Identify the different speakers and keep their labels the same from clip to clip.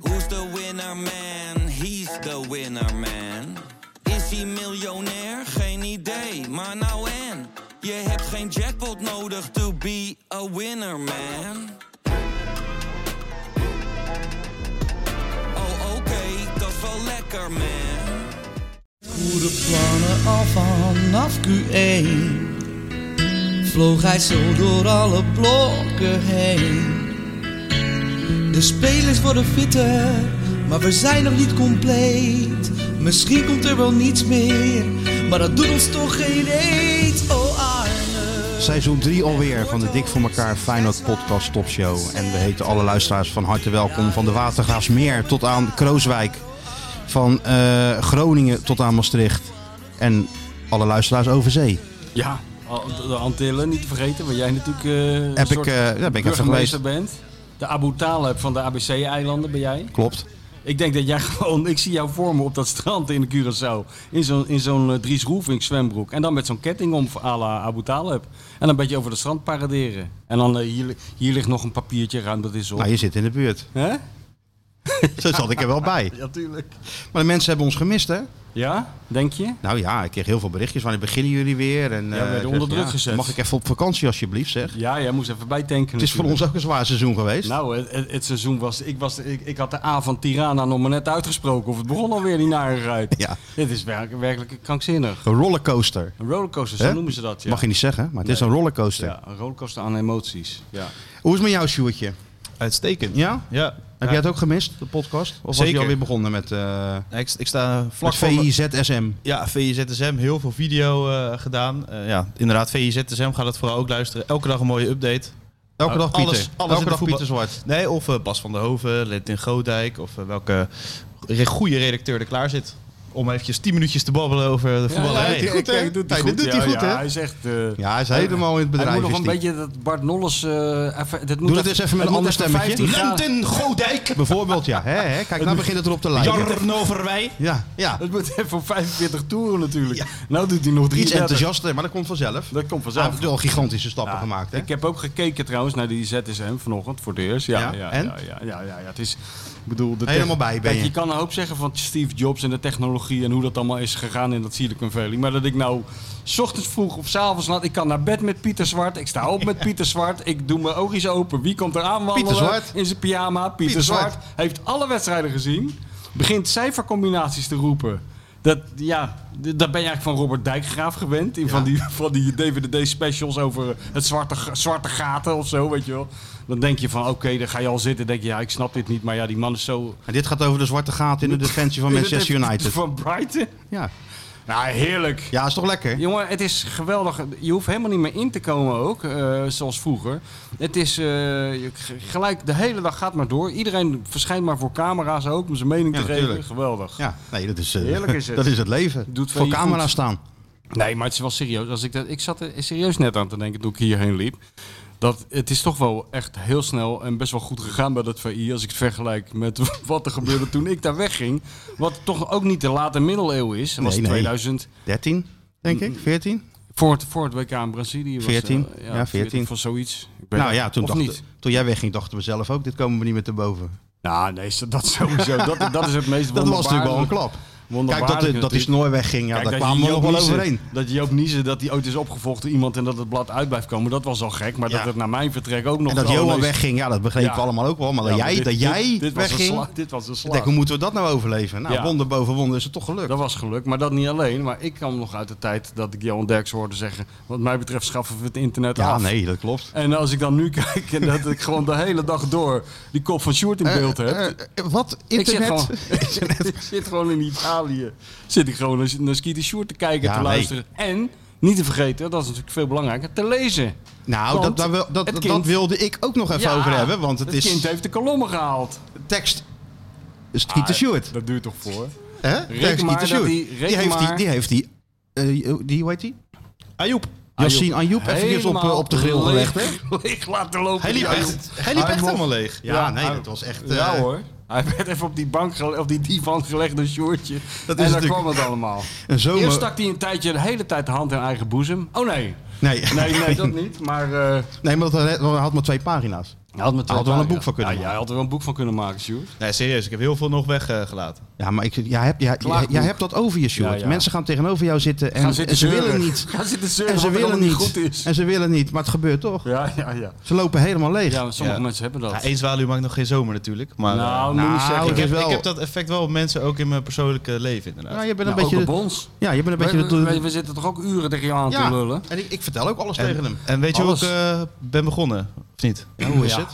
Speaker 1: Who's the winner man? He's the winner man. Is hij miljonair? Geen idee, maar nou en. Je hebt geen jackpot nodig to be a winner man. Oh oké, dat is wel lekker man.
Speaker 2: Goede plannen al vanaf Q1 Vloog hij zo door alle blokken heen De spelers worden fitter, maar we zijn nog niet compleet Misschien komt er wel niets meer, maar dat doet ons toch geen eet Oh Arne
Speaker 3: Seizoen 3 alweer van de Dik voor elkaar Feyenoord podcast topshow. En we heten alle luisteraars van harte welkom. Van de Watergraafsmeer tot aan Krooswijk. Van eh, Groningen tot aan Maastricht. En alle luisteraars over zee.
Speaker 4: Ja, al- Oh, de Antillen niet te vergeten, waar jij natuurlijk eh een
Speaker 3: Heb ik,
Speaker 4: soort
Speaker 3: eh, daar ben ik even
Speaker 4: burgemeester
Speaker 3: geweest.
Speaker 4: bent. De Abu Talib van de ABC-eilanden ben jij.
Speaker 3: Klopt.
Speaker 4: Ik denk dat jij gewoon, ik zie jou voor me op dat strand in de Curaçao. In zo'n in zo'n eh, Dries Roelvink zwembroek. En dan met zo'n ketting om à la Abu Talib. En een beetje over het strand paraderen. En dan eh, hier, li- hier ligt nog een papiertje, ruim dat is op.
Speaker 3: Nou, je zit in de buurt.
Speaker 4: Hè?
Speaker 3: Zo zat ik er wel bij.
Speaker 4: Ja, tuurlijk.
Speaker 3: Maar de mensen hebben ons gemist, hè?
Speaker 4: Ja, denk je?
Speaker 3: Nou ja, ik kreeg heel veel berichtjes. Wanneer beginnen jullie weer? En,
Speaker 4: we werden
Speaker 3: eh,
Speaker 4: onder
Speaker 3: ik zeg,
Speaker 4: druk gezet.
Speaker 3: Mag ik even op vakantie, alsjeblieft, zeg?
Speaker 4: Ja, jij moest even bijtanken.
Speaker 3: Het is voor
Speaker 4: natuurlijk.
Speaker 3: ons ook een zwaar seizoen geweest.
Speaker 4: Nou, het, het- het seizoen was. Ik, was ik, ik had de A van Tirana nog maar net uitgesproken. Of het begon alweer die narigheid.
Speaker 3: Ja.
Speaker 4: Dit is werk- werkelijk krankzinnig.
Speaker 3: Een rollercoaster.
Speaker 4: Een rollercoaster, zo
Speaker 3: Hè?
Speaker 4: noemen ze dat. Ja.
Speaker 3: Mag je niet zeggen, maar het is
Speaker 4: Nee.
Speaker 3: een rollercoaster.
Speaker 4: ja, een rollercoaster aan emoties. Ja.
Speaker 3: Hoe is het met jou, Sjoerdje?
Speaker 5: Uitstekend.
Speaker 3: Ja?
Speaker 5: Ja.
Speaker 3: Heb jij het ook gemist, de podcast? Of was je
Speaker 5: Zeker.
Speaker 3: alweer begonnen met, eh
Speaker 5: Ja, Ik, ik sta vlak
Speaker 3: met
Speaker 5: voor me-
Speaker 3: VIZSM?
Speaker 5: Ja, VIZSM, heel veel video eh, gedaan. Eh, ja, inderdaad, VIZSM gaat het vooral ook luisteren. Elke dag een mooie update.
Speaker 4: Oh,
Speaker 3: Elke dag Pieter.
Speaker 5: alles- alles in
Speaker 3: Elke
Speaker 5: de
Speaker 3: dag
Speaker 5: voetbal-
Speaker 3: Pieter Zwart.
Speaker 5: Nee, of eh, Bas van der Hoven, Lentin Godijk, of eh, welke re- goede redacteur er klaar zit. Om eventjes 10 minuutjes te babbelen over de voetballerij.
Speaker 3: doet hij goed, hè?
Speaker 4: Kijk, doet hij
Speaker 3: Nee, dit doet hij
Speaker 4: Ja,
Speaker 3: goed,
Speaker 4: ja,
Speaker 3: hè?
Speaker 4: Hij is echt. eh,
Speaker 3: Ja, hij is helemaal in het bedrijf.
Speaker 4: hij moet nog
Speaker 3: is
Speaker 4: een
Speaker 3: die.
Speaker 4: beetje dat Bart Nolles. eh even, dit moet
Speaker 3: Doe dat eens even met een
Speaker 4: het
Speaker 3: ander
Speaker 4: moet even
Speaker 3: stemmetje.
Speaker 4: 15 graden-
Speaker 5: Lentin Godijk,
Speaker 3: Bijvoorbeeld, ja. Hè, hè? Kijk, nou begint het erop te lijken.
Speaker 5: Jarno Verwij.
Speaker 3: Ja, ja.
Speaker 4: Het moet even op 45 toeren natuurlijk. Nou doet hij nog drie
Speaker 3: Iets Ah, enthousiaster, maar dat komt vanzelf.
Speaker 4: Dat komt
Speaker 3: Hij
Speaker 4: vanzelf.
Speaker 3: heeft wel gigantische stappen
Speaker 4: Ja,
Speaker 3: gemaakt, hè?
Speaker 4: Ik heb ook gekeken trouwens naar die ZSM vanochtend voor de eerst. Ja,
Speaker 3: Ja,
Speaker 4: ja, ja,
Speaker 3: en?
Speaker 4: ja, ja, ja, ja. Het is, ik bedoel, de
Speaker 3: Helemaal
Speaker 4: tech-
Speaker 3: bij ben
Speaker 4: Kijk,
Speaker 3: je.
Speaker 4: je kan een hoop zeggen van Steve Jobs en de technologie en hoe dat allemaal is gegaan in dat Silicon Valley. Maar dat ik nou 's ochtends vroeg of 's avonds laat, ik kan naar bed met Pieter Zwart, ik sta op met Pieter Zwart, ik doe mijn oogjes open. Wie komt er aanwandelen
Speaker 3: Pieter Zwart.
Speaker 4: in zijn pyjama? Pieter,
Speaker 3: Pieter Zwart.
Speaker 4: Zwart. heeft alle wedstrijden gezien, begint cijfercombinaties te roepen. Dat, ja, d- dat ben je eigenlijk van Robert Dijkgraaf gewend. In van die, van die DVD-specials over het zwarte, g- zwarte gaten of zo, weet je wel. Dan denk je van, oké, dan ga je al zitten. denk je, ja, ik snap dit niet. Maar ja, die man is zo...
Speaker 3: En dit gaat over de zwarte gaten in de defensie van Manchester United.
Speaker 4: Van Brighton.
Speaker 3: Ja,
Speaker 4: Nou, heerlijk.
Speaker 3: ja is toch lekker?
Speaker 4: Jongen, het is geweldig. Je hoeft helemaal niet meer in te komen ook, eh, zoals vroeger. Het is eh, je- g- gelijk, de hele dag gaat maar door. Iedereen verschijnt maar voor camera's ook om zijn mening
Speaker 3: Ja,
Speaker 4: te
Speaker 3: natuurlijk.
Speaker 4: geven. Geweldig.
Speaker 3: Ja, nee, dat is, eh,
Speaker 4: Heerlijk is het.
Speaker 3: dat is het leven.
Speaker 4: Doet
Speaker 3: Voor
Speaker 4: VI
Speaker 3: camera
Speaker 4: goed.
Speaker 3: staan.
Speaker 4: Nee, maar het is wel serieus. Als ik, dat, ik zat er serieus net aan te denken toen ik hierheen liep. Dat het is toch wel echt heel snel en best wel goed gegaan bij dat VI. Als ik het vergelijk met wat er gebeurde toen ik daar wegging. Wat toch ook niet de late middeleeuwen is. Dat was
Speaker 3: Nee, nee.
Speaker 4: 2000.
Speaker 3: 13, denk
Speaker 4: Mm.
Speaker 3: ik? 14?
Speaker 4: Voor het, voor het WK in Brazilië. Was,
Speaker 3: 14,
Speaker 4: eh,
Speaker 3: ja, 14.
Speaker 4: Van zoiets. Ik weet
Speaker 3: Nou
Speaker 4: het-
Speaker 3: ja, toen,
Speaker 4: of
Speaker 3: dacht,
Speaker 4: niet.
Speaker 3: toen jij wegging, dachten we zelf ook: dit komen we niet meer te boven.
Speaker 4: Nou, nee, zo- dat sowieso. Dat, dat is het meest
Speaker 3: Dat was natuurlijk wel een klap. Kijk, dat, de- dat die snoor wegging, ja, daar kwamen we nog wel overheen.
Speaker 4: Dat Joop Niezen, dat hij ooit is opgevolgd door iemand en dat het blad uit blijft komen, dat was al gek. Maar
Speaker 3: Ja.
Speaker 4: dat het na mijn vertrek ook nog...
Speaker 3: En dat
Speaker 4: zo
Speaker 3: Johan
Speaker 4: ineens-
Speaker 3: wegging, ja, dat begrepen
Speaker 4: Ja.
Speaker 3: we allemaal ook wel. Maar
Speaker 4: Ja,
Speaker 3: dat
Speaker 4: maar
Speaker 3: jij,
Speaker 4: dit-
Speaker 3: dat
Speaker 4: dit-
Speaker 3: jij
Speaker 4: dit was een
Speaker 3: wegging,
Speaker 4: slag- Dit was een
Speaker 3: ik
Speaker 4: slag.
Speaker 3: denk, hoe moeten we dat nou overleven? Nou,
Speaker 4: Ja.
Speaker 3: wonder boven wonder is het toch gelukt.
Speaker 4: Dat was geluk, maar dat niet alleen. Maar ik kwam nog uit de tijd dat ik Johan Derks hoorde zeggen... wat mij betreft schaffen we het internet
Speaker 3: ja,
Speaker 4: af.
Speaker 3: nee, dat klopt.
Speaker 4: En als ik dan nu kijk en dat ik gewoon de hele dag door die kop van Sjoerd in beeld heb...
Speaker 3: Eh, eh, wat?
Speaker 4: Ik zit,
Speaker 3: Internet?
Speaker 4: gewoon, ik zit gewoon in Italië. Zit ik gewoon naar, naar Skeeter Sjoerd te kijken,
Speaker 3: Ja,
Speaker 4: te
Speaker 3: nee.
Speaker 4: luisteren. En, niet te vergeten, dat is natuurlijk veel belangrijker, te lezen.
Speaker 3: nou,
Speaker 4: Want
Speaker 3: dat, daar wil- dat,
Speaker 4: het
Speaker 3: dat,
Speaker 4: kind-
Speaker 3: wilde ik ook nog even
Speaker 4: Ja,
Speaker 3: over hebben. Want het, is
Speaker 4: kind heeft de kolommen gehaald.
Speaker 3: tekst. Skeeter Stewart.
Speaker 4: Dat duurt toch voor?
Speaker 3: Hè?
Speaker 4: Ah, Reken
Speaker 3: Tekst
Speaker 4: maar
Speaker 3: Skeeter
Speaker 4: dat
Speaker 3: Stewart.
Speaker 4: die-
Speaker 3: Die
Speaker 4: reken
Speaker 3: heeft die,
Speaker 4: maar-
Speaker 3: die heeft die, eh, die, hoe heet die?
Speaker 5: Ajoep.
Speaker 3: Yassine Ayoub even op,
Speaker 4: Helemaal
Speaker 3: eh, op de grill
Speaker 4: leeg-
Speaker 3: gelegd, hè?
Speaker 4: Leeg laten lopen.
Speaker 5: Hij liep
Speaker 4: Ja,
Speaker 5: echt, hij liep
Speaker 3: Hij
Speaker 5: echt
Speaker 3: mocht-
Speaker 5: helemaal leeg.
Speaker 3: Ja,
Speaker 4: Ja,
Speaker 3: nee,
Speaker 4: hij-
Speaker 3: dat was echt... eh,
Speaker 4: Ja hoor. Hij werd even op die bank gele- op die divan gelegd door Sjoerdje.
Speaker 3: Dat is
Speaker 4: en daar
Speaker 3: natuurlijk-
Speaker 4: kwam het allemaal.
Speaker 3: Een zomer...
Speaker 4: Eerst stak hij een tijdje de hele tijd de hand in eigen boezem. Oh nee.
Speaker 3: Nee,
Speaker 4: Nee, nee, dat niet. Maar eh,
Speaker 3: nee maar dat had maar twee pagina's.
Speaker 4: Had met
Speaker 3: Hij had er wel een boek van kunnen
Speaker 4: ja,
Speaker 3: maken.
Speaker 4: Jij had er wel een boek van kunnen maken, Sjoerd.
Speaker 5: Nee, serieus. Ik heb heel veel nog weggelaten.
Speaker 3: Ja, maar ik, jij, hebt, jij, jij,
Speaker 4: Klaagboek.
Speaker 3: jij hebt dat over je, Sjoerd.
Speaker 4: Ja, ja.
Speaker 3: Mensen gaan tegenover jou zitten en,
Speaker 4: Gaan zitten
Speaker 3: en ze
Speaker 4: zeuren.
Speaker 3: willen niet.
Speaker 4: Gaan zitten zeuren
Speaker 3: En ze
Speaker 4: wat er
Speaker 3: willen
Speaker 4: allemaal
Speaker 3: niet.
Speaker 4: goed is.
Speaker 3: En ze willen niet, maar het gebeurt toch.
Speaker 4: Ja, ja, ja.
Speaker 3: Ze lopen helemaal leeg.
Speaker 4: Ja, maar sommige
Speaker 5: Ja.
Speaker 4: mensen hebben dat.
Speaker 5: Ja, één zwaluw maakt nog geen zomer natuurlijk. Maar eh,
Speaker 4: nou, moet
Speaker 3: nou,
Speaker 4: ik zeggen.
Speaker 3: het
Speaker 5: ik,
Speaker 3: is
Speaker 5: heb,
Speaker 3: wel-
Speaker 5: ik heb dat effect wel op mensen ook in mijn persoonlijke leven inderdaad.
Speaker 3: Nou, je bent een
Speaker 4: Nou, ook
Speaker 3: beetje...
Speaker 4: op ons.
Speaker 3: ja, je bent een beetje...
Speaker 4: we,
Speaker 3: de-
Speaker 4: we- we zitten toch ook uren tegen jou aan
Speaker 3: ja,
Speaker 4: te lullen?
Speaker 3: en ik, ik vertel ook alles
Speaker 5: en,
Speaker 3: tegen hem.
Speaker 5: en weet je hoe ik
Speaker 4: Alles.
Speaker 5: eh, ben begonnen? Of niet?
Speaker 3: hoe is
Speaker 4: Ja.
Speaker 3: het?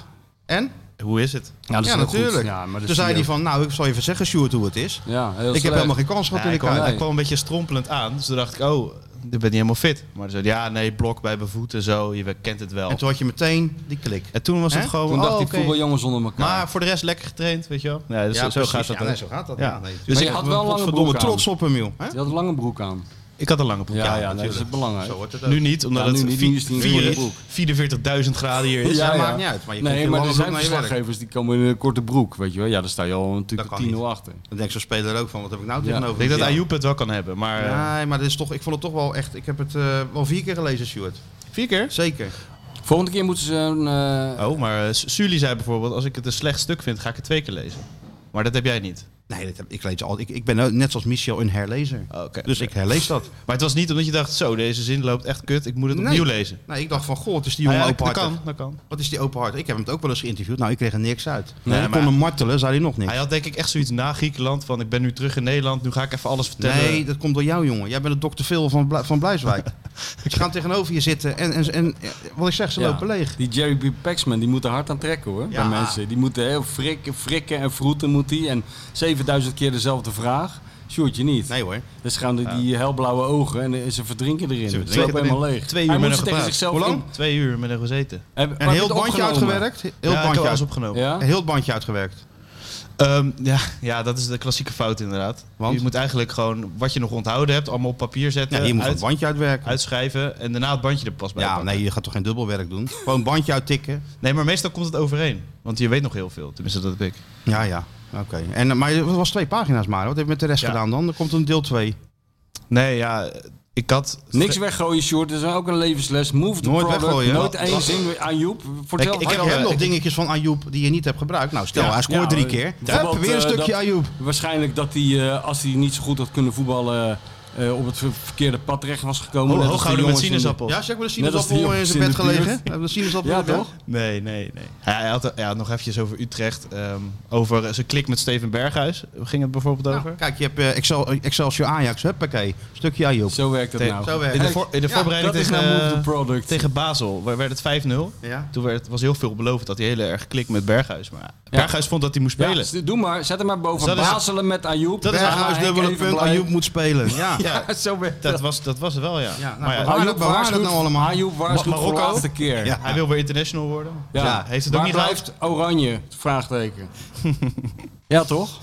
Speaker 3: En?
Speaker 5: Hoe is het?
Speaker 4: Ja, dat
Speaker 3: Ja,
Speaker 4: heel goed.
Speaker 3: natuurlijk.
Speaker 4: Ja, maar dat
Speaker 3: Toen
Speaker 4: zie
Speaker 3: zei
Speaker 4: je
Speaker 3: hij
Speaker 4: ook.
Speaker 3: van, nou, ik zal even zeggen, Sjoerd, hoe het is.
Speaker 4: Ja,
Speaker 3: ik
Speaker 4: heel
Speaker 3: heb
Speaker 4: slecht.
Speaker 3: helemaal geen kans gehad
Speaker 5: Ja,
Speaker 3: in
Speaker 5: ik,
Speaker 3: de
Speaker 5: kwam,
Speaker 3: kaart.
Speaker 5: ik kwam een beetje strompelend aan. Dus toen dacht ik, oh, ik ben niet helemaal fit. Maar toen zei hij, ja, nee, blok bij mijn voeten, zo, je kent het wel.
Speaker 3: En toen had je meteen die klik.
Speaker 5: En toen was het
Speaker 3: Hè?
Speaker 5: gewoon,
Speaker 4: Toen
Speaker 5: oh,
Speaker 4: dacht
Speaker 5: oké.
Speaker 4: die voetbaljongens onder elkaar.
Speaker 5: Maar voor de rest lekker getraind, weet je wel. Ja, dus zo
Speaker 3: precies.
Speaker 5: gaat dat.
Speaker 3: Ja,
Speaker 5: ook.
Speaker 3: nee, zo gaat dat.
Speaker 5: Ja.
Speaker 3: Ja, nee,
Speaker 4: dus
Speaker 5: Dus
Speaker 4: je
Speaker 5: ik
Speaker 4: had
Speaker 5: ben
Speaker 4: wel een lange
Speaker 5: godverdomme
Speaker 4: broek
Speaker 3: Domme
Speaker 4: aan.
Speaker 3: trots op hem, joh. Hè?
Speaker 4: Je had een lange broek aan.
Speaker 5: Ik had een lange broek
Speaker 4: Ja, ja,
Speaker 5: aan,
Speaker 4: nee, dat is het
Speaker 5: natuurlijk.
Speaker 4: belangrijk.
Speaker 3: Zo wordt het ook.
Speaker 5: Nu niet, omdat
Speaker 4: Ja, nu
Speaker 5: het
Speaker 4: niet,
Speaker 5: vi-
Speaker 4: nu is het een
Speaker 5: vier-
Speaker 4: lange broek.
Speaker 5: 44.000 graden hier is.
Speaker 3: Ja. dus maakt niet uit, maar je komt
Speaker 4: nee,
Speaker 3: in
Speaker 4: maar
Speaker 3: lange
Speaker 4: er
Speaker 3: broek
Speaker 4: zijn
Speaker 3: naar je werk.
Speaker 4: verslaggevers die komen in een korte broek, weet je wel. Ja, daar sta je al natuurlijk
Speaker 3: Dat kan
Speaker 4: 10-0 achter.
Speaker 3: Dan denkt zo'n speler ook van, wat heb ik nou
Speaker 4: Ja.
Speaker 5: Ik
Speaker 3: tegenover?
Speaker 5: denk dat
Speaker 3: Ja.
Speaker 5: Ayoub het wel kan hebben, maar... eh,
Speaker 3: Nee, maar dit is toch, ik vond het toch wel echt... Ik heb het eh, wel vier keer gelezen, Stuart.
Speaker 5: Vier keer?
Speaker 3: Zeker.
Speaker 4: Volgende keer moeten ze een... eh,
Speaker 5: Oh, maar eh, Sully zei bijvoorbeeld, als ik het een slecht stuk vind, ga ik het twee keer lezen. Maar dat heb jij niet.
Speaker 3: Nee, dat heb, ik, lees al, ik, ik ben ook net zoals Michel een herlezer.
Speaker 4: Oh.
Speaker 5: Oké.
Speaker 3: Dus ik herlees dat.
Speaker 5: Maar het was niet omdat je dacht, zo, deze zin loopt echt kut, ik moet het
Speaker 3: Nee.
Speaker 5: opnieuw lezen.
Speaker 3: Nou, ik dacht van, goh, het is die
Speaker 5: Ja,
Speaker 3: jongen
Speaker 5: dat, dat
Speaker 3: openhartig.
Speaker 5: kan, dat kan.
Speaker 3: Wat is die openhartig? Ik heb hem het ook wel eens geïnterviewd. Nou, ik kreeg er niks uit.
Speaker 5: Nee,
Speaker 3: ik
Speaker 5: maar-
Speaker 3: kon hem martelen, zei hij nog niks.
Speaker 5: Hij had denk ik echt zoiets na Griekenland van, ik ben nu terug in Nederland, nu ga ik even alles vertellen.
Speaker 3: Nee, dat komt door jou, jongen. Jij bent de dokter Phil van, Bla- van Blijswijk. Ze gaan tegenover je zitten en, en, en eh, wat ik zeg, ze
Speaker 4: ja.
Speaker 3: lopen leeg.
Speaker 4: Die Jerry B. Paxman, die moet er hard aan trekken hoor,
Speaker 3: Ja.
Speaker 4: bij mensen. Die moeten heel frikken, frikken en vroeten moet die. En 7000 keer dezelfde vraag. Sjoerdje niet.
Speaker 3: Nee hoor.
Speaker 4: Dus gaan die, die helblauwe ogen en eh, ze verdrinken erin. Ze
Speaker 5: verdrinken
Speaker 4: lopen helemaal
Speaker 5: erin.
Speaker 4: leeg.
Speaker 5: Twee uur
Speaker 4: Hij
Speaker 5: met
Speaker 4: moet
Speaker 5: hem
Speaker 4: ze tegen
Speaker 5: gepraat.
Speaker 4: zichzelf
Speaker 3: Hoe lang?
Speaker 4: in.
Speaker 5: Twee uur met hem gezeten.
Speaker 3: En
Speaker 4: Heb- heb
Speaker 3: heel
Speaker 4: je
Speaker 3: het
Speaker 4: het
Speaker 3: bandje
Speaker 4: opgenomen?
Speaker 3: uitgewerkt. Heel
Speaker 5: Ja, ik heb
Speaker 3: bandje
Speaker 5: alles
Speaker 3: uit-
Speaker 5: opgenomen.
Speaker 4: Ja?
Speaker 3: Heel het bandje uitgewerkt.
Speaker 5: Ehm, ja, ja, dat is de klassieke fout inderdaad.
Speaker 3: Want?
Speaker 5: Je moet eigenlijk gewoon wat je nog onthouden hebt, allemaal op papier zetten,
Speaker 3: Ja, je moet
Speaker 5: uit-
Speaker 3: een bandje uitwerken.
Speaker 5: uitschrijven en daarna het bandje er pas bij
Speaker 3: ja,
Speaker 5: pakken.
Speaker 3: nee, je gaat toch geen dubbelwerk doen? Gewoon een bandje uittikken.
Speaker 5: Nee, maar meestal komt het overeen. Want je weet nog heel veel. Tenminste, dat heb ik.
Speaker 3: Ja, ja. Oké. En, eh, Maar het was twee pagina's maar. Wat heb je met de rest
Speaker 5: Ja.
Speaker 3: gedaan dan? Er komt een deel 2.
Speaker 5: Nee, ja, ik had...
Speaker 4: Niks weggooien, Sjoerd. Dat is ook een levensles. Move the
Speaker 3: Nooit
Speaker 4: product.
Speaker 3: weggooien.
Speaker 4: Nooit
Speaker 3: Dat-
Speaker 4: één zin aan Joep. Vertel
Speaker 5: Ik- ik
Speaker 3: Ik
Speaker 5: heb
Speaker 3: heb
Speaker 5: wel-
Speaker 3: nog
Speaker 5: ik-
Speaker 3: dingetjes van Ayoub die je niet hebt gebruikt. Nou, stel,
Speaker 5: Ja.
Speaker 3: hij scoort
Speaker 4: Ja,
Speaker 3: drie
Speaker 4: eh,
Speaker 3: keer. Hup,
Speaker 4: bijvoorbeeld,
Speaker 3: weer een
Speaker 4: eh,
Speaker 3: stukje
Speaker 4: dat-
Speaker 3: Ayoub.
Speaker 4: Waarschijnlijk dat hij, eh, als hij niet zo goed had kunnen voetballen, eh, op het ver- verkeerde pad terecht was gekomen. Net als die
Speaker 5: Hooghouden met
Speaker 4: jongens in de-
Speaker 5: Oh, sinaasappel.
Speaker 3: Ja, zeg maar de
Speaker 4: Net als die
Speaker 3: sinaasappel eh, in
Speaker 4: jongens
Speaker 3: zijn
Speaker 4: in
Speaker 3: bed
Speaker 4: de buurt.
Speaker 3: gelegen. Hebben we de sinaasappel
Speaker 4: Ja,
Speaker 3: gehad,
Speaker 4: toch?
Speaker 5: Nee, nee, nee. Hij had ja, nog eventjes over Utrecht. ehm, over zijn klik met Steven Berghuis. Ging het bijvoorbeeld
Speaker 3: Nou,
Speaker 5: over?
Speaker 3: kijk, je hebt eh, Excel, Excelsior Ajax. Huppakee. Stukje Ayoub.
Speaker 4: Zo werkt dat
Speaker 5: Nee,
Speaker 4: nou.
Speaker 3: Zo werkt
Speaker 5: In de,
Speaker 3: het.
Speaker 5: voor, in de
Speaker 3: Ja,
Speaker 5: voorbereiding
Speaker 4: dat is nou
Speaker 5: tegen,
Speaker 4: move the
Speaker 5: eh,
Speaker 4: product.
Speaker 5: tegen Basel waar werd het 5-0.
Speaker 3: Ja.
Speaker 5: Toen werd, was heel veel beloofd dat hij heel erg klik met Berghuis. Maar Berghuis vond dat hij moest
Speaker 4: Ja,
Speaker 5: spelen.
Speaker 4: s- doe maar. Zet hem maar boven.
Speaker 5: Dat is-
Speaker 4: Bazelen met Ayoub.
Speaker 5: Dat is
Speaker 4: Berghuis,
Speaker 3: Berghuis
Speaker 4: Henk
Speaker 3: dubbele
Speaker 4: even
Speaker 3: punt.
Speaker 4: blij.
Speaker 3: Ayoub moet spelen. Ja.
Speaker 4: Ja, zo werkt
Speaker 5: Dat was, dat was het wel, ja.
Speaker 3: Ja, nou,
Speaker 5: maar ja,
Speaker 3: waar-
Speaker 4: Ayoub
Speaker 3: waar waren het
Speaker 4: waarschuwt-
Speaker 3: nou allemaal?
Speaker 4: Ayoub waarschuwt voor de
Speaker 5: Marokko?
Speaker 4: laatste keer.
Speaker 3: Ja.
Speaker 5: hij wil weer international worden.
Speaker 4: Ja.
Speaker 3: Ja,
Speaker 5: heeft het ook
Speaker 4: Waar
Speaker 5: niet
Speaker 4: blijft Oranje? Vraagteken. ja, toch?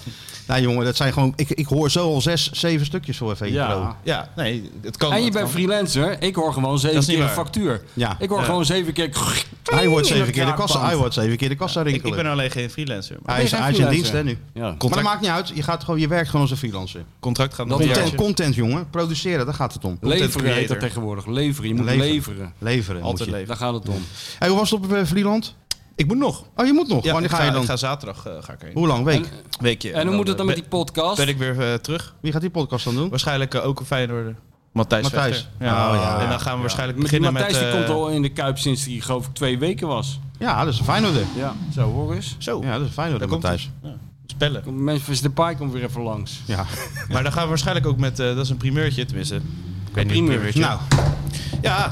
Speaker 3: Nou jongen, dat zijn gewoon... Ik, ik hoor zo al zes, zeven stukjes voor even.
Speaker 4: Ja.
Speaker 3: Pro.
Speaker 5: Ja, nee, het kan.
Speaker 4: En je
Speaker 5: het
Speaker 4: bent
Speaker 5: kan.
Speaker 4: freelancer. Ik hoor gewoon zeven
Speaker 5: Dat is niet
Speaker 4: keer een
Speaker 5: waar.
Speaker 4: factuur.
Speaker 3: Ja.
Speaker 4: Ik hoor
Speaker 5: Ja.
Speaker 4: gewoon zeven keer...
Speaker 3: Hij wordt zeven
Speaker 4: dat
Speaker 3: keer de kassa,
Speaker 4: kraakpand.
Speaker 3: hij wordt zeven keer de kassa
Speaker 5: Ik, ik
Speaker 3: rinkelen.
Speaker 5: ben alleen geen freelancer. Maar
Speaker 3: hij is,
Speaker 4: Ben je
Speaker 3: hij is
Speaker 4: geen
Speaker 3: in dienst hè
Speaker 4: freelancer?
Speaker 3: nu.
Speaker 4: Ja.
Speaker 3: Maar dat maakt niet uit. Je, gaat gewoon, je werkt gewoon als een freelancer.
Speaker 5: contract gaat nog een
Speaker 3: Content,
Speaker 5: jaartje.
Speaker 3: content jongen. Produceren, daar gaat het om.
Speaker 4: Leveren heet dat
Speaker 5: creator.
Speaker 4: tegenwoordig. Leveren. Je moet
Speaker 3: Leveren.
Speaker 4: leveren.
Speaker 3: Leveren moet
Speaker 5: Altijd
Speaker 3: je.
Speaker 5: leven.
Speaker 4: Daar gaat het om.
Speaker 3: Hey, hoe was het op eh, Vlieland?
Speaker 5: Ik moet nog.
Speaker 3: Oh, je moet nog.
Speaker 5: Ja,
Speaker 3: Wanneer
Speaker 5: ik
Speaker 3: ga, je dan?
Speaker 5: Ik ga zaterdag eh, ga ik heen.
Speaker 3: Hoe lang? Week?
Speaker 5: Weekje.
Speaker 4: En hoe moet het dan met die
Speaker 5: ben-
Speaker 4: podcast?
Speaker 5: Ben ik weer eh, terug.
Speaker 3: Wie gaat die podcast dan doen?
Speaker 5: Waarschijnlijk eh, ook een Feyenoorder. Matthijs
Speaker 3: Matthijs.
Speaker 5: Vechter. Ja.
Speaker 3: Oh, ja.
Speaker 5: En dan gaan we waarschijnlijk
Speaker 4: Met die
Speaker 5: beginnen
Speaker 4: Matthijs
Speaker 5: met...
Speaker 4: die
Speaker 5: eh,
Speaker 4: komt al in de Kuip sinds die geloof ik twee weken was.
Speaker 3: Ja, dat is een Feyenoorder.
Speaker 4: Ja, zo hoor eens.
Speaker 5: Zo,
Speaker 3: Ja, dat is een Feyenoorder,
Speaker 5: Daar komt
Speaker 3: Matthijs.
Speaker 5: spellen.
Speaker 4: Memphis Depay komt weer even langs.
Speaker 3: Ja.
Speaker 5: Maar dan gaan we waarschijnlijk ook met... eh, dat is een primeurtje, tenminste. Ik weet niet,
Speaker 4: primeurtje.
Speaker 3: Nou,
Speaker 5: Ja.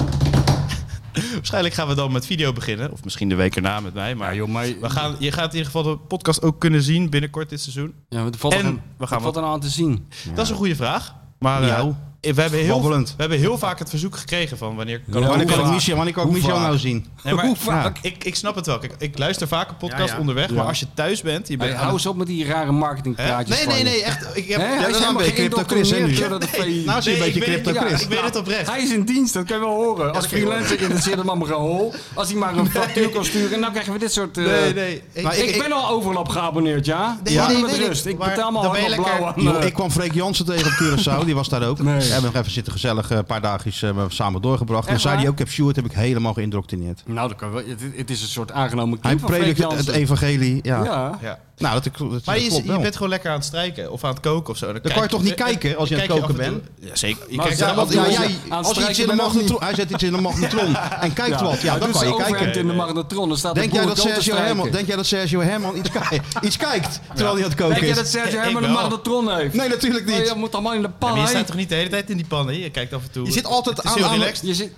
Speaker 5: waarschijnlijk gaan we dan met video beginnen. Of misschien de week erna met mij. Maar
Speaker 4: joh, maar-
Speaker 5: we gaan, je gaat in ieder geval de podcast ook kunnen zien binnenkort dit seizoen.
Speaker 4: Ja, want er valt,
Speaker 5: En
Speaker 4: er een,
Speaker 5: we gaan
Speaker 4: er
Speaker 5: wat-
Speaker 4: valt er een aan te zien.
Speaker 5: Dat is een goede vraag. Maar eh,
Speaker 3: Miauw.
Speaker 5: we, hebben heel,
Speaker 3: Babbelend.
Speaker 5: we hebben heel vaak het verzoek gekregen van wanneer kan
Speaker 4: Ja,
Speaker 5: het
Speaker 3: wanneer
Speaker 4: hoe
Speaker 3: kan ik
Speaker 4: vaak?
Speaker 3: Michel, wanneer kan ik
Speaker 4: Hoe
Speaker 3: Michel
Speaker 4: vaak?
Speaker 3: nou zien?
Speaker 5: Nee, maar,
Speaker 4: Hoe vaak?
Speaker 5: Ik, ik snap het wel. Kijk, ik luister vaak een podcast
Speaker 3: Ja, ja.
Speaker 5: onderweg. Maar als je thuis bent, je bent
Speaker 4: Hey,
Speaker 5: aan
Speaker 4: hou eens op met die rare marketingpraatjes
Speaker 3: Nee,
Speaker 4: van
Speaker 3: nee,
Speaker 4: je.
Speaker 3: nee, echt. Ik heb,
Speaker 4: Hè?
Speaker 3: ja,
Speaker 4: Hij
Speaker 3: dat
Speaker 4: is
Speaker 3: is een
Speaker 4: helemaal
Speaker 3: beetje crypto Chris hè, nu.
Speaker 4: geïndoctrineerd door dat
Speaker 3: Nee, nou zie je
Speaker 5: Nee,
Speaker 3: een
Speaker 5: ik
Speaker 3: beetje
Speaker 5: weet-
Speaker 3: crypto
Speaker 5: ja,
Speaker 3: Chris.
Speaker 5: ik weet het oprecht.
Speaker 4: Hij is in dienst, dat kan je wel horen. Als freelancer interesseert hem allemaal geen hol. Als hij maar een factuur kan sturen, en dan krijgen we dit soort... eh,
Speaker 5: Nee, nee.
Speaker 3: Maar
Speaker 4: Ik, ben al overal op geabonneerd, ja?
Speaker 3: Nee,
Speaker 4: Laat
Speaker 3: nee,
Speaker 4: me met
Speaker 3: nee,
Speaker 4: rust. Ik
Speaker 3: maar
Speaker 4: betaal me
Speaker 3: dan ben
Speaker 4: allemaal
Speaker 3: je
Speaker 4: blauw aan.
Speaker 3: Joh,
Speaker 4: eh,
Speaker 3: ik kwam Freek Jansen tegen op Curaçao, die was daar ook.
Speaker 4: Nee.
Speaker 3: Ja, hebben nog even zitten gezellig eh, een paar dagjes eh, samen doorgebracht. En dan
Speaker 4: Echt
Speaker 3: zei hij
Speaker 4: waar?
Speaker 3: ook, ik heb Stuart heb ik helemaal geïndoctrineerd.
Speaker 4: Nou, dat kan wel. Het, het is een soort aangenomen
Speaker 3: Hij
Speaker 4: kind van Freek
Speaker 3: predikt het,
Speaker 4: Jansen.
Speaker 3: evangelie. Ja.
Speaker 4: Ja.
Speaker 5: Ja.
Speaker 3: Nou, dat, dat, dat
Speaker 5: Maar je,
Speaker 3: klopt
Speaker 5: is- je
Speaker 3: wel.
Speaker 5: bent gewoon lekker aan het strijken of aan het koken of zo. Dan,
Speaker 3: kan
Speaker 5: kijk-
Speaker 3: je toch niet kijken als je aan het
Speaker 5: kijk
Speaker 3: koken
Speaker 5: af en toe- Ja, zeker. Je kijkt
Speaker 3: Ja,
Speaker 5: af en
Speaker 3: want,
Speaker 5: toe-
Speaker 3: ja,
Speaker 4: aan-
Speaker 3: jij,
Speaker 4: aan
Speaker 3: als je iets in
Speaker 4: strijken
Speaker 3: de
Speaker 4: ben ook
Speaker 3: magnetron... Hij zet iets in de magnetron en kijkt wat. Ja, dan
Speaker 4: Hij doet
Speaker 3: kan je
Speaker 4: zijn overhand
Speaker 3: kijken.
Speaker 4: in de magnetron. Dan staat de
Speaker 3: Denk jij,
Speaker 4: boer
Speaker 3: dat
Speaker 4: dood te
Speaker 3: Sergio
Speaker 4: strijken.
Speaker 3: Herman, denk jij dat Sergio Herman iets, ki- iets kijkt terwijl hij aan het
Speaker 4: Denk
Speaker 3: koken
Speaker 4: jij
Speaker 3: is?
Speaker 4: dat Sergio
Speaker 5: Ik
Speaker 4: Herman een
Speaker 5: wel.
Speaker 4: magnetron heeft?
Speaker 3: Nee, natuurlijk
Speaker 4: Maar
Speaker 3: niet.
Speaker 4: Je moet allemaal in de
Speaker 5: Ja,
Speaker 4: pan.
Speaker 5: maar je
Speaker 4: hè?
Speaker 5: staat toch niet de hele tijd in die pannen? Je kijkt af en toe.
Speaker 3: Je zit altijd
Speaker 5: Het is
Speaker 3: aan-
Speaker 5: heel
Speaker 3: aan-
Speaker 5: relaxed.
Speaker 4: Je zit,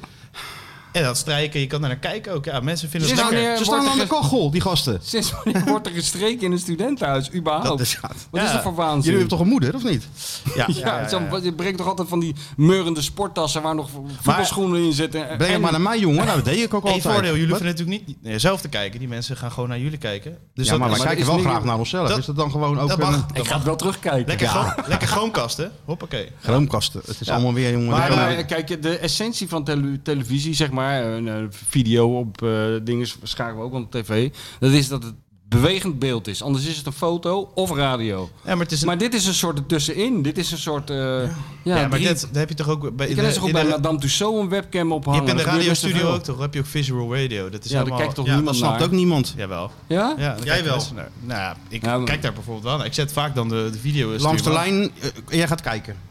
Speaker 5: En dat strijken, je kan daar naar kijken ook. Ja, mensen vinden
Speaker 4: Je
Speaker 5: het
Speaker 4: zit
Speaker 5: lekker.
Speaker 4: aan
Speaker 3: Ze
Speaker 4: wordt
Speaker 3: staan
Speaker 4: er
Speaker 3: aan de
Speaker 4: ge-
Speaker 3: kogel, die gasten. Oh.
Speaker 4: sinds wanneer wordt er gestreken in een studentenhuis, überhaupt?
Speaker 3: Dat is-
Speaker 4: Wat is
Speaker 5: Ja.
Speaker 4: dat voor
Speaker 3: Jullie
Speaker 4: waanzin?
Speaker 3: hebben toch een moeder, of niet?
Speaker 5: Ja,
Speaker 4: ja, zo- je brengt toch altijd van die meurende sporttassen waar nog voetbalschoenen in zitten.
Speaker 3: Breng het
Speaker 4: En-
Speaker 3: maar naar mij, jongen. Nou, dat deed ik ook
Speaker 5: Eén
Speaker 3: altijd.
Speaker 5: voordeel, jullie
Speaker 3: Wat?
Speaker 5: hoeven natuurlijk niet nee, zelf te kijken. Die mensen gaan gewoon naar jullie kijken. Dus
Speaker 3: ja,
Speaker 5: dat
Speaker 3: maar
Speaker 5: is-
Speaker 3: wij
Speaker 4: dat
Speaker 3: kijken
Speaker 4: is
Speaker 3: wel
Speaker 4: niet-
Speaker 3: graag naar onszelf.
Speaker 5: dat-
Speaker 3: is dat dan gewoon ook
Speaker 5: dat
Speaker 3: een
Speaker 5: mag.
Speaker 4: Ik ga het wel terugkijken.
Speaker 5: Lekker, gewoon, lekker schoonkasten. Hoppakee.
Speaker 3: groomkasten? Het is allemaal weer, jongen.
Speaker 4: Maar,
Speaker 3: dat kan-
Speaker 4: eh, kijk, de essentie van tele- televisie, zeg maar, een eh, video op eh, dingen scharen we ook op tv. Dat is dat het bewegend beeld is. Anders is het een foto of radio.
Speaker 5: Ja, maar het is een,
Speaker 4: Maar dit is een soort ertussenin. Dit is toch ook bij- in
Speaker 5: ja,
Speaker 4: de- in de-
Speaker 5: maar
Speaker 4: je kan net zo goed bij een soort... ja,
Speaker 5: dit, dat heb je toch ook bij,
Speaker 4: Ik
Speaker 5: in
Speaker 4: ken
Speaker 5: de-
Speaker 4: zo goed
Speaker 5: in
Speaker 4: bij
Speaker 5: de-
Speaker 4: Madame Tussaud een webcam
Speaker 5: Je
Speaker 4: ophangen.
Speaker 5: hebt in de
Speaker 4: Dat gebeurt best
Speaker 5: radiostudio
Speaker 4: wel.
Speaker 5: ook toch? Heb je ook visual radio? Dat is
Speaker 4: Ja, daar
Speaker 5: allemaal,
Speaker 4: kijkt toch
Speaker 5: ja,
Speaker 3: dat
Speaker 4: niemand
Speaker 3: snapt
Speaker 4: naar.
Speaker 3: ook niemand.
Speaker 5: Jawel.
Speaker 4: Ja?
Speaker 5: Ja, dan
Speaker 3: Jij
Speaker 5: kijken
Speaker 3: wel.
Speaker 5: mensen naar. Nou ja, ik
Speaker 4: Ja, maar-
Speaker 5: kijk daar bijvoorbeeld wel naar. Ik zet vaak dan de, de video.
Speaker 3: Langs de
Speaker 5: stream aan.
Speaker 3: lijn, eh, jij gaat kijken.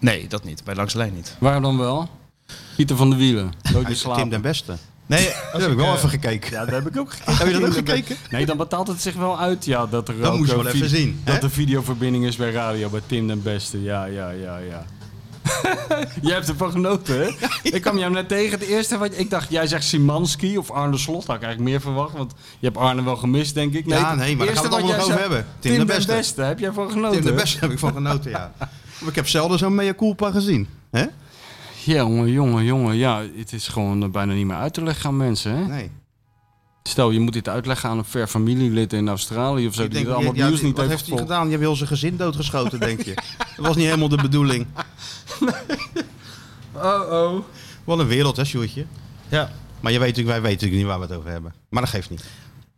Speaker 5: Nee, dat niet. Bij langs de lijn niet.
Speaker 4: Waar dan wel? Pieter van de Wielen. Nooit meer
Speaker 3: Tim den
Speaker 4: slapen.
Speaker 3: Beste.
Speaker 5: Nee,
Speaker 3: Daar heb ik wel even gekeken.
Speaker 4: Ja, dat heb ik ook gekeken.
Speaker 3: Heb je dat ook gekeken?
Speaker 4: Nee, dan betaalt het zich wel uit, ja, dat er
Speaker 3: Dat
Speaker 4: ook
Speaker 3: moest je
Speaker 4: een
Speaker 3: wel
Speaker 4: vi-
Speaker 3: even zien, hè?
Speaker 4: Dat de videoverbinding is bij radio, bij Tim den Beste. Ja, ja, ja, ja. jij hebt ervan genoten, hè? Ik kwam jou net tegen. Het eerste wat ik dacht, jij zegt Simanski of Arne Slot. Had ik eigenlijk meer verwacht, want je hebt Arne wel gemist, denk ik.
Speaker 3: Ja,
Speaker 4: het
Speaker 3: nee, maar daar
Speaker 4: eerste
Speaker 3: gaan we het allemaal
Speaker 4: wat jij
Speaker 3: nog
Speaker 4: zei,
Speaker 3: over hebben.
Speaker 4: Tim, den Beste. heb jij van genoten?
Speaker 3: Tim de Beste heb ik van genoten, ja. Maar Ik heb zelden zo'n mea culpa gezien. hè?
Speaker 4: Ja, jongen, jongen, jongen. Ja, het is gewoon eh, bijna niet meer uit te leggen aan mensen, hè?
Speaker 3: Nee.
Speaker 4: Stel, je moet dit uitleggen aan een ver familielid in Australië of zo, die
Speaker 3: denk,
Speaker 4: het allemaal
Speaker 3: ja,
Speaker 4: nieuws niet
Speaker 3: wat
Speaker 4: heeft
Speaker 3: heeft hij
Speaker 4: gevolgd.
Speaker 3: gedaan? Je hebt heel zijn gezin doodgeschoten, denk je. Dat was niet helemaal de bedoeling.
Speaker 4: Oh, oh.
Speaker 3: Wat een wereld, hè, Sjoerdje?
Speaker 5: Ja.
Speaker 3: Maar je weet, natuurlijk- wij weten natuurlijk niet waar we het over hebben. Maar dat geeft niet.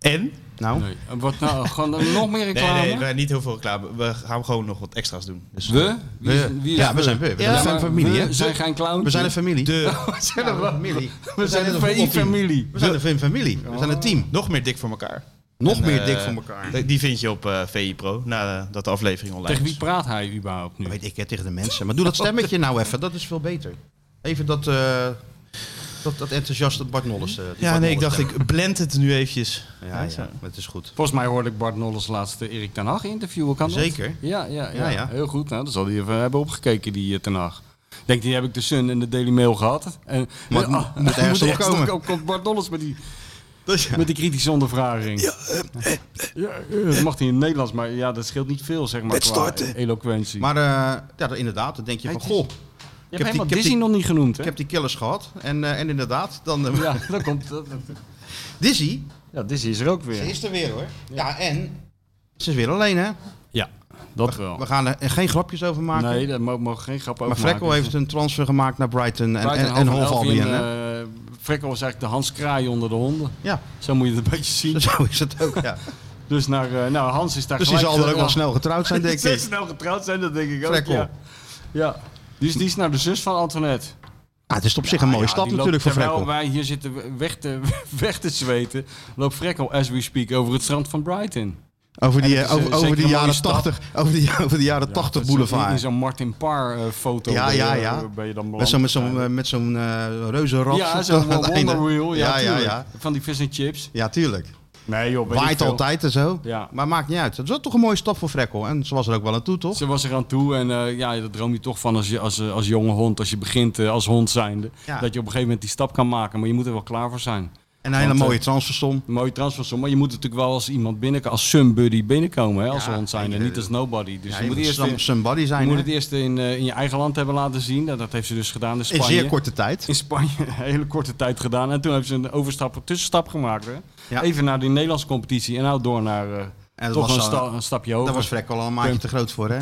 Speaker 5: En?
Speaker 3: Nou,
Speaker 4: Nee, wat nou? Gewoon dan nog meer
Speaker 5: Nee,
Speaker 4: reclame?
Speaker 5: nee, we niet heel veel reclame. We gaan gewoon nog wat extra's doen. Dus
Speaker 4: We? Wie is, wie is
Speaker 3: ja, we zijn we. We
Speaker 4: Ja,
Speaker 3: zijn een
Speaker 4: maar
Speaker 3: familie, hè?
Speaker 4: We zijn geen clown.
Speaker 3: We zijn een familie.
Speaker 4: we zijn een,
Speaker 3: familie.
Speaker 4: we zijn een
Speaker 3: voetbalteam.
Speaker 4: VI-familie.
Speaker 3: We zijn een familie. We zijn een team.
Speaker 5: nog meer dik voor elkaar.
Speaker 3: Nog
Speaker 5: En,
Speaker 3: meer
Speaker 5: eh,
Speaker 3: dik voor elkaar.
Speaker 5: die- Die vind je op eh, VI Pro, nadat de aflevering online
Speaker 4: Tegen
Speaker 5: is.
Speaker 4: wie praat hij überhaupt nu?
Speaker 3: Weet ik, hè, tegen de mensen. Maar doe dat stemmetje nou even. Dat is veel beter. Even dat, eh, dat, dat enthousiaste Bart Nolles. eh, die
Speaker 5: Ja,
Speaker 3: Bart
Speaker 5: nee, ik
Speaker 3: Nolles
Speaker 5: dacht ik blend het nu eventjes.
Speaker 3: stem. Ja, ja, het is goed.
Speaker 4: Volgens mij hoorde ik Bart Nolles laatste Erik ten Hag interviewen. Kan dat?
Speaker 3: Zeker.
Speaker 4: Ja, ja, ja,
Speaker 3: Ja, ja.
Speaker 4: heel goed. Nou, dat zal hij even hebben opgekeken, die eh, ten Hag. Ik Denk, die heb ik de Sun en de Daily Mail gehad. En,
Speaker 3: Maar het
Speaker 4: Ah,
Speaker 3: moet ergens
Speaker 4: moet
Speaker 3: opkomen.
Speaker 4: Ook komt Bart Nolles met die,
Speaker 3: Dus ja. eh,
Speaker 4: met die kritische ondervraging. Ja, eh, dat mag hij in het Nederlands, maar ja, dat scheelt niet veel, zeg maar, qua eloquentie.
Speaker 3: Maar eh, ja, inderdaad, dan denk je van,
Speaker 4: Het is-
Speaker 3: goh,
Speaker 4: je
Speaker 3: heb die-
Speaker 4: hebt helemaal
Speaker 3: ik heb
Speaker 4: Disney
Speaker 3: die-
Speaker 4: nog niet genoemd, hè?
Speaker 3: ik heb die killers gehad. En, eh, en inderdaad, dan... eh,
Speaker 4: Ja, dat komt... dat- dat-
Speaker 3: Dizzy,
Speaker 4: Ja, Disney is er ook weer.
Speaker 3: ze is er weer hoor. Ja, en... Ze is weer alleen, hè?
Speaker 4: Ja, dat wel.
Speaker 3: We gaan er geen grapjes over maken.
Speaker 4: Oh. nee, daar mo- mogen geen grap over
Speaker 3: maar Frekkel
Speaker 4: maken.
Speaker 3: heeft een transfer gemaakt naar Brighton en,
Speaker 4: Brighton,
Speaker 3: en, en Hove
Speaker 4: Albion,
Speaker 3: Albion, hè?
Speaker 4: eh, Frekkel was eigenlijk de Hans Kraai onder de honden.
Speaker 3: Ja,
Speaker 4: Zo moet je het een beetje zien.
Speaker 3: zo is het ook, ja.
Speaker 4: Dus naar, eh, nou, Hans is daar
Speaker 3: Dus die
Speaker 4: gelijk...
Speaker 3: zal er ook
Speaker 4: ja,
Speaker 3: wel snel getrouwd zijn, denk
Speaker 4: Ze
Speaker 3: ik.
Speaker 4: snel getrouwd zijn, dat denk ik
Speaker 3: Frekkel.
Speaker 4: ook, ja. ja. Die is, die is nou de zus van Antoinette.
Speaker 3: Ah, het is op zich een mooie
Speaker 4: Ja,
Speaker 3: stap
Speaker 4: die loopt-
Speaker 3: natuurlijk voor
Speaker 4: terwijl
Speaker 3: Frekkel.
Speaker 4: wij hier zitten weg te, weg te zweten, loopt Frekkel, as we speak, over het strand van Brighton.
Speaker 3: Over die,
Speaker 4: En
Speaker 3: eh,
Speaker 4: het is,
Speaker 3: over,
Speaker 4: eh, zeker
Speaker 3: over die
Speaker 4: een mooie
Speaker 3: jaren
Speaker 4: stap.
Speaker 3: 80, over die, over die jaren 80
Speaker 4: Dat is
Speaker 3: boulevard.
Speaker 4: zo'n Martin Parr eh, foto.
Speaker 3: Ja,
Speaker 4: ben je-
Speaker 3: ja, ja.
Speaker 4: Ben je dan
Speaker 3: Met zo'n met
Speaker 4: beland.
Speaker 3: zo'n, eh, met zo'n eh, reuzenrad.
Speaker 4: Ja, zo'n
Speaker 3: aan het einde.
Speaker 4: Wonder Wheel.
Speaker 3: ja,
Speaker 4: Ja,
Speaker 3: ja,
Speaker 4: tuurlijk. Van die vis en chips.
Speaker 3: Ja, tuurlijk.
Speaker 4: Nee joh, weet ik
Speaker 3: Waait
Speaker 4: veel.
Speaker 3: altijd en zo.
Speaker 4: Ja.
Speaker 3: Maar maakt niet uit. Het was toch een mooie stap voor Frekkel. En ze was er ook wel aan toe, toch?
Speaker 4: Ze was eraan toe en eh, ja, dat droom je toch van als, je, als, eh, als jonge hond, als je begint eh, als hond zijnde.
Speaker 3: Ja.
Speaker 4: Dat je op een gegeven moment die stap kan maken, maar je moet er wel klaar voor zijn.
Speaker 3: En een hele
Speaker 4: Want, eh,
Speaker 3: mooie transfersom.
Speaker 4: Een mooie transfersom, maar je moet natuurlijk wel als iemand binnenkomen, als somebody binnenkomen, hè, als
Speaker 3: Ja,
Speaker 4: hond zijnde,
Speaker 3: en je-
Speaker 4: niet als nobody. Dus
Speaker 3: Ja,
Speaker 4: je, moet eerst,
Speaker 3: some- somebody
Speaker 4: je
Speaker 3: zijn.
Speaker 4: moet
Speaker 3: hè?
Speaker 4: het eerst in, eh, in je eigen land hebben laten zien. Nou, dat heeft ze dus gedaan in
Speaker 3: In
Speaker 4: Spanje.
Speaker 3: zeer korte tijd.
Speaker 4: in Spanje een hele korte tijd gedaan. En toen hebben ze een overstap, een tussenstap gemaakt. Hè?
Speaker 3: Ja.
Speaker 4: Even naar die Nederlandse competitie en nou door naar eh,
Speaker 3: En dat
Speaker 4: toch
Speaker 3: was
Speaker 4: een,
Speaker 3: zo-
Speaker 4: sta- een stapje hoger.
Speaker 3: Daar was Frekkel al een maandje te groot voor, hè?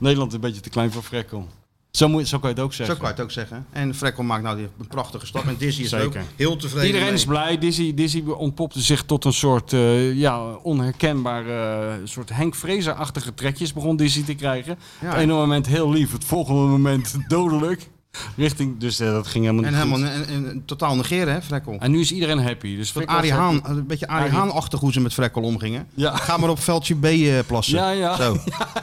Speaker 4: Nederland een beetje te klein voor Frekkel. Zo, moet, zo kan je het ook
Speaker 3: Zo
Speaker 4: zeggen.
Speaker 3: kan je het ook zeggen. En Frekkel maakt nou die een prachtige stap. En Dizzy is er ook
Speaker 4: Zeker.
Speaker 3: heel tevreden
Speaker 4: Iedereen is
Speaker 3: mee.
Speaker 4: blij. Dizzy, Dizzy ontpopte zich tot een soort eh, ja, onherkenbaar eh, soort Henk Fraser-achtige trekjes begon Dizzy te krijgen.
Speaker 3: Ja.
Speaker 4: Op een moment heel lief, het volgende moment dodelijk. Richting, dus eh, dat ging helemaal
Speaker 3: En
Speaker 4: niet
Speaker 3: helemaal
Speaker 4: goed.
Speaker 3: en, en, en totaal negeren, hè, Frekkel.
Speaker 4: En nu is iedereen happy. Dus
Speaker 3: Van
Speaker 4: vind ik
Speaker 3: Arie
Speaker 4: wel
Speaker 3: Haan,
Speaker 4: gek.
Speaker 3: een beetje Arie
Speaker 4: Arie.
Speaker 3: Haan-achtig hoe ze met Frekkel omgingen.
Speaker 4: Ja.
Speaker 3: Ga maar op veldje B eh, plassen.
Speaker 4: Ja, ja.
Speaker 3: Zo.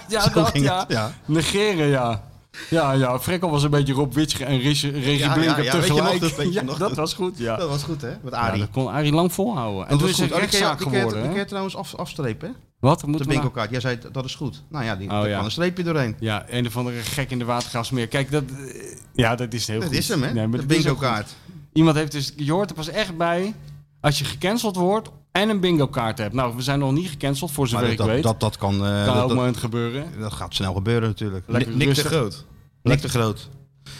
Speaker 4: Ja,
Speaker 3: Zo
Speaker 4: dat
Speaker 3: ging
Speaker 4: ja.
Speaker 3: het, ja.
Speaker 4: Negeren, ja. Ja, ja. Frekkel was een beetje Rob Witsch en Ris- Regie
Speaker 3: Ja, ja,
Speaker 4: Blinker
Speaker 3: ja, weet je nog
Speaker 4: tegelijk.
Speaker 3: dat, weet je
Speaker 4: Ja,
Speaker 3: nog
Speaker 4: dat
Speaker 3: dat?
Speaker 4: was goed, ja.
Speaker 3: Dat was goed, hè? Met
Speaker 4: Ja,
Speaker 3: Arie.
Speaker 4: dat kon Arie lang volhouden.
Speaker 3: Dat
Speaker 4: En toen
Speaker 3: was
Speaker 4: is het
Speaker 3: goed. Oh, die kun je-
Speaker 4: rechtszaak
Speaker 3: die kun je-
Speaker 4: geworden,
Speaker 3: Die kun
Speaker 4: hè?
Speaker 3: je trouwens af, afstrepen, hè?
Speaker 4: Wat? Moeten
Speaker 3: De
Speaker 4: we nou-
Speaker 3: winkelkaart. Jij zei, dat is goed. Nou ja, die,
Speaker 4: Oh,
Speaker 3: daar
Speaker 4: ja.
Speaker 3: kan een streepje doorheen.
Speaker 4: Ja, een of andere gek in de watergasmeer. Kijk, dat, eh, ja, dat is heel
Speaker 3: Dat
Speaker 4: goed.
Speaker 3: is hem, hè?
Speaker 4: Nee, maar
Speaker 3: de
Speaker 4: dat is ook
Speaker 3: bingo-kaart.
Speaker 4: goed. Iemand heeft dus, je hoort er pas echt bij als je gecanceld wordt en een bingo kaart hebt. Nou, we zijn nog niet gecanceld, voor zover
Speaker 3: Maar
Speaker 4: ik
Speaker 3: dat,
Speaker 4: weet.
Speaker 3: dat, dat kan... eh,
Speaker 4: kan
Speaker 3: dat-
Speaker 4: ook
Speaker 3: dat,
Speaker 4: moment gebeuren.
Speaker 3: dat gaat snel gebeuren natuurlijk.
Speaker 4: Lekker
Speaker 5: Nick
Speaker 4: rustig.
Speaker 5: de Groot.
Speaker 3: Nick de Groot.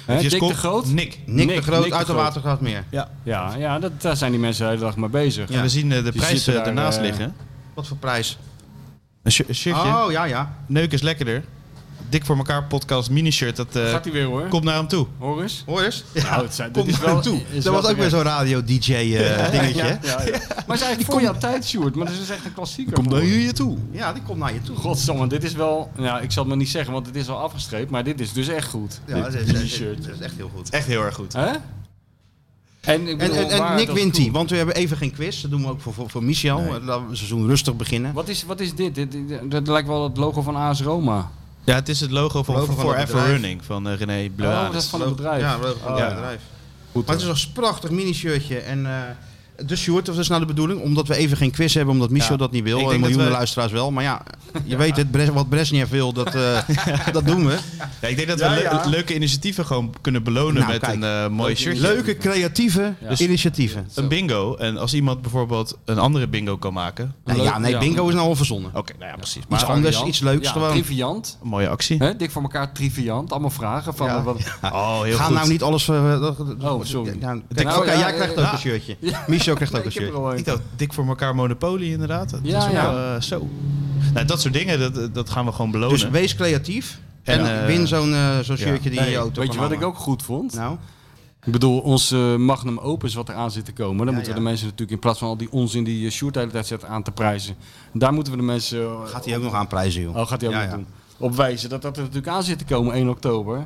Speaker 4: Hè,
Speaker 5: Heb je
Speaker 4: Dick de
Speaker 5: Scott?
Speaker 4: Groot?
Speaker 5: Nick.
Speaker 3: Nick,
Speaker 4: Nick-
Speaker 3: de Groot
Speaker 4: Nick de
Speaker 3: uit de
Speaker 4: Groot.
Speaker 3: Watergraafmeer.
Speaker 5: Ja.
Speaker 4: Ja, ja dat, daar zijn die mensen de hele dag mee bezig.
Speaker 5: En we zien eh, de
Speaker 4: Die
Speaker 5: prijs
Speaker 4: zitten
Speaker 5: eh,
Speaker 4: daar,
Speaker 5: ernaast
Speaker 4: eh,
Speaker 5: liggen.
Speaker 3: Wat voor prijs?
Speaker 5: Een, shi- een shirtje.
Speaker 3: Oh, ja, ja.
Speaker 5: Neuk is lekkerder. Dik voor elkaar podcast mini-shirt. Dat eh,
Speaker 4: Gaat hij weer hoor.
Speaker 5: komt naar hem toe.
Speaker 4: Hoor eens.
Speaker 3: Hoor eens. Ja.
Speaker 4: Nou, het zijn- dit
Speaker 3: Kom
Speaker 4: is
Speaker 3: naar
Speaker 4: wel-
Speaker 3: hem toe.
Speaker 4: is
Speaker 3: Dat
Speaker 4: wel
Speaker 3: was ook weer
Speaker 4: terecht.
Speaker 3: zo'n
Speaker 5: eh,
Speaker 3: radio-dj-dingetje.
Speaker 4: Ja, ja, ja. Maar het is eigenlijk voor jouw tijd, Sjoerd. Maar dat is echt een klassieker. geworden.
Speaker 5: je toe.
Speaker 3: ja, die komt naar je toe.
Speaker 4: Godsamme, dit is wel... Nou, ik zal het maar niet zeggen, want het is al afgestreept. Maar dit is dus echt goed.
Speaker 3: Ja, dat
Speaker 4: dit
Speaker 3: is, dat is-
Speaker 4: t-shirt.
Speaker 3: dat is echt heel goed.
Speaker 5: Echt heel erg goed.
Speaker 4: Hè? En, ik
Speaker 3: En,
Speaker 4: bedoel,
Speaker 3: en, en
Speaker 4: waar
Speaker 3: Nick
Speaker 4: dat
Speaker 3: wint
Speaker 4: cool-
Speaker 3: die, want we hebben even geen quiz. Dat doen we ook voor, voor, voor Michel. Eh, Laten we het seizoen rustig beginnen.
Speaker 4: Wat is, wat is dit? Dit, dit- dit- dat lijkt wel het logo van AS Roma.
Speaker 5: Ja, het is het logo van
Speaker 3: Logo van het
Speaker 5: Forever
Speaker 3: bedrijf.
Speaker 5: Running van eh, René
Speaker 4: Oh, dat
Speaker 5: Bleuaders.
Speaker 4: is van het
Speaker 3: Logo-
Speaker 4: bedrijf.
Speaker 3: Ja, logo van
Speaker 4: Oh,
Speaker 3: het
Speaker 4: ja.
Speaker 3: bedrijf.
Speaker 4: Goed,
Speaker 3: Maar het is
Speaker 4: hoor.
Speaker 3: nog een prachtig minishirtje. En eh de short, of dat is nou de bedoeling? Omdat we even geen quiz hebben, omdat Michel
Speaker 5: Ja.
Speaker 3: dat niet
Speaker 5: Ik
Speaker 3: wil. En
Speaker 5: denk dat
Speaker 3: miljoenen
Speaker 5: we-
Speaker 3: luisteraars wel. Maar ja, je weet het, Bres- wat Bresniev wil, dat, eh, dat doen we.
Speaker 5: Ja, ik denk dat
Speaker 4: Ja,
Speaker 5: we le-
Speaker 4: ja.
Speaker 5: leuke initiatieven gewoon kunnen belonen
Speaker 3: Nou,
Speaker 5: met
Speaker 3: kijk.
Speaker 5: een eh, mooi shirtje.
Speaker 3: Leuke, creatieve
Speaker 4: Ja.
Speaker 3: initiatieven.
Speaker 5: Een bingo. En als iemand bijvoorbeeld een andere bingo kan maken.
Speaker 3: Nou ja, nee,
Speaker 4: Ja.
Speaker 3: bingo is nou al verzonnen.
Speaker 5: Oké, nou ja, precies.
Speaker 3: Iets
Speaker 5: Maar
Speaker 3: anders, iets leuks
Speaker 4: ja,
Speaker 3: gewoon.
Speaker 4: Triviant.
Speaker 5: een mooie actie.
Speaker 4: Hè? Dik voor elkaar, triviant. Allemaal vragen van... eh, Wat,
Speaker 5: Oh, heel
Speaker 3: Ga
Speaker 5: goed.
Speaker 3: nou niet alles... eh, dat-
Speaker 4: Oh, sorry.
Speaker 3: Ja, kijk,
Speaker 4: Nou,
Speaker 3: oké,
Speaker 4: ja,
Speaker 3: jij krijgt
Speaker 4: eh,
Speaker 3: ook een shirtje.
Speaker 4: Ja.
Speaker 3: Michel krijgt ook
Speaker 4: ik
Speaker 3: een
Speaker 4: heb er
Speaker 3: shirtje.
Speaker 4: al een.
Speaker 5: Ik dacht, dik voor elkaar Monopoly inderdaad. Dat
Speaker 4: Ja,
Speaker 5: is wel,
Speaker 4: ja.
Speaker 5: eh, zo. Nou, dat soort dingen, dat, dat gaan we gewoon belonen.
Speaker 3: Dus wees creatief. En,
Speaker 5: En, eh,
Speaker 3: win zo'n eh, zo'n
Speaker 5: ja.
Speaker 3: shirtje die in
Speaker 4: Hey,
Speaker 3: je auto
Speaker 4: weet
Speaker 3: kan
Speaker 4: je wat ik
Speaker 3: hangen.
Speaker 4: ook goed vond?
Speaker 3: Nou,
Speaker 4: Ik bedoel, ons eh, magnum opus wat eraan zit te komen. Dan moeten we
Speaker 3: ja.
Speaker 4: de mensen natuurlijk in plaats van al die onzin die eh, Sjoerd de hele tijd zet aan te prijzen. Daar moeten we de mensen... eh,
Speaker 3: gaat hij ook nog aan prijzen, joh.
Speaker 4: Oh, gaat hij ook
Speaker 3: Ja,
Speaker 4: nog
Speaker 3: ja.
Speaker 4: doen. Op wijzen dat dat er natuurlijk aan zit te komen 1 oktober.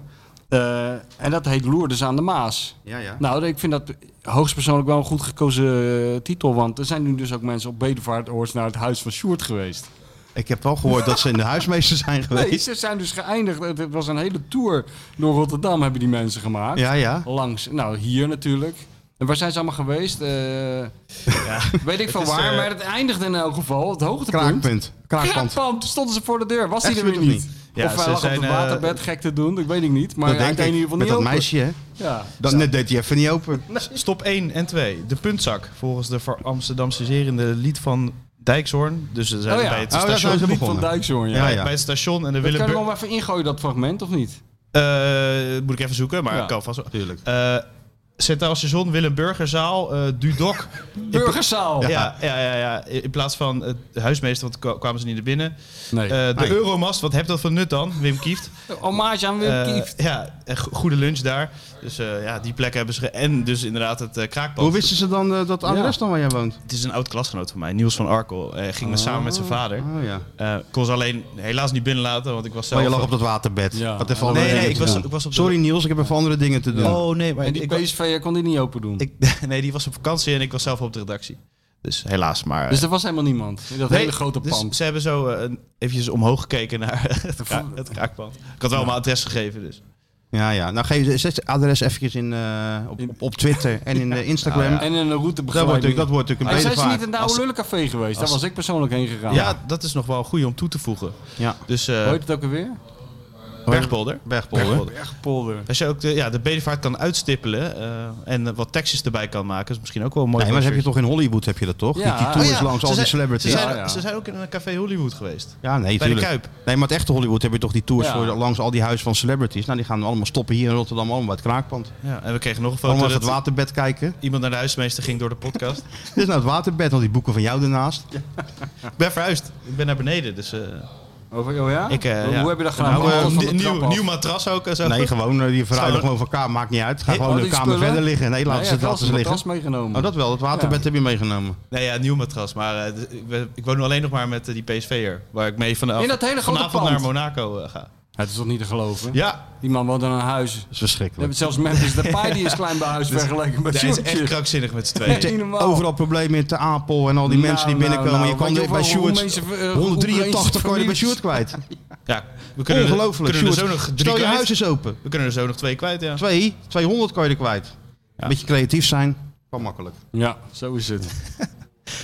Speaker 4: Eh, en dat heet Loerders aan de Maas.
Speaker 3: Ja, ja.
Speaker 4: Nou, ik vind dat hoogstpersoonlijk wel een goed gekozen eh, titel. Want er zijn nu dus ook mensen op bedevaartoord naar het huis van Sjoerd geweest.
Speaker 3: Ik heb wel gehoord dat ze in de huismeester zijn
Speaker 4: Nee,
Speaker 3: geweest.
Speaker 4: ze zijn dus geëindigd. Het het was een hele tour door Rotterdam hebben die mensen gemaakt.
Speaker 3: Ja, ja.
Speaker 4: Langs, nou hier natuurlijk. En waar zijn ze allemaal geweest? Eh, Weet ik van
Speaker 5: is,
Speaker 4: waar,
Speaker 5: eh,
Speaker 4: maar het eindigde in elk geval. Het hoogtepunt.
Speaker 3: Kraakpunt. Kraakpand.
Speaker 4: Kraakpand, stonden ze voor de deur. Was hij
Speaker 3: Echt
Speaker 4: er weer
Speaker 3: goed of
Speaker 4: niet?
Speaker 3: niet?
Speaker 5: Ja,
Speaker 4: of hij
Speaker 5: ze
Speaker 4: lag op
Speaker 5: zijn,
Speaker 4: het
Speaker 5: eh,
Speaker 4: waterbed gek te doen, ik weet het niet. Maar
Speaker 3: Dat
Speaker 4: hij
Speaker 3: denk
Speaker 4: deed in
Speaker 3: ik.
Speaker 4: ieder geval
Speaker 3: Met dat
Speaker 4: niet open. Oh.
Speaker 3: meisje, hè.
Speaker 4: Ja. Oh
Speaker 3: Dat, net deed hij even niet open.
Speaker 5: Stop 1 en 2. De puntzak. Volgens de voor Amsterdamse lied van Dijkshoorn. Dus ze zijn
Speaker 4: Oh ja.
Speaker 5: bij het
Speaker 3: Oh, daar
Speaker 5: station.
Speaker 3: zijn ze
Speaker 4: Niet van
Speaker 3: begonnen.
Speaker 4: Dijkshoorn, ja.
Speaker 3: Ja,
Speaker 4: ja.
Speaker 5: Bij het station en de
Speaker 4: Kan je er
Speaker 5: Willem.
Speaker 4: nog even ingooien, dat fragment, of niet?
Speaker 5: Eh, moet ik even zoeken, maar
Speaker 4: Ja.
Speaker 5: ik kan vast wel.
Speaker 3: Tuurlijk.
Speaker 5: Eh, Centraal Station, Willem Burgerzaal, eh Dudok.
Speaker 4: Burgerzaal!
Speaker 5: ja, ja, ja, ja. In plaats van het huismeester, want kwa- kwamen ze niet naar binnen.
Speaker 4: Nee.
Speaker 5: Eh, de
Speaker 3: Nee.
Speaker 5: Euromast, wat hebt dat voor nut dan? Wim Kieft.
Speaker 4: Hommage aan Wim
Speaker 5: Eh,
Speaker 4: Kieft.
Speaker 5: ja, en go- goede lunch daar. Dus eh, ja, die plek hebben ze. ge- en dus inderdaad het eh, kraakpand.
Speaker 3: Hoe wisten ze dan eh, dat adres
Speaker 4: Ja.
Speaker 3: dan waar jij woont?
Speaker 5: Het is een oud klasgenoot van mij, Niels van Arkel. Eh, ging me samen met zijn vader.
Speaker 3: Oh ja.
Speaker 5: Eh, ik kon ze alleen helaas niet binnenlaten, want ik was zelf...
Speaker 3: Maar je lag op dat waterbed.
Speaker 4: Ja.
Speaker 3: Had even
Speaker 4: Nee,
Speaker 3: andere
Speaker 5: nee,
Speaker 3: dingen
Speaker 5: ik
Speaker 3: te
Speaker 5: was,
Speaker 3: doen.
Speaker 5: ik was op de-
Speaker 3: Sorry Niels, ik heb even andere dingen te doen.
Speaker 5: Oh nee, maar
Speaker 4: En die
Speaker 5: ik,
Speaker 4: PSV kon die niet open doen.
Speaker 5: ik- nee, die was op vakantie en ik was zelf op de redactie. Dus helaas, maar... eh,
Speaker 4: Dus er was helemaal niemand in dat
Speaker 5: nee,
Speaker 4: hele grote
Speaker 5: dus
Speaker 4: pand.
Speaker 5: ze hebben zo eh, een- eventjes omhoog gekeken naar het, kra- het kraakpand. Ik had wel mijn adres gegeven, dus.
Speaker 3: Ja, ja. Nou geef je- zet het adres eventjes in, eh, op, op, op Twitter en in eh, Instagram.
Speaker 4: En in een route
Speaker 3: Dat, wordt natuurlijk, dat wordt
Speaker 4: Maar
Speaker 3: natuurlijk een
Speaker 4: zijn ze
Speaker 3: bedevaart.
Speaker 4: niet in de oude lullencafé geweest? Daar was ik persoonlijk heen gegaan.
Speaker 5: Ja, dat is nog wel een goeie om toe te voegen.
Speaker 3: Ja.
Speaker 5: Dus eh,
Speaker 4: Hoe heet het ook alweer?
Speaker 5: Bergpolder.
Speaker 3: Bergpolder.
Speaker 4: Bergpolder.
Speaker 5: Als je ook de, ja, de bedevaart kan uitstippelen eh, en eh, wat tekstjes erbij kan maken, is misschien ook wel een mooi.
Speaker 3: Nee, maar dat heb
Speaker 5: brochure.
Speaker 3: je toch in Hollywood heb je dat toch?
Speaker 4: Ja.
Speaker 3: Die, die
Speaker 4: Oh
Speaker 3: tours
Speaker 5: ja,
Speaker 3: langs
Speaker 5: ze
Speaker 3: al die
Speaker 5: zijn-
Speaker 3: celebrities.
Speaker 5: Ze
Speaker 4: Ja,
Speaker 5: zijn,
Speaker 4: ja.
Speaker 5: ze zijn ook in een café Hollywood geweest.
Speaker 3: Ja, nee,
Speaker 5: Bij de
Speaker 3: tuurlijk.
Speaker 5: Kuip.
Speaker 3: Nee, maar het echte Hollywood heb je toch die tours
Speaker 4: Ja.
Speaker 3: voor, langs al die huizen van celebrities. Nou, die gaan we allemaal stoppen hier in Rotterdam, allemaal bij het kraakpand.
Speaker 5: Ja, en we kregen nog een foto
Speaker 3: Allemaal
Speaker 5: dat
Speaker 3: even het waterbed kijken. Dus
Speaker 5: iemand naar de huismeester ging door de podcast.
Speaker 3: Dit is nou het waterbed, want die boeken van jou ernaast.
Speaker 5: ik ben verhuisd. Ik ben naar beneden, dus eh,
Speaker 4: Oké. Oh, oh ja?
Speaker 5: Ik, eh,
Speaker 4: hoe,
Speaker 5: ja.
Speaker 4: hoe heb je dat gedaan?
Speaker 5: Nou, eh,
Speaker 4: Alles van de
Speaker 5: nieuw-
Speaker 4: trap af.
Speaker 5: nieuw matras ook en zo.
Speaker 3: Nee, gewoon eh, die verruilen
Speaker 5: Zou-
Speaker 3: gewoon van elkaar. Maakt niet uit. Ga gewoon
Speaker 4: Oh,
Speaker 3: de
Speaker 4: die
Speaker 3: kamer
Speaker 4: spullen?
Speaker 3: verder liggen. Nee, laten
Speaker 4: Nee,
Speaker 3: ze het
Speaker 4: ja,
Speaker 3: laten ze
Speaker 4: ik had een
Speaker 3: liggen.
Speaker 4: matras meegenomen.
Speaker 3: Oh, dat wel. Het waterbed
Speaker 4: Ja.
Speaker 3: heb je meegenomen.
Speaker 5: Nee, ja, nieuw matras. Maar eh, d- ik, ben- ik woon nu alleen nog maar met eh, die PSV'er. Waar ik mee vanaf,
Speaker 4: In dat hele grote
Speaker 5: vanavond
Speaker 4: pand.
Speaker 5: naar Monaco eh, ga.
Speaker 4: Het is toch niet te geloven?
Speaker 5: Ja,
Speaker 4: Die man woont in een
Speaker 3: Dat
Speaker 4: huis.
Speaker 3: is
Speaker 4: We hebben
Speaker 3: verschrikkelijk.
Speaker 4: zelfs Memphis Depay, die is klein bij huis vergeleken met
Speaker 5: dat is echt
Speaker 4: Sjoerdje.
Speaker 5: krankzinnig met z'n
Speaker 4: Nee.
Speaker 5: tweeën.
Speaker 4: niet normaal.
Speaker 3: Overal problemen in Te Apel en al die
Speaker 4: Nou,
Speaker 3: mensen die
Speaker 4: nou,
Speaker 3: binnenkomen.
Speaker 4: nou,
Speaker 3: je kan
Speaker 4: weet je
Speaker 3: er bij
Speaker 4: hoeveel
Speaker 3: Sjoerd
Speaker 4: Roemeense, eh,
Speaker 3: 183 kan je er bij
Speaker 4: families-
Speaker 3: Sjoerd kwijt.
Speaker 5: Ja, we kunnen, er,
Speaker 3: Ongelooflijk.
Speaker 5: kunnen er zo
Speaker 3: Sjoerd,
Speaker 5: nog drie
Speaker 3: Stel je
Speaker 5: kwijt.
Speaker 3: huis is open.
Speaker 5: We kunnen er zo nog twee kwijt, ja.
Speaker 3: Twee, 200 Ah, kan je er kwijt.
Speaker 5: Ja.
Speaker 3: Beetje creatief zijn. Kan makkelijk.
Speaker 4: Ja, zo is het.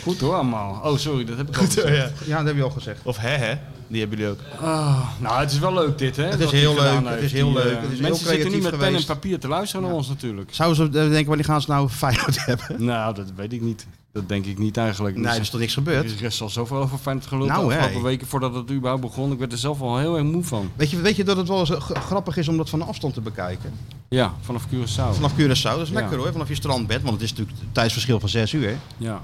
Speaker 4: Goed hoor allemaal. Oh, sorry, dat heb ik al
Speaker 5: Goed,
Speaker 4: gezegd.
Speaker 5: ja.
Speaker 3: Ja, dat heb je al gezegd.
Speaker 5: Of hè, hè. Die hebben jullie ook.
Speaker 4: Ah, nou, het is wel leuk dit, hè?
Speaker 3: is
Speaker 4: wat hij
Speaker 3: heel leuk,
Speaker 4: gedaan
Speaker 3: eh. het
Speaker 4: heeft.
Speaker 3: is heel
Speaker 4: Die, eh,
Speaker 3: leuk, het is heel
Speaker 4: Mensen zitten niet
Speaker 3: creatief
Speaker 4: met pen en
Speaker 3: geweest.
Speaker 4: papier te luisteren naar ons natuurlijk.
Speaker 3: Zouden ze eh, denken, wanneer gaan ze nou Feyenoord hebben?
Speaker 4: Nou, dat weet ik niet. Dat denk ik niet eigenlijk. Dus
Speaker 3: Nee, er is toch niks gebeurd?
Speaker 4: Er is rest al zoveel over Feyenoord gelul
Speaker 3: Nou,
Speaker 4: de
Speaker 3: hè.
Speaker 4: afgelopen weken voordat het überhaupt begon. Ik werd er zelf al heel erg moe van.
Speaker 3: Weet je, weet je dat het wel eens eh, g- grappig is om dat van afstand te bekijken?
Speaker 4: Ja, vanaf Curaçao.
Speaker 3: Vanaf Curaçao, dat is
Speaker 4: Ja.
Speaker 3: lekker hoor, vanaf je strandbed. Want het is natuurlijk een tijdsverschil van 6 uur.
Speaker 4: Ja,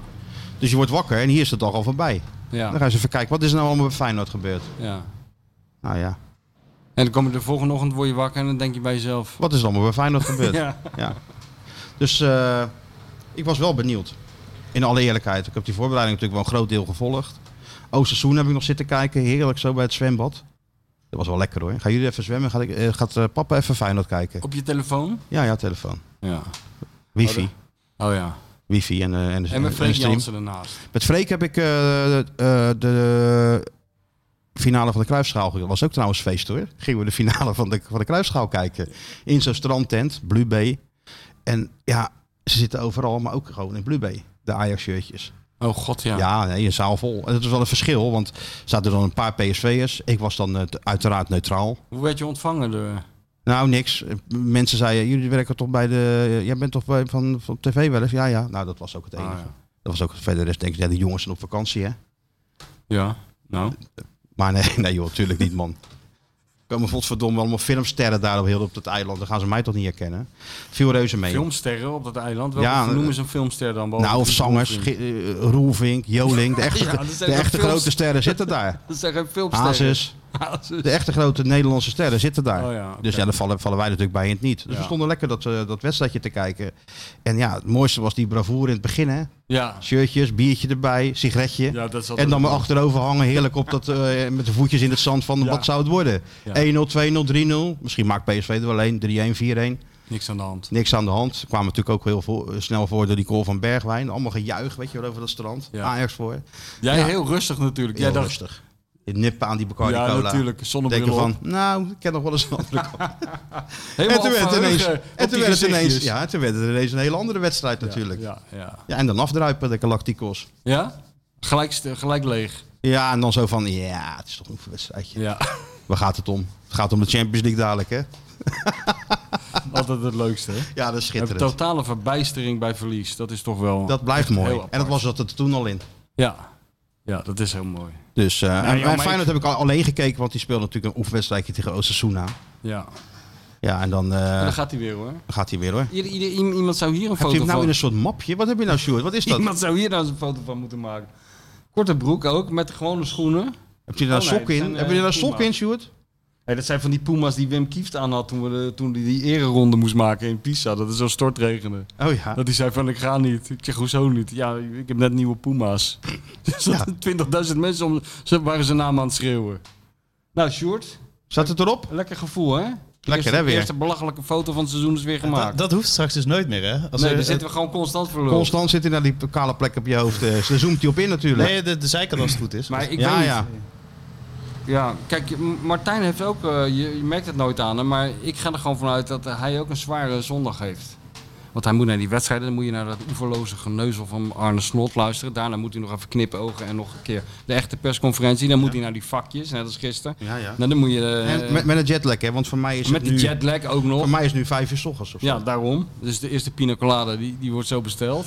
Speaker 3: Dus je wordt wakker en hier is de dag al voorbij. Dan
Speaker 4: ja,
Speaker 3: gaan ze even kijken, wat is er nou allemaal bij Feyenoord gebeurd?
Speaker 4: ja.
Speaker 3: Nou ja,
Speaker 4: En dan kom je de volgende ochtend, word je wakker en dan denk je bij jezelf...
Speaker 3: wat is er allemaal bij Feyenoord gebeurd? ja.
Speaker 4: Ja,
Speaker 3: Dus eh, ik was wel benieuwd. In alle eerlijkheid, ik heb die voorbereiding natuurlijk wel een groot deel gevolgd. Oosterseizoen heb ik nog zitten kijken, heerlijk zo bij het zwembad. Dat was wel lekker hoor. Gaan jullie even zwemmen? Gaat, ik, eh, gaat eh, papa even Feyenoord kijken?
Speaker 4: op je telefoon?
Speaker 3: Ja, ja, telefoon.
Speaker 4: Ja.
Speaker 3: Wifi.
Speaker 4: Oh, Oh ja.
Speaker 3: Wifi en, eh en,
Speaker 4: En met
Speaker 3: en
Speaker 4: Freek
Speaker 3: stream.
Speaker 4: Jansen ernaast.
Speaker 3: Met Freek heb ik eh, de, eh, de finale van de Kruisschaal. Dat was ook trouwens feest hoor. Gingen we de finale van de, van de Kruisschaal kijken. In zo'n strandtent, Blue Bay. En ja, ze zitten overal, maar ook gewoon in Blue Bay. De Ajax-shirtjes.
Speaker 4: Oh god, ja.
Speaker 3: Ja, nee, een zaal vol. En dat is wel een verschil, want er zaten dan een paar PSV'ers. Ik was dan eh, t- uiteraard neutraal.
Speaker 4: Hoe werd je ontvangen? De...
Speaker 3: Nou, niks. Mensen zeiden, jullie werken toch bij de... Jij bent toch bij, van, van tv wel eens? Ja, ja. Nou, dat was ook het enige.
Speaker 4: Ah, ja.
Speaker 3: Dat was ook verder de rest. Denk ik, ja, de jongens zijn op vakantie, hè?
Speaker 4: ja. Nou.
Speaker 3: Maar nee, nee joh, tuurlijk niet man. Er komen godverdomme allemaal filmsterren daar op heel op dat eiland. Dan gaan ze mij toch niet herkennen. Veel reuze mee.
Speaker 4: Filmsterren op dat eiland. Welke
Speaker 3: Ja, eh,
Speaker 4: noemen ze een filmster dan? behalve
Speaker 3: nou, of
Speaker 4: Chris
Speaker 3: zangers.
Speaker 4: Roelvink?
Speaker 3: Ge- eh, Roelvink, Joling. De echte,
Speaker 4: Ja, dat zijn
Speaker 3: de
Speaker 4: wel
Speaker 3: echte
Speaker 4: films-
Speaker 3: grote sterren zitten daar.
Speaker 4: Dat zijn geen filmsterren.
Speaker 3: Hazes.
Speaker 4: Hazes.
Speaker 3: De echte grote Nederlandse sterren zitten daar.
Speaker 4: Oh ja, oké.
Speaker 3: Dus ja, daar vallen, vallen wij natuurlijk bij in het niet. Dus
Speaker 4: Ja.
Speaker 3: we stonden lekker dat, eh, dat wedstrijdje te kijken. En ja, het mooiste was die bravoure in het begin. Hè?
Speaker 4: Ja.
Speaker 3: Shirtjes, biertje erbij, sigaretje.
Speaker 4: ja, dat is altijd-
Speaker 3: En dan maar achterover hangen, heerlijk op dat, eh, met de voetjes in het zand van
Speaker 4: Ja.
Speaker 3: wat zou het worden?
Speaker 4: Ja.
Speaker 3: 1-0, 2-0, 3-0. Misschien maakt PSV er wel een, 3-1, 4-1.
Speaker 4: Niks aan de hand.
Speaker 3: Niks aan de hand. Ze kwamen natuurlijk ook heel voor, eh, snel voor door die goal van Bergwijn. Allemaal gejuich, weet je wel, over dat strand.
Speaker 4: Ja.
Speaker 3: Ajax voor.
Speaker 4: Jij
Speaker 3: Ja.
Speaker 4: heel rustig natuurlijk.
Speaker 3: Heel
Speaker 4: Jij dacht,
Speaker 3: rustig. Het nippen aan die Bacardi
Speaker 4: ja,
Speaker 3: Cola.
Speaker 4: natuurlijk. Zonnebril
Speaker 3: Denken
Speaker 4: op.
Speaker 3: van, nou, ik ken nog wel eens een andere kant.
Speaker 4: Helemaal
Speaker 3: en toen werd, het
Speaker 4: opgehangen
Speaker 3: ineens,
Speaker 4: op
Speaker 3: en
Speaker 4: die
Speaker 3: toen werd het
Speaker 4: gezichtjes.
Speaker 3: ineens, ja, toen werd het ineens een hele andere wedstrijd natuurlijk. Ja,
Speaker 4: Ja, ja.
Speaker 3: en dan afdruipen de Galacticos.
Speaker 4: Ja? Gelijk, st- gelijk leeg.
Speaker 3: Ja, en dan zo van, ja, het is toch een wedstrijdje.
Speaker 4: Ja.
Speaker 3: Waar gaat het om? Het gaat om de Champions League dadelijk, hè?
Speaker 4: altijd het leukste. hè?
Speaker 3: Ja, dat is
Speaker 4: Een
Speaker 3: schitterend.
Speaker 4: totale verbijstering bij verlies. Dat is toch wel...
Speaker 3: Dat blijft mooi.
Speaker 4: heel
Speaker 3: En dat was dat er toen al in.
Speaker 4: Ja. Ja, dat is heel mooi.
Speaker 3: Dus, eh en,
Speaker 4: joh,
Speaker 3: en
Speaker 4: maar
Speaker 3: Feyenoord heb ik al- alleen gekeken, want die speelde natuurlijk een oefenwedstrijdje tegen Osasuna.
Speaker 4: Ja.
Speaker 3: Ja, en dan eh,
Speaker 4: En dan gaat hij weer hoor.
Speaker 3: gaat hij weer hoor.
Speaker 4: Ieder, ieder- iem- iemand zou hier een
Speaker 3: Heb
Speaker 4: foto
Speaker 3: je hem nou
Speaker 4: van...
Speaker 3: in een soort mapje? Wat heb je nou, Sjoerd? Wat is dat?
Speaker 4: Iemand zou hier nou eens een foto van moeten maken. Korte broek ook, met gewone schoenen.
Speaker 3: Heb je daar
Speaker 4: Oh, nee,
Speaker 3: sokken
Speaker 4: dat
Speaker 3: in?
Speaker 4: zijn,
Speaker 3: Heb je
Speaker 4: eh,
Speaker 3: daar sokken in,
Speaker 4: Puma's.
Speaker 3: Sjoerd?
Speaker 4: Hey, dat zijn van die Puma's die Wim Kieft aan had toen hij toen die, die ereronde moest maken in Pisa. Dat het zo stortregende.
Speaker 3: Oh ja.
Speaker 4: Dat hij zei van, ik ga niet. Ik zeg, hoezo niet? Ja, ik heb net nieuwe Puma's. Er zaten 20.000 mensen om, ze waren zijn naam aan het schreeuwen. Nou, Sjoerd,
Speaker 3: Zat het erop?
Speaker 4: lekker gevoel, hè?
Speaker 3: Lekker,
Speaker 4: eerste,
Speaker 3: hè, weer?
Speaker 4: eerste belachelijke foto van het seizoen is weer gemaakt.
Speaker 5: Dat, dat hoeft straks dus nooit meer, hè? Als
Speaker 4: nee,
Speaker 5: er-
Speaker 4: daar zitten we gewoon constant voor lul.
Speaker 3: Constant zit hij naar die kale plek op je hoofd. eh, Ze zoomt hij op in natuurlijk.
Speaker 5: Nee, de, de zijkant als het goed is.
Speaker 4: Maar ik
Speaker 3: ja,
Speaker 4: weet
Speaker 3: ja.
Speaker 4: Ja, kijk, M- Martijn heeft ook, eh, je, je merkt het nooit aan hem, maar ik ga er gewoon vanuit dat eh, hij ook een zware zondag heeft. Want hij moet naar die wedstrijden, dan moet je naar dat oeverloze geneuzel van Arne Slot luisteren. Daarna moet hij nog even knipogen en nog een keer de echte persconferentie. Dan moet hij naar die vakjes, net als gisteren.
Speaker 3: ja, ja.
Speaker 4: Nou, dan moet je eh,
Speaker 3: En met, met een jetlag, hè? Want voor mij is
Speaker 4: met
Speaker 3: het
Speaker 4: de
Speaker 3: nu,
Speaker 4: jetlag ook nog.
Speaker 3: Voor mij is het nu vijf uur 's ochtends of zo.
Speaker 4: Ja, daarom. Dus de eerste pina colada, die, die wordt zo besteld.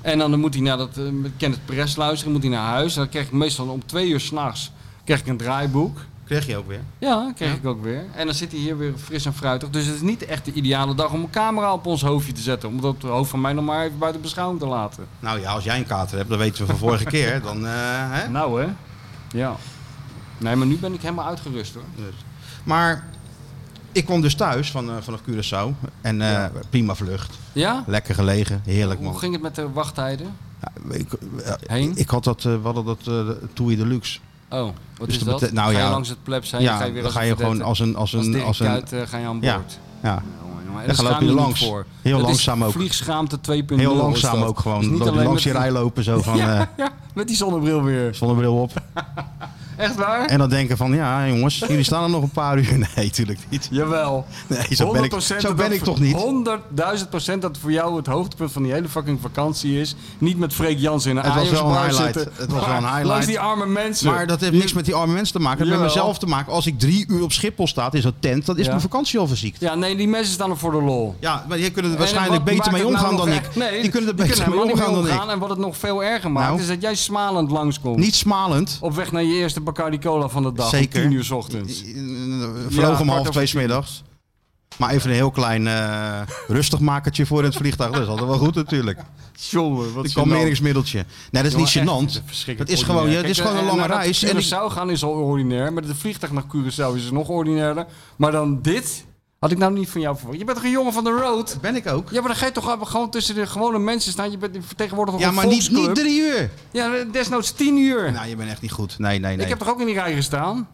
Speaker 4: En dan moet hij naar dat eh, met Kenneth Perez luisteren, moet hij naar huis. En dan krijg ik meestal om twee uur s'nachts een draaiboek.
Speaker 3: Kreeg je ook weer.
Speaker 4: Ja, dat kreeg ik ook weer. En dan zit hij hier weer fris en fruitig. Dus het is niet echt de ideale dag om een camera op ons hoofdje te zetten. Om dat hoofd van mij nog maar even buiten beschouwing te laten.
Speaker 3: Nou ja, als jij een kater hebt, dat weten we van vorige keer. Dan, eh, hè?
Speaker 4: Nou hè? Ja. Nee, maar nu ben ik helemaal uitgerust hoor.
Speaker 3: Maar ik kwam dus thuis van, eh, vanaf Curaçao. En eh, prima vlucht.
Speaker 4: Ja?
Speaker 3: Lekker gelegen. Heerlijk man.
Speaker 4: Hoe ging het met de wachttijden?
Speaker 3: Ja, ik, eh,
Speaker 4: Heen?
Speaker 3: ik had dat, eh, we hadden dat eh Toei Deluxe.
Speaker 4: Oh, wat
Speaker 3: Dus
Speaker 4: is
Speaker 3: dat
Speaker 4: dat?
Speaker 3: bete- nou
Speaker 4: ga je
Speaker 3: ja.
Speaker 4: langs het plebs heen,
Speaker 3: ja,
Speaker 4: ga je weer
Speaker 3: dan
Speaker 4: als
Speaker 3: ga je
Speaker 4: een
Speaker 3: gewoon
Speaker 4: vedette-
Speaker 3: als een... Als
Speaker 4: als
Speaker 3: een,
Speaker 4: Dirk
Speaker 3: als een
Speaker 4: Kuyt, eh, ga je aan
Speaker 3: Ja.
Speaker 4: boord.
Speaker 3: ja,
Speaker 4: Jongen, jongen, en
Speaker 3: dan
Speaker 4: daar
Speaker 3: loop
Speaker 4: schaam
Speaker 3: je er
Speaker 4: niet
Speaker 3: langs.
Speaker 4: voor.
Speaker 3: Heel
Speaker 4: Dat is
Speaker 3: langzaam ook.
Speaker 4: Vliegschaamte 2.0.
Speaker 3: heel
Speaker 4: is
Speaker 3: langzaam
Speaker 4: dat.
Speaker 3: ook
Speaker 4: Dus
Speaker 3: gewoon.
Speaker 4: niet
Speaker 3: Loop je
Speaker 4: alleen
Speaker 3: langs je
Speaker 4: met-
Speaker 3: rij lopen zo van... eh
Speaker 4: Ja, met die zonnebril weer.
Speaker 3: zonnebril op.
Speaker 4: Echt waar?
Speaker 3: En dan denken van, ja jongens, jullie staan er nog een paar uur. Nee, tuurlijk niet.
Speaker 4: Jawel.
Speaker 3: Nee, zo ben ik,
Speaker 4: 100%
Speaker 3: zo ben
Speaker 4: dat-
Speaker 3: ik toch niet.
Speaker 4: 100.000 procent dat voor jou het hoogtepunt van die hele fucking vakantie is. Niet met Freek Jansen in een
Speaker 3: Het was wel een
Speaker 4: Ajax-bar
Speaker 3: highlight.
Speaker 4: zitten,
Speaker 3: Het was wel
Speaker 4: maar
Speaker 3: een highlight.
Speaker 4: Langs die arme mensen.
Speaker 3: Maar dat heeft niks met die arme mensen te maken. Het heeft met
Speaker 4: Jawel.
Speaker 3: mezelf te maken. Als ik drie uur op Schiphol sta in zo'n tent, dan is
Speaker 4: Ja.
Speaker 3: mijn vakantie al verziekt.
Speaker 4: Ja, nee, die mensen staan er voor de lol.
Speaker 3: Ja, maar jij kunt er
Speaker 4: En
Speaker 3: waarschijnlijk
Speaker 4: wat
Speaker 3: beter
Speaker 4: maakt
Speaker 3: mee
Speaker 4: het nou
Speaker 3: omgaan
Speaker 4: nog
Speaker 3: dan
Speaker 4: erg?
Speaker 3: ik.
Speaker 4: Nee,
Speaker 3: die kunnen er beter mee
Speaker 4: helemaal niet
Speaker 3: omgaan dan ik.
Speaker 4: En wat het nog veel erger maakt,
Speaker 3: Nou.
Speaker 4: is dat jij smalend langskomt.
Speaker 3: Niet smalend.
Speaker 4: Op weg naar je eerste Bacardi Cola van de dag.
Speaker 3: Zeker.
Speaker 4: Om tien uur 's
Speaker 3: Eh,
Speaker 4: ochtends.
Speaker 3: Vloog om
Speaker 4: kwart
Speaker 3: half
Speaker 4: over
Speaker 3: twee 's middags. Maar even een heel klein eh rustigmakertje voor in het vliegtuig. Dat is altijd wel goed natuurlijk.
Speaker 4: Jongen, wat
Speaker 3: Een
Speaker 4: gênant.
Speaker 3: kalmeringsmiddeltje. Nee, dat is niet
Speaker 4: Jongen, echt,
Speaker 3: gênant. Het is gewoon, ja,
Speaker 4: ordinair.
Speaker 3: het is
Speaker 4: eh, Kijk,
Speaker 3: gewoon een
Speaker 4: en
Speaker 3: lange
Speaker 4: naar dat
Speaker 3: reis. En ik-
Speaker 4: Curaçao gaan is al ordinair, maar de vliegtuig naar Curaçao is nog ordinairder. Maar dan dit had ik nou niet van jou verwacht. Je bent toch een jongen van de road?
Speaker 3: ben ik ook.
Speaker 4: Ja, maar dan ga je toch gewoon tussen de gewone mensen staan. Je bent vertegenwoordiger van
Speaker 3: Ja,
Speaker 4: een
Speaker 3: maar niet, niet
Speaker 4: volksclub.
Speaker 3: drie uur.
Speaker 4: Ja, desnoods tien uur.
Speaker 3: Nou, je bent echt niet goed. Nee, nee, nee.
Speaker 4: Ik heb toch ook in die rij gestaan?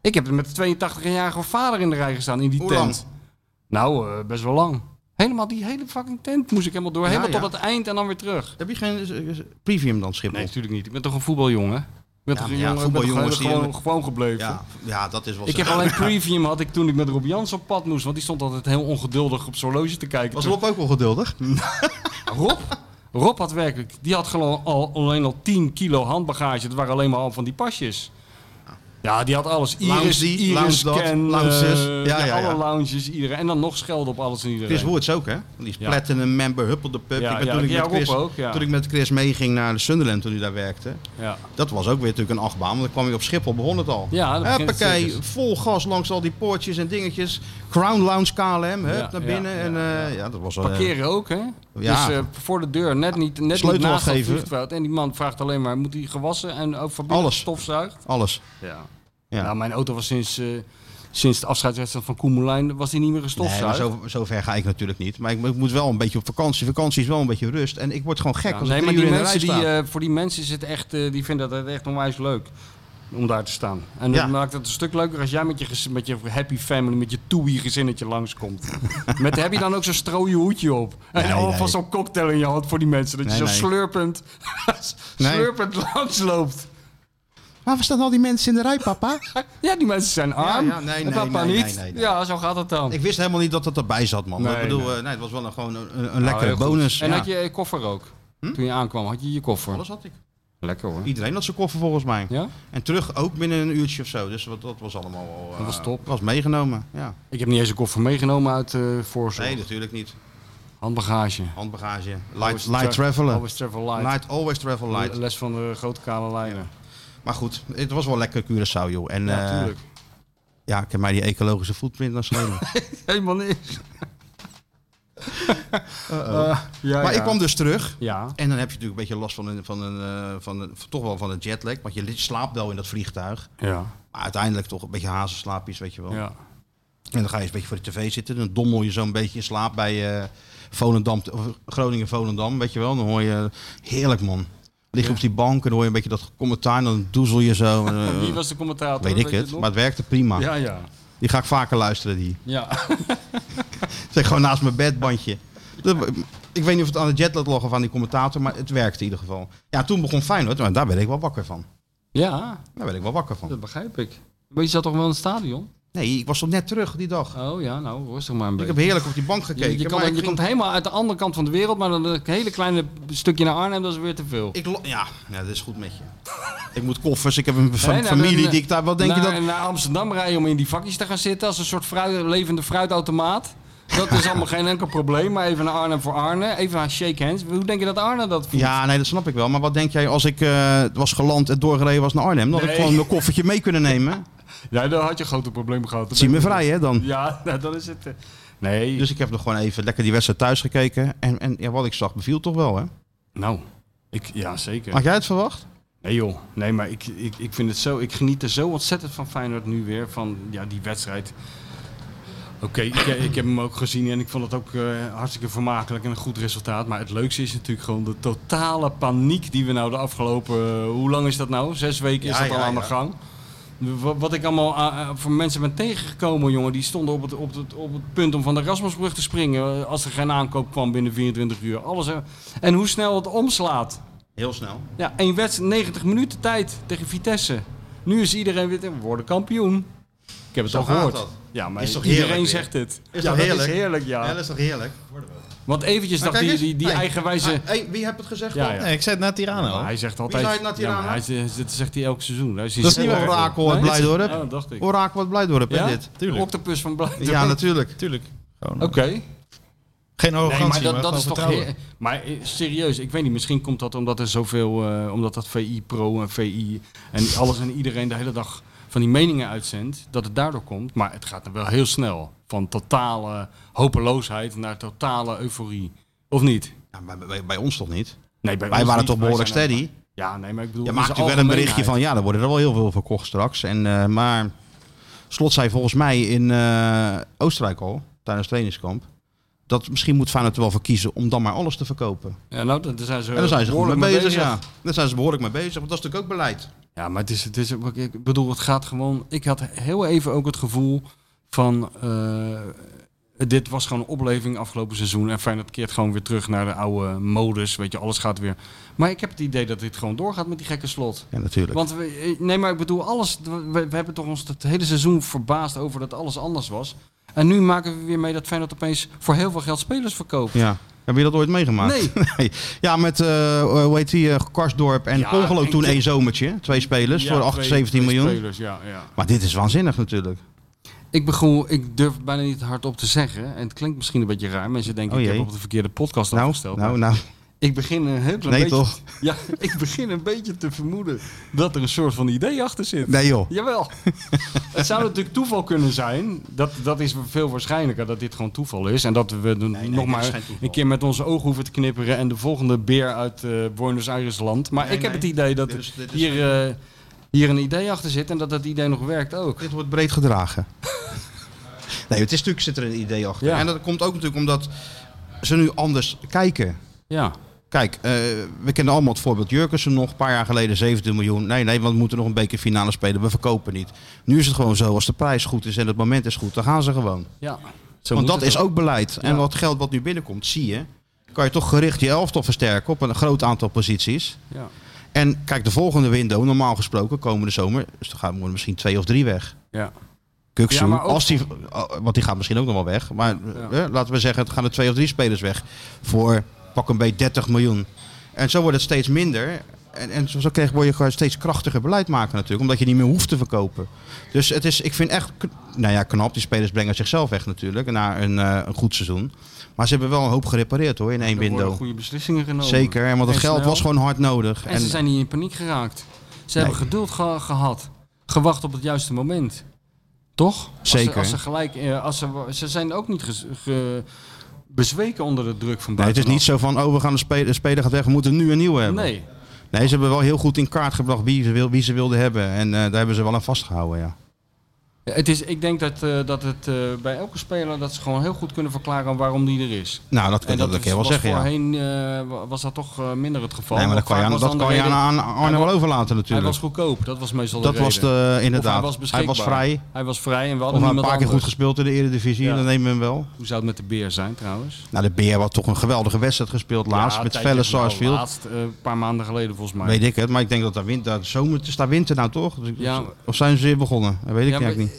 Speaker 4: Ik heb met de 82-jarige vader in de rij gestaan in die
Speaker 3: Hoe
Speaker 4: tent. Nou, eh, best wel lang. Helemaal die hele fucking tent moest ik helemaal door.
Speaker 3: Ja,
Speaker 4: Helemaal
Speaker 3: ja.
Speaker 4: tot het eind en dan weer terug.
Speaker 3: Heb je geen eh, eh, premium dan, Schiphol?
Speaker 4: Nee, natuurlijk niet. Ik ben toch een voetbaljongen? Ik ben
Speaker 3: Ja,
Speaker 4: toch
Speaker 3: maar
Speaker 4: een
Speaker 3: ja,
Speaker 4: jongen, ik ben toch
Speaker 3: voetbaljongens die
Speaker 4: gewoon,
Speaker 3: hebben-
Speaker 4: gewoon gebleven.
Speaker 3: ja, ja, dat is wel
Speaker 4: Ik
Speaker 3: zo.
Speaker 4: heb alleen premium had ik toen ik met Rob Jans op pad moest. Want die stond altijd heel ongeduldig op zijn horloge te kijken.
Speaker 3: Was
Speaker 4: Toen-
Speaker 3: Rob ook wel geduldig?
Speaker 4: Rob? Rob had werkelijk, die had gewoon al, alleen al 10 kilo handbagage. Dat waren alleen maar al van die pasjes. Ja, die had alles. Iris,
Speaker 3: Lounge die,
Speaker 4: Iris
Speaker 3: lounge dat,
Speaker 4: scan,
Speaker 3: lounges.
Speaker 4: eh,
Speaker 3: Ja, ja,
Speaker 4: alle
Speaker 3: ja.
Speaker 4: lounges, iedereen. En dan nog schelden op alles en iedereen.
Speaker 3: Chris Woerts ook, hè? Die is
Speaker 4: Ja.
Speaker 3: platinum member, huppelde pup.
Speaker 4: Ja,
Speaker 3: ik ben,
Speaker 4: ja,
Speaker 3: toen, ik
Speaker 4: ja,
Speaker 3: met
Speaker 4: Rob
Speaker 3: Chris,
Speaker 4: ook, ja.
Speaker 3: toen ik met Chris meeging naar de Sunderland toen hij daar werkte.
Speaker 4: Ja.
Speaker 3: Dat was ook weer natuurlijk een achtbaan, want dan kwam je op Schiphol, begon het al.
Speaker 4: Ja, dan begint het
Speaker 3: Huppakee,
Speaker 4: circus.
Speaker 3: vol gas langs al die poortjes en dingetjes. Crown Lounge KLM, hup,
Speaker 4: Ja,
Speaker 3: naar
Speaker 4: ja,
Speaker 3: binnen.
Speaker 4: ja,
Speaker 3: en, eh, ja, dat was wel, eh,
Speaker 4: Parkeren ook, hè?
Speaker 3: Ja.
Speaker 4: Dus eh, voor de deur, net niet, net niet
Speaker 3: Sleutel
Speaker 4: naast dat
Speaker 3: afgeven.
Speaker 4: vliegveld. En die man vraagt alleen maar, moet hij gewassen en ook van binnen
Speaker 3: Alles.
Speaker 4: stofzuigt?
Speaker 3: alles.
Speaker 4: Ja.
Speaker 3: Ja.
Speaker 4: Nou, mijn auto was sinds, eh, sinds de afscheidswedstrijd van Koemelijn was die niet meer
Speaker 3: Nee,
Speaker 4: gestofzuigd.
Speaker 3: maar zo, zo ver ga ik natuurlijk niet. Maar ik, mo- ik moet wel een beetje op vakantie. Vakantie is wel een beetje rust. En ik word gewoon gek
Speaker 4: Ja,
Speaker 3: als
Speaker 4: nee,
Speaker 3: ik
Speaker 4: maar
Speaker 3: drie
Speaker 4: die
Speaker 3: uur in de rij
Speaker 4: mensen die,
Speaker 3: sta.
Speaker 4: eh, voor die mensen is het echt, eh, die vinden dat echt onwijs leuk om daar te staan. En
Speaker 3: Ja.
Speaker 4: dat maakt het een stuk leuker als jij met je, gez- met je happy family, met je toei gezinnetje langskomt. met heb je dan ook zo'n strooie hoedje op en oh,
Speaker 3: Nee,
Speaker 4: al
Speaker 3: nee.
Speaker 4: van zo'n cocktail in je hand voor die mensen dat
Speaker 3: Nee,
Speaker 4: je zo
Speaker 3: nee.
Speaker 4: slurpend,
Speaker 3: Nee.
Speaker 4: slurpend langsloopt.
Speaker 3: Waar staan al die mensen in de rij, papa?
Speaker 4: Ja, die mensen zijn arm.
Speaker 3: ja, nee,
Speaker 4: en
Speaker 3: nee,
Speaker 4: papa
Speaker 3: nee,
Speaker 4: niet.
Speaker 3: nee, nee, nee.
Speaker 4: Ja, zo gaat het dan.
Speaker 3: Ik wist helemaal niet dat dat erbij zat, man.
Speaker 4: Nee,
Speaker 3: ik bedoel,
Speaker 4: nee.
Speaker 3: eh, nee, het was wel een, gewoon een, een
Speaker 4: Nou,
Speaker 3: lekkere
Speaker 4: heel goed.
Speaker 3: Oh, bonus.
Speaker 4: En
Speaker 3: ja. Hm?
Speaker 4: had je je koffer ook? Toen je aankwam, had je je koffer?
Speaker 3: Alles had ik.
Speaker 4: Lekker hoor.
Speaker 3: Iedereen had zijn koffer volgens mij.
Speaker 4: Ja?
Speaker 3: En terug ook binnen een uurtje of zo. Dus wat, dat was allemaal wel... eh,
Speaker 4: Dat was top.
Speaker 3: Was meegenomen, ja.
Speaker 4: Ik heb niet eens een koffer meegenomen uit eh voorzorg.
Speaker 3: Nee, natuurlijk niet.
Speaker 4: Handbagage.
Speaker 3: Handbagage. Light,
Speaker 4: Always
Speaker 3: light
Speaker 4: tra-
Speaker 3: travelen.
Speaker 4: Always travel light.
Speaker 3: Light, always travel light.
Speaker 4: Les van de grote kale lijnen.
Speaker 3: Maar goed, het was wel lekker Curaçao, joh. En
Speaker 4: Ja,
Speaker 3: eh,
Speaker 4: tuurlijk.
Speaker 3: ja, ik heb mij die ecologische footprint naar sneden.
Speaker 4: Helemaal niks. Eh, ja,
Speaker 3: Oh. maar
Speaker 4: ja.
Speaker 3: ik kwam dus terug.
Speaker 4: Ja.
Speaker 3: En dan heb je natuurlijk een beetje last van een, van een, eh, van een, toch wel van een jetlag. Want je li- slaapt wel in dat vliegtuig.
Speaker 4: Ja.
Speaker 3: Maar uiteindelijk toch een beetje hazenslaapjes, weet je wel.
Speaker 4: ja.
Speaker 3: En dan ga je eens een beetje voor de tv zitten. Dan dommel je zo'n beetje in slaap bij eh Volendam, of Groningen-Volendam, weet je wel. Dan hoor je, heerlijk man. Lig je op die bank en dan hoor je een beetje dat commentaar. En dan doezel je zo. En, eh,
Speaker 4: Wie was de commentator?
Speaker 3: weet ik
Speaker 4: je
Speaker 3: het,
Speaker 4: nog?
Speaker 3: maar Ah. het werkte prima.
Speaker 4: Ja, ja.
Speaker 3: Die ga ik vaker luisteren, die.
Speaker 4: Ja.
Speaker 3: Zeg gewoon naast mijn bedbandje. Dat- Ik weet niet of het aan de jetlag lag of aan die commentator, maar het werkte in ieder geval. Ja, toen begon Feyenoord, maar daar ben ik wel wakker van.
Speaker 4: ja,
Speaker 3: Daar ben ik wel wakker van.
Speaker 4: dat begrijp ik. Maar je zat toch wel in het stadion?
Speaker 3: Nee, ik was toch net terug die dag.
Speaker 4: Oh ja, nou rustig maar een
Speaker 3: Ik
Speaker 4: beetje.
Speaker 3: heb heerlijk op die bank gekeken.
Speaker 4: je, je, kan,
Speaker 3: maar
Speaker 4: je
Speaker 3: ik, ging-
Speaker 4: komt helemaal uit de andere kant van de wereld, maar dan een hele kleine stukje naar Arnhem, dat is weer te veel.
Speaker 3: ik lo- ja, ja, dat is goed met je. ik moet koffers, ik heb een fa-
Speaker 4: Nee, nou,
Speaker 3: familie
Speaker 4: dan-
Speaker 3: die ik daar... Wat denk je
Speaker 4: naar,
Speaker 3: dat...
Speaker 4: naar Amsterdam rijden om in die vakjes te gaan zitten als een soort fruit, levende fruitautomaat. Dat is allemaal geen enkel probleem, maar even naar Arnhem voor Arne. Even aan shake hands. Hoe denk je dat Arne dat voelt?
Speaker 3: Ja, nee, dat snap ik wel. Maar wat denk jij als ik eh, was geland en doorgereden was naar Arnhem? Dan had ik
Speaker 4: Nee.
Speaker 3: gewoon mijn koffertje mee kunnen nemen.
Speaker 4: Ja, dan had je een grote probleem gehad.
Speaker 3: Dat zie me vrij, hè, dan.
Speaker 4: Ja, nou, dan is het... eh, Nee,
Speaker 3: Dus ik heb nog gewoon even lekker die wedstrijd thuis gekeken. En, en ja, wat ik zag beviel toch wel, hè?
Speaker 4: nou, ik, ja zeker.
Speaker 3: Had jij het verwacht?
Speaker 4: Nee joh, nee, maar ik, ik, ik vind het zo, ik geniet er zo ontzettend van Feyenoord nu weer, van ja, die wedstrijd. Oké, ik, ik heb hem ook gezien en ik vond het ook eh, hartstikke vermakelijk en een goed resultaat. Maar het leukste is natuurlijk gewoon de totale paniek die we nou de afgelopen, eh, hoe lang is dat nou? Zes weken is
Speaker 5: Ja,
Speaker 4: dat al
Speaker 5: ja,
Speaker 4: aan de
Speaker 5: ja.
Speaker 4: gang. Wat, wat ik allemaal aan- aan- voor mensen ben tegengekomen, jongen, die stonden op het, op, het, op het punt om van de Rasmusbrug te springen eh, als er geen aankoop kwam binnen 24 uur. Alles, eh, en hoe snel het omslaat.
Speaker 3: Heel snel.
Speaker 4: Ja, één wedstrijd, 90 minuten tijd tegen Vitesse. Nu is iedereen weer, we worden kampioen. Ik heb het
Speaker 5: Zo
Speaker 4: al
Speaker 5: gaat
Speaker 4: gehoord.
Speaker 5: dat.
Speaker 4: Ja, maar
Speaker 5: Is toch
Speaker 4: iedereen
Speaker 5: heerlijk weer?
Speaker 4: zegt het.
Speaker 5: Is
Speaker 4: ja,
Speaker 5: toch
Speaker 4: dat
Speaker 5: heerlijk?
Speaker 4: is heerlijk, ja.
Speaker 5: dat is toch heerlijk?
Speaker 4: Want eventjes dacht
Speaker 3: kijk
Speaker 4: die,
Speaker 3: eens.
Speaker 4: die, die
Speaker 3: Hey.
Speaker 4: eigenwijze...
Speaker 3: Ah, hey, wie hebt het gezegd?
Speaker 4: Ja,
Speaker 3: dan?
Speaker 4: ja.
Speaker 5: Nee, ik zei het na Tirana.
Speaker 4: Maar
Speaker 5: hoor.
Speaker 4: hij zegt altijd...
Speaker 3: zei het
Speaker 5: nou
Speaker 3: na Tirana?
Speaker 4: Ja, maar hij, zegt- dat zegt hij elk seizoen. Hij
Speaker 3: Dat is niet waar. Orakel uit Blijdorp.
Speaker 4: Ja, dat dacht ik.
Speaker 3: Orakel uit Blijdorp, hè,
Speaker 4: Ja?
Speaker 3: dit?
Speaker 5: Tuurlijk.
Speaker 4: Octopus van Blijdorp.
Speaker 3: Ja, natuurlijk.
Speaker 5: Tuurlijk. Gewoon,
Speaker 4: Oké.
Speaker 5: Geen
Speaker 4: Nee, maar
Speaker 5: arrogantie,
Speaker 4: dat, dat
Speaker 5: gewoon
Speaker 4: is toch...
Speaker 5: vertrouwen.
Speaker 4: heer- Maar eh, serieus, ik weet niet, misschien komt dat omdat er zoveel... eh, omdat dat VI Pro en VI en alles en iedereen de hele dag van die meningen uitzendt. Dat het daardoor komt. Maar het gaat er wel heel snel. Van totale hopeloosheid naar totale euforie. Of niet?
Speaker 3: Ja, maar bij, bij ons toch niet?
Speaker 4: Nee, bij
Speaker 3: Wij
Speaker 4: ons
Speaker 3: waren
Speaker 4: niet.
Speaker 3: toch behoorlijk
Speaker 4: Wij zijn er-
Speaker 3: steady?
Speaker 4: Ja, nee, maar ik bedoel...
Speaker 3: Je
Speaker 4: in
Speaker 3: maakt
Speaker 4: zijn
Speaker 3: natuurlijk wel een berichtje
Speaker 4: algemeenheid.
Speaker 3: van, ja, er worden er wel heel veel verkocht straks. En, eh, maar Slot zei volgens mij in eh, Oostenrijk al, tijdens trainingskamp, dat misschien moet Feyenoord er wel voor kiezen om dan maar alles te verkopen.
Speaker 4: Ja, nou, daar daar zijn ze,
Speaker 3: en daar zijn ze goed mee
Speaker 4: behoorlijk
Speaker 3: bezig, ja. Daar zijn ze behoorlijk mee bezig, want dat is natuurlijk ook beleid.
Speaker 4: Ja, maar het is, het is, ook- ik bedoel, het gaat gewoon. Ik had heel even ook het gevoel van. eh, dit was gewoon een opleving afgelopen seizoen. En Feyenoord keert gewoon weer terug naar de oude modus. Weet je, alles gaat weer. Maar ik heb het idee dat dit gewoon doorgaat met die gekke slot.
Speaker 3: Ja, natuurlijk.
Speaker 4: Want we, eh, nee, maar ik bedoel, alles. We, we hebben toch ons het hele seizoen verbaasd over dat alles anders was. En nu maken we weer mee dat Feyenoord opeens voor heel veel geld spelers verkoopt.
Speaker 3: ja. Heb je dat ooit meegemaakt?
Speaker 4: Nee.
Speaker 3: Ja, met, eh, hoe heet die, eh, Karsdorp en
Speaker 4: Ja,
Speaker 3: Congelo
Speaker 4: en
Speaker 3: toen
Speaker 4: dit-
Speaker 3: één zomertje. Twee spelers voor 8, 17 miljoen.
Speaker 4: Spelers, ja, ja.
Speaker 3: Maar dit is waanzinnig natuurlijk.
Speaker 4: Ik begon, ik durf het bijna niet hardop te zeggen. En het klinkt misschien een beetje raar. Mensen denken,
Speaker 3: Oh
Speaker 4: ik heb
Speaker 3: jee.
Speaker 4: op de verkeerde podcast
Speaker 3: Nou,
Speaker 4: afgesteld.
Speaker 3: nou,
Speaker 4: maar
Speaker 3: nou,
Speaker 4: Ik begin een heel klein
Speaker 3: nee
Speaker 4: beetje...
Speaker 3: toch?
Speaker 4: Ja, ik begin een beetje te vermoeden dat er een soort van idee achter zit.
Speaker 3: Nee joh.
Speaker 4: Jawel. het zou natuurlijk toeval kunnen zijn. Dat, dat is veel waarschijnlijker dat dit gewoon toeval is. En dat we er nog
Speaker 3: dit is
Speaker 4: maar
Speaker 3: geen toeval.
Speaker 4: een keer met onze ogen hoeven te knipperen. En de volgende beer uit eh, Buenos Aires land. Maar
Speaker 3: Nee,
Speaker 4: ik heb
Speaker 3: nee.
Speaker 4: het idee dat
Speaker 3: Dit is- dit is
Speaker 4: hier, eh, hier een idee achter zit. En dat dat idee nog werkt ook.
Speaker 3: Dit wordt breed gedragen. nee, het is natuurlijk zit er een idee achter.
Speaker 4: Ja.
Speaker 3: En dat komt ook natuurlijk omdat ze nu anders kijken.
Speaker 4: Ja.
Speaker 3: Kijk, eh, we kennen allemaal het voorbeeld Jurkensen nog, een paar jaar geleden 17 miljoen. Nee, nee, want we moeten nog een beetje finale spelen, we verkopen niet. Nu is het gewoon zo, als de prijs goed is en het moment is goed, dan gaan ze gewoon.
Speaker 4: ja.
Speaker 3: want dat is ook beleid. En
Speaker 4: Ja.
Speaker 3: wat geld wat nu binnenkomt, zie je, kan je toch gericht je elftal versterken op een groot aantal posities.
Speaker 4: Ja.
Speaker 3: En kijk, de volgende window, normaal gesproken, komende zomer, dus dan gaan er misschien twee of drie weg.
Speaker 4: Ja.
Speaker 3: Kuksu,
Speaker 4: Ja, maar ook-
Speaker 3: als die, oh, want die gaat misschien ook nog wel weg. Maar
Speaker 4: Ja.
Speaker 3: eh, laten we zeggen, het gaan er twee of drie spelers weg. Voor pak een beetje 30 miljoen. En zo wordt het steeds minder. En, en zo zo krijg, word je gewoon steeds krachtiger beleid maken natuurlijk. Omdat je niet meer hoeft te verkopen. Dus het is, ik vind echt, kn- nou ja, knap. Die spelers brengen zichzelf weg natuurlijk. Na een, eh, een goed seizoen. Maar ze hebben wel een hoop gerepareerd hoor, in één
Speaker 4: Er worden
Speaker 3: window.
Speaker 4: goede beslissingen genomen.
Speaker 3: Zeker, en want het
Speaker 4: En
Speaker 3: geld
Speaker 4: snel.
Speaker 3: was gewoon hard nodig.
Speaker 4: En, ze zijn niet in paniek geraakt. Ze
Speaker 3: Nee.
Speaker 4: hebben geduld ge- gehad. Gewacht op het juiste moment. Toch? Als ze-
Speaker 3: Zeker.
Speaker 4: Als ze, gelijk... eh, Als ze, ze zijn ook niet ges- ge- bezweken onder de druk van
Speaker 3: Nee, het is
Speaker 4: buitenaf.
Speaker 3: niet zo van, oh we gaan een speler, een speler gaat weg, we moeten nu een nieuwe hebben.
Speaker 4: Nee.
Speaker 3: Nee, ze hebben wel heel goed in kaart gebracht wie ze, wil, wie ze wilden hebben. En eh, daar hebben ze wel aan vastgehouden, ja.
Speaker 4: Het is, ik denk dat, eh, dat het eh, bij elke speler dat ze gewoon heel goed kunnen verklaren waarom die er is.
Speaker 3: Nou, dat,
Speaker 4: En
Speaker 3: kan dat, dat kan je wel
Speaker 4: was
Speaker 3: zeggen, ja.
Speaker 4: voorheen eh, wa- was dat toch eh, minder het geval.
Speaker 3: Nee, maar dat
Speaker 4: Want
Speaker 3: kan je,
Speaker 4: vaak
Speaker 3: aan, dat
Speaker 4: was dan
Speaker 3: kan
Speaker 4: de
Speaker 3: je aan,
Speaker 4: reden-
Speaker 3: aan Arno wel overlaten
Speaker 4: Hij
Speaker 3: natuurlijk.
Speaker 4: was goedkoop, dat was meestal
Speaker 3: dat
Speaker 4: de
Speaker 3: was
Speaker 4: reden.
Speaker 3: de,
Speaker 4: Of
Speaker 3: inderdaad.
Speaker 4: hij was beschikbaar.
Speaker 3: vrij.
Speaker 4: Hij was vrij en we
Speaker 3: Of hij
Speaker 4: hadden
Speaker 3: had een
Speaker 4: niemand
Speaker 3: paar keer goed
Speaker 4: anders.
Speaker 3: gespeeld in de Eredivisie.
Speaker 4: Ja.
Speaker 3: Dan nemen we hem wel.
Speaker 4: Hoe zou het met de beer zijn trouwens?
Speaker 3: Nou, de Beer had toch een geweldige wedstrijd gespeeld laatst.
Speaker 4: Ja,
Speaker 3: met
Speaker 4: tijdje
Speaker 3: Felle
Speaker 4: geleden,
Speaker 3: Sarsfield.
Speaker 4: Laatst, eh, een paar maanden geleden volgens mij.
Speaker 3: Weet ik het. Maar ik denk dat daar winter, daar zomer, het is daar winter nou toch? Dus-
Speaker 4: Ja.
Speaker 3: Of zijn ze weer begonnen? Dat weet ik
Speaker 4: Ja, maar-
Speaker 3: eigenlijk niet.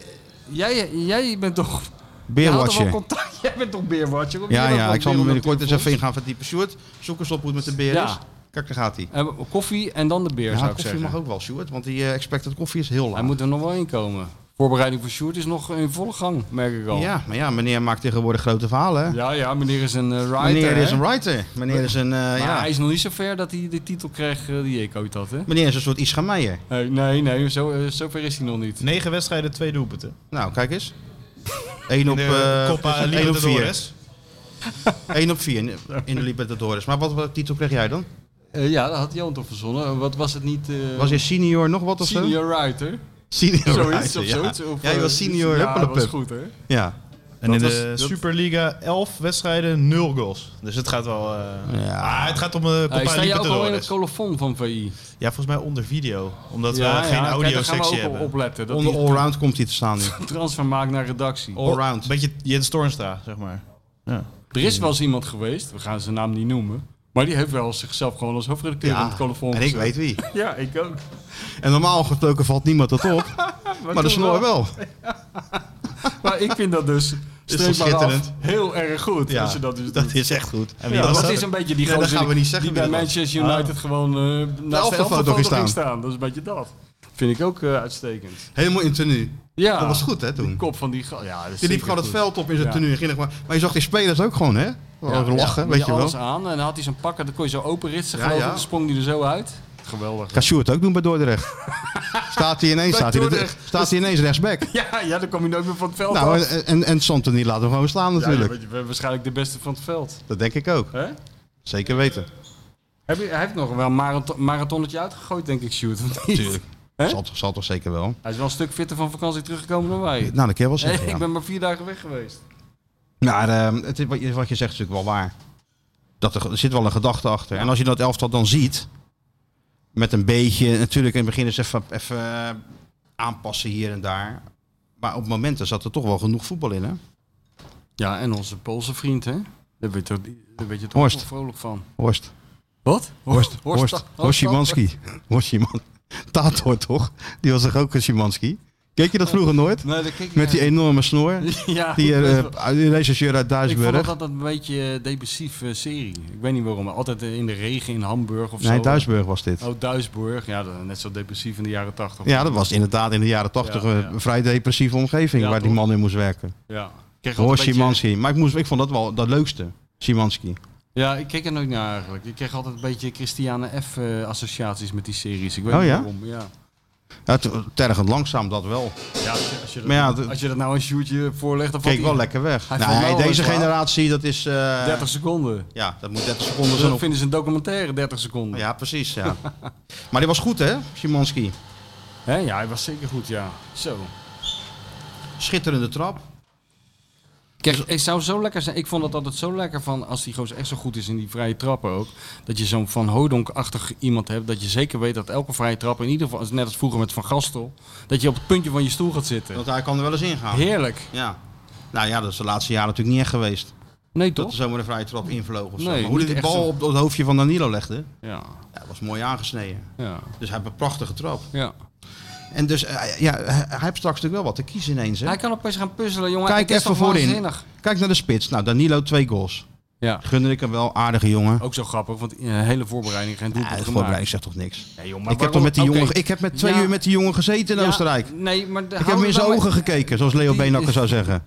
Speaker 4: Jij, jij bent toch... jij had toch wel
Speaker 3: Beerwatcher.
Speaker 4: contact? Jij bent toch beerwatcher? Of
Speaker 3: Ja,
Speaker 4: jij bent
Speaker 3: ja.
Speaker 4: wel
Speaker 3: Ik zal me
Speaker 4: beer-
Speaker 3: binnenkort eens even in gaan verdiepen. Sjoerd, zoek eens op hoe het met de Beer
Speaker 4: Ja.
Speaker 3: is. Kijk, daar gaat hij.
Speaker 4: Eh, Koffie en dan de beer,
Speaker 3: Ja,
Speaker 4: zou ik
Speaker 3: koffie
Speaker 4: zeggen.
Speaker 3: mag ook wel, Stuart, want die eh, expected koffie is heel
Speaker 4: Hij
Speaker 3: laag.
Speaker 4: moet er nog wel in komen. Voorbereiding voor Sjoerd is nog in volle gang, merk ik al.
Speaker 3: Ja, maar ja, meneer maakt tegenwoordig grote verhalen. hè?
Speaker 4: ja, ja, meneer is een eh, writer.
Speaker 3: meneer is
Speaker 4: hè?
Speaker 3: een writer. Meneer is een, eh,
Speaker 4: Maar
Speaker 3: ja,
Speaker 4: hij is nog niet zo ver dat hij de titel kreeg eh, die ik ooit had, hè?
Speaker 3: meneer is een soort Ischa Meijer.
Speaker 4: Nee, nee, nee zo, eh, zo ver is hij nog niet.
Speaker 5: Negen wedstrijden, twee doelpunten.
Speaker 3: Nou, kijk eens. 1
Speaker 5: In
Speaker 3: op,
Speaker 5: de
Speaker 3: eh
Speaker 5: Copa
Speaker 3: één op 4.
Speaker 5: Libertadores.
Speaker 3: 1 op 4 in de Libertadores. Maar wat, wat titel kreeg jij dan?
Speaker 4: Eh, ja, dat had Jan toch verzonnen. Wat was het niet? eh,
Speaker 3: Was je senior nog wat of zo?
Speaker 4: senior writer?
Speaker 3: Senior
Speaker 4: Zoiets
Speaker 3: writer,
Speaker 4: of
Speaker 3: ja.
Speaker 4: zoiets? Of,
Speaker 3: ja, je
Speaker 4: eh,
Speaker 3: was senior.
Speaker 4: Ja, dat was
Speaker 3: huppelepup.
Speaker 4: goed hè?
Speaker 3: Ja.
Speaker 5: En in
Speaker 4: Dat
Speaker 5: de
Speaker 4: was- dat-
Speaker 5: Superliga 11 wedstrijden 0 goals. Dus het gaat wel. eh,
Speaker 3: Ja.
Speaker 5: ah, het gaat om eh
Speaker 4: Hij
Speaker 5: Copa
Speaker 4: sta je ook al in
Speaker 5: Libertadores.
Speaker 4: het colofon van VI?
Speaker 5: Ja, volgens mij onder video. Omdat
Speaker 4: ja,
Speaker 5: we geen
Speaker 4: Kijk, daar gaan
Speaker 5: audio-sectie
Speaker 4: we ook op
Speaker 5: hebben.
Speaker 4: opletten. Dat
Speaker 3: Onder
Speaker 4: die
Speaker 3: allround komt hij te staan nu.
Speaker 4: transfer maakt naar redactie.
Speaker 3: Allround.
Speaker 5: Een beetje Jens Stornstra, zeg maar. Ja.
Speaker 4: Er is wel eens iemand geweest, we gaan zijn naam niet noemen. Maar die heeft wel zichzelf gewoon als hoofdredacteur van het colofon
Speaker 3: en ik
Speaker 4: gezet.
Speaker 3: weet wie.
Speaker 4: Ja, ik ook.
Speaker 3: En normaal gesproken valt niemand dat op, maar, de
Speaker 4: toen
Speaker 3: snor wel.
Speaker 4: Maar ik vind dat dus,
Speaker 3: toch
Speaker 4: streep maar af,
Speaker 3: schitterend?
Speaker 4: heel erg goed.
Speaker 3: Ja,
Speaker 4: als je dat dus
Speaker 3: dat
Speaker 4: doet.
Speaker 3: is echt goed.
Speaker 5: En wie
Speaker 4: Ja,
Speaker 5: was
Speaker 4: dat
Speaker 5: dat?
Speaker 4: is een beetje die
Speaker 3: Nee, dat
Speaker 4: gozer
Speaker 3: gaan we
Speaker 4: die-
Speaker 3: niet zeggen
Speaker 4: die
Speaker 3: wie
Speaker 4: bij
Speaker 3: dat was.
Speaker 4: Manchester United gewoon eh naast de
Speaker 3: elftenfoto
Speaker 4: elftenfoto
Speaker 3: ging
Speaker 4: ging staan.
Speaker 3: staan.
Speaker 4: Dat is een beetje dat. Vind ik ook eh, uitstekend.
Speaker 3: Helemaal in tenue.
Speaker 4: Ja,
Speaker 3: Dat was goed hè
Speaker 4: De
Speaker 3: toen.
Speaker 4: kop van die... ga- Ja, dat is
Speaker 3: Die liep
Speaker 4: zeker
Speaker 3: gewoon het
Speaker 4: goed.
Speaker 3: veld op in zijn
Speaker 4: Ja.
Speaker 3: tenue. en ging er gewoon- maar je zag die spelers ook gewoon hè. Gewoon lachen,
Speaker 4: ja,
Speaker 3: weet je
Speaker 4: alles
Speaker 3: wel.
Speaker 4: aan en dan had hij zo'n pak en dan kon je zo openritsen
Speaker 3: Ja,
Speaker 4: geloof ik.
Speaker 3: ja.
Speaker 4: Dan sprong hij er zo uit. Geweldig.
Speaker 3: Kan Sjoerd ook doen bij Dordrecht. staat hij ineens,
Speaker 4: Bij
Speaker 3: staat hij,
Speaker 4: Dordrecht.
Speaker 3: staat hij ineens rechtsback.
Speaker 4: Ja, ja, dan kwam hij nooit meer van het veld af.
Speaker 3: Nou, en, en, en Santoni laten we gewoon staan
Speaker 4: Ja, je
Speaker 3: natuurlijk.
Speaker 4: bent- je bent waarschijnlijk de beste van het veld.
Speaker 3: Dat denk ik ook.
Speaker 4: Hè?
Speaker 3: Zeker weten.
Speaker 4: Heb je, hij heeft nog wel een marathon- marathonnetje uitgegooid, denk ik, Sjoerd. of niet?
Speaker 3: Tuurlijk.
Speaker 4: Hè?
Speaker 3: Zal, toch- zal toch zeker wel.
Speaker 4: Hij is wel een stuk fitter van vakantie teruggekomen dan wij.
Speaker 3: Nou, dat kun je wel
Speaker 4: Hey,
Speaker 3: zeggen. ja.
Speaker 4: Ik ben maar vier dagen weg geweest.
Speaker 3: Maar ehm, het is, wat, je, wat je zegt is natuurlijk wel waar. Dat er, er zit wel een gedachte achter. En als je dat elftal dan ziet, met een beetje, natuurlijk in het begin is even, even eh, aanpassen hier en daar. Maar op momenten zat er toch wel genoeg voetbal in, hè?
Speaker 4: Ja, en onze Poolse vriend, hè? Daar weet je, toch- daar weet je toch
Speaker 3: Horst.
Speaker 4: wel vrolijk van.
Speaker 3: Horst.
Speaker 4: Wat?
Speaker 3: Horst. Horst.
Speaker 4: Horst-
Speaker 3: Horst,
Speaker 4: Horst-
Speaker 3: Szymanski. Horst Szyman- Tator, toch? Die was toch ook een Szymanski? Keek je dat vroeger nooit?
Speaker 4: Nee, dat kijk
Speaker 3: Met die enorme snor.
Speaker 4: ja,
Speaker 3: Die
Speaker 4: ik weet
Speaker 3: eh
Speaker 4: wel.
Speaker 3: die rechercheur uit
Speaker 4: ik vond dat
Speaker 3: Duisburg.
Speaker 4: altijd een beetje eh, depressieve serie. Ik weet niet waarom. maar Altijd eh, in de regen in Hamburg of zo. eh.
Speaker 3: Nee, Duisburg was dit.
Speaker 4: Oh, Duisburg. Ja, dat- net zo depressief in de jaren tachtig.
Speaker 3: Ja, dat was inderdaad in de jaren tachtig
Speaker 4: Ja, ja.
Speaker 3: een vrij depressieve omgeving
Speaker 4: Ja,
Speaker 3: waar die
Speaker 4: toch?
Speaker 3: man in moest werken.
Speaker 4: Ja. Ik kreeg altijd
Speaker 3: Hoor
Speaker 4: een beetje-
Speaker 3: Szymanski. Maar ik, moest, ik vond dat wel dat leukste. Szymanski.
Speaker 4: Ja, ik keek er nooit naar eigenlijk. Ik kreeg altijd een beetje Christiane F. eh, associaties met die series. Ik weet
Speaker 3: Oh,
Speaker 4: niet
Speaker 3: ja?
Speaker 4: waarom. Ja.
Speaker 3: Ja, het- tergend langzaam, dat wel.
Speaker 4: Ja, als, je, als, je dat,
Speaker 3: Maar ja,
Speaker 4: nou-
Speaker 3: dat-
Speaker 4: als je dat nou een shootje voorlegt, dan valt
Speaker 3: Keek
Speaker 4: die
Speaker 3: wel lekker weg. Nou,
Speaker 4: Hij
Speaker 3: Nee,
Speaker 4: valt wel
Speaker 3: deze
Speaker 4: eens waar.
Speaker 3: generatie, dat is... eh,
Speaker 4: 30 seconden.
Speaker 3: Ja, dat moet 30 seconden
Speaker 4: Dus
Speaker 3: zijn
Speaker 4: dan
Speaker 3: op.
Speaker 4: vinden ze een documentaire 30 seconden. Ja,
Speaker 3: Ja, precies. Ja. maar die was goed, hè, Szymanski.
Speaker 4: Hè? ja hij was zeker goed, ja. Zo.
Speaker 3: Schitterende trap.
Speaker 4: Kijk, het zou zo lekker zijn. Ik vond het altijd zo lekker van als die gozer echt zo goed is in die vrije trappen ook. Dat je zo'n Van Hodonk-achtig iemand hebt. Dat je zeker weet dat elke vrije trap, in ieder geval, net als vroeger met Van Gastel, dat je op het puntje van je stoel gaat zitten.
Speaker 3: Want hij kan er wel eens ingaan.
Speaker 4: Heerlijk.
Speaker 3: Ja. Nou ja, dat is de laatste jaren natuurlijk niet echt geweest.
Speaker 4: Nee,
Speaker 3: Dat
Speaker 4: toch?
Speaker 3: er zomaar een vrije trap invloog of zo.
Speaker 4: Nee,
Speaker 3: maar hoe
Speaker 4: niet
Speaker 3: hij die
Speaker 4: echt
Speaker 3: bal
Speaker 4: zo.
Speaker 3: op het hoofdje van Danilo legde,
Speaker 4: Ja.
Speaker 3: ja, dat was mooi aangesneden.
Speaker 4: Ja.
Speaker 3: Dus hij heeft een prachtige trap.
Speaker 4: ja.
Speaker 3: En dus eh, ja, hij hij heeft straks natuurlijk wel wat te kiezen ineens. Hè?
Speaker 4: Hij kan opeens gaan puzzelen, jongen.
Speaker 3: Kijk
Speaker 4: Het is
Speaker 3: even
Speaker 4: toch
Speaker 3: voorin.
Speaker 4: waanzinnig?
Speaker 3: Kijk naar de spits. Nou, Danilo twee goals.
Speaker 4: Ja.
Speaker 3: Gunde ik hem wel, aardige jongen.
Speaker 4: Ook zo grappig, want in een hele voorbereiding geen doelpunt
Speaker 3: Ja, de
Speaker 4: gemaakt.
Speaker 3: voorbereiding zegt toch niks.
Speaker 4: Nee, joh, maar
Speaker 3: Ik heb, toch
Speaker 4: waarom-
Speaker 3: met die
Speaker 4: Oké.
Speaker 3: jongen, ik heb met twee
Speaker 4: Ja.
Speaker 3: uur met die jongen gezeten in
Speaker 4: Ja,
Speaker 3: Oostenrijk.
Speaker 4: Nee, maar de-
Speaker 3: Ik heb
Speaker 4: hou
Speaker 3: hem in
Speaker 4: er
Speaker 3: zijn
Speaker 4: nou-
Speaker 3: ogen gekeken, zoals Leo
Speaker 4: Die-
Speaker 3: Beenakker zou zeggen.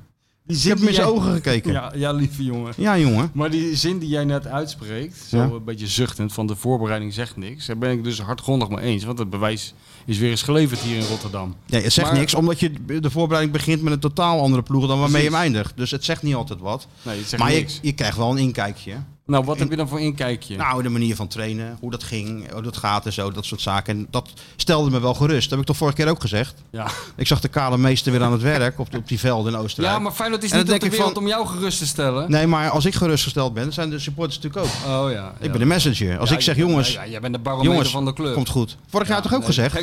Speaker 4: die
Speaker 3: Ik heb hem in zijn
Speaker 4: jij-
Speaker 3: ogen gekeken. Ja,
Speaker 4: Ja, ja, lieve jongen.
Speaker 3: jongen.
Speaker 4: Maar die zin die jij net uitspreekt, zo
Speaker 3: Ja.
Speaker 4: een beetje zuchtend van de voorbereiding zegt niks. Daar ben ik dus hardgrondig mee eens, want het bewijs is weer eens geleverd hier in Rotterdam.
Speaker 3: Nee, het zegt
Speaker 4: Maar-
Speaker 3: niks, omdat je de voorbereiding begint met een totaal andere ploeg dan waarmee je hem eindigt. Dus het zegt niet altijd wat.
Speaker 4: Nee, het zegt
Speaker 3: Maar je,
Speaker 4: niks.
Speaker 3: je krijgt wel een inkijkje.
Speaker 4: Nou, wat heb je dan voor inkijkje?
Speaker 3: Nou, de manier van trainen, hoe dat ging, hoe dat gaat en zo, dat soort zaken. En dat stelde me wel gerust. Dat heb ik toch vorige keer ook gezegd.
Speaker 4: ja.
Speaker 3: Ik zag de kale meester weer aan het werk op, op die velden in Oostenrijk.
Speaker 4: ja, maar Feyenoord is
Speaker 3: En
Speaker 4: niet
Speaker 3: dan
Speaker 4: op de
Speaker 3: denk ik
Speaker 4: wereld
Speaker 3: van-
Speaker 4: om jou gerust te stellen.
Speaker 3: Nee, maar als ik gerustgesteld ben, zijn de supporters natuurlijk ook.
Speaker 4: Oh ja.
Speaker 3: Ik ben de messenger. Als ik zeg, jongens,
Speaker 4: Ja, jij bent de barometer
Speaker 3: jongens,
Speaker 4: van de club.
Speaker 3: komt goed. Vorig jaar had toch ook gezegd? Hij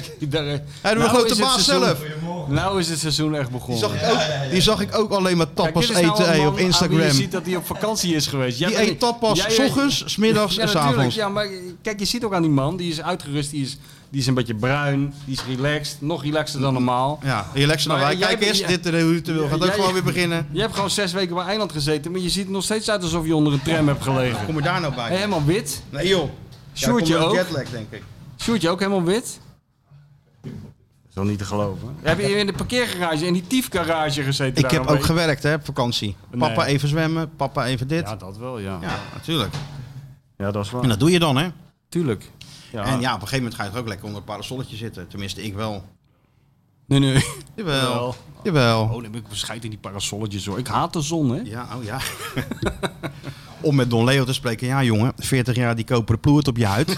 Speaker 4: Hij
Speaker 3: doet een grote baas zelf.
Speaker 4: Nou is het seizoen echt
Speaker 3: Die
Speaker 4: begonnen.
Speaker 3: zag, ik ook, die zag ik ook alleen maar
Speaker 4: Kijk,
Speaker 3: tapas
Speaker 4: dit is nou
Speaker 3: eten
Speaker 4: een
Speaker 3: hey,
Speaker 4: man
Speaker 3: op
Speaker 4: aan wie Je
Speaker 3: Instagram.
Speaker 4: ziet dat hij op vakantie is geweest. Jij
Speaker 3: Die
Speaker 4: bent-
Speaker 3: eet tapas
Speaker 4: jij-
Speaker 3: s ochtends, s middags
Speaker 4: Ja,
Speaker 3: en s
Speaker 4: natuurlijk.
Speaker 3: avonds.
Speaker 4: Ja, maar kijk, je ziet ook aan die man. Die is uitgerust, die is, die is een beetje bruin, die is relaxed. Nog relaxter dan normaal.
Speaker 3: Ja, relax nou.
Speaker 4: Maar
Speaker 3: wij.
Speaker 4: jij
Speaker 3: Kijk
Speaker 4: bent-
Speaker 3: eens,
Speaker 4: jij-
Speaker 3: dit eh, ritueel gaat ook
Speaker 4: jij-
Speaker 3: gewoon weer beginnen.
Speaker 4: Je hebt gewoon zes weken bij Eiland gezeten, maar je ziet er nog steeds uit alsof je onder een tram hebt gelegen.
Speaker 3: Kom je daar nou bij?
Speaker 4: Helemaal wit.
Speaker 3: Nee joh.
Speaker 4: Sjoerdje
Speaker 3: ja, komt door
Speaker 4: ook.
Speaker 3: jetlag denk ik.
Speaker 4: Sjoerdje ook helemaal wit. Dat is wel niet te geloven. Heb je in de parkeergarage, in die tiefgarage gezeten?
Speaker 3: Ik
Speaker 4: daar
Speaker 3: heb
Speaker 4: een
Speaker 3: ook
Speaker 4: week?
Speaker 3: gewerkt hè, op vakantie. Papa even zwemmen, papa even dit.
Speaker 4: Ja,
Speaker 3: Ja,
Speaker 4: dat wel, ja.
Speaker 3: natuurlijk.
Speaker 4: Ja, dat is waar.
Speaker 3: En dat doe je dan hè.
Speaker 4: Tuurlijk. Ja.
Speaker 3: En ja, op een gegeven moment ga je toch ook lekker onder een parasolletje zitten. Tenminste, ik wel.
Speaker 4: Nee, nee.
Speaker 3: Jawel.
Speaker 4: Jawel.
Speaker 3: Jawel.
Speaker 4: Oh, dan ben ik bescheid in die parasolletjes hoor. Ik haat de zon, hè?
Speaker 3: Ja, oh ja. om met Don Leo te spreken. Ja, jongen, 40 jaar die koperen ploert op je huid.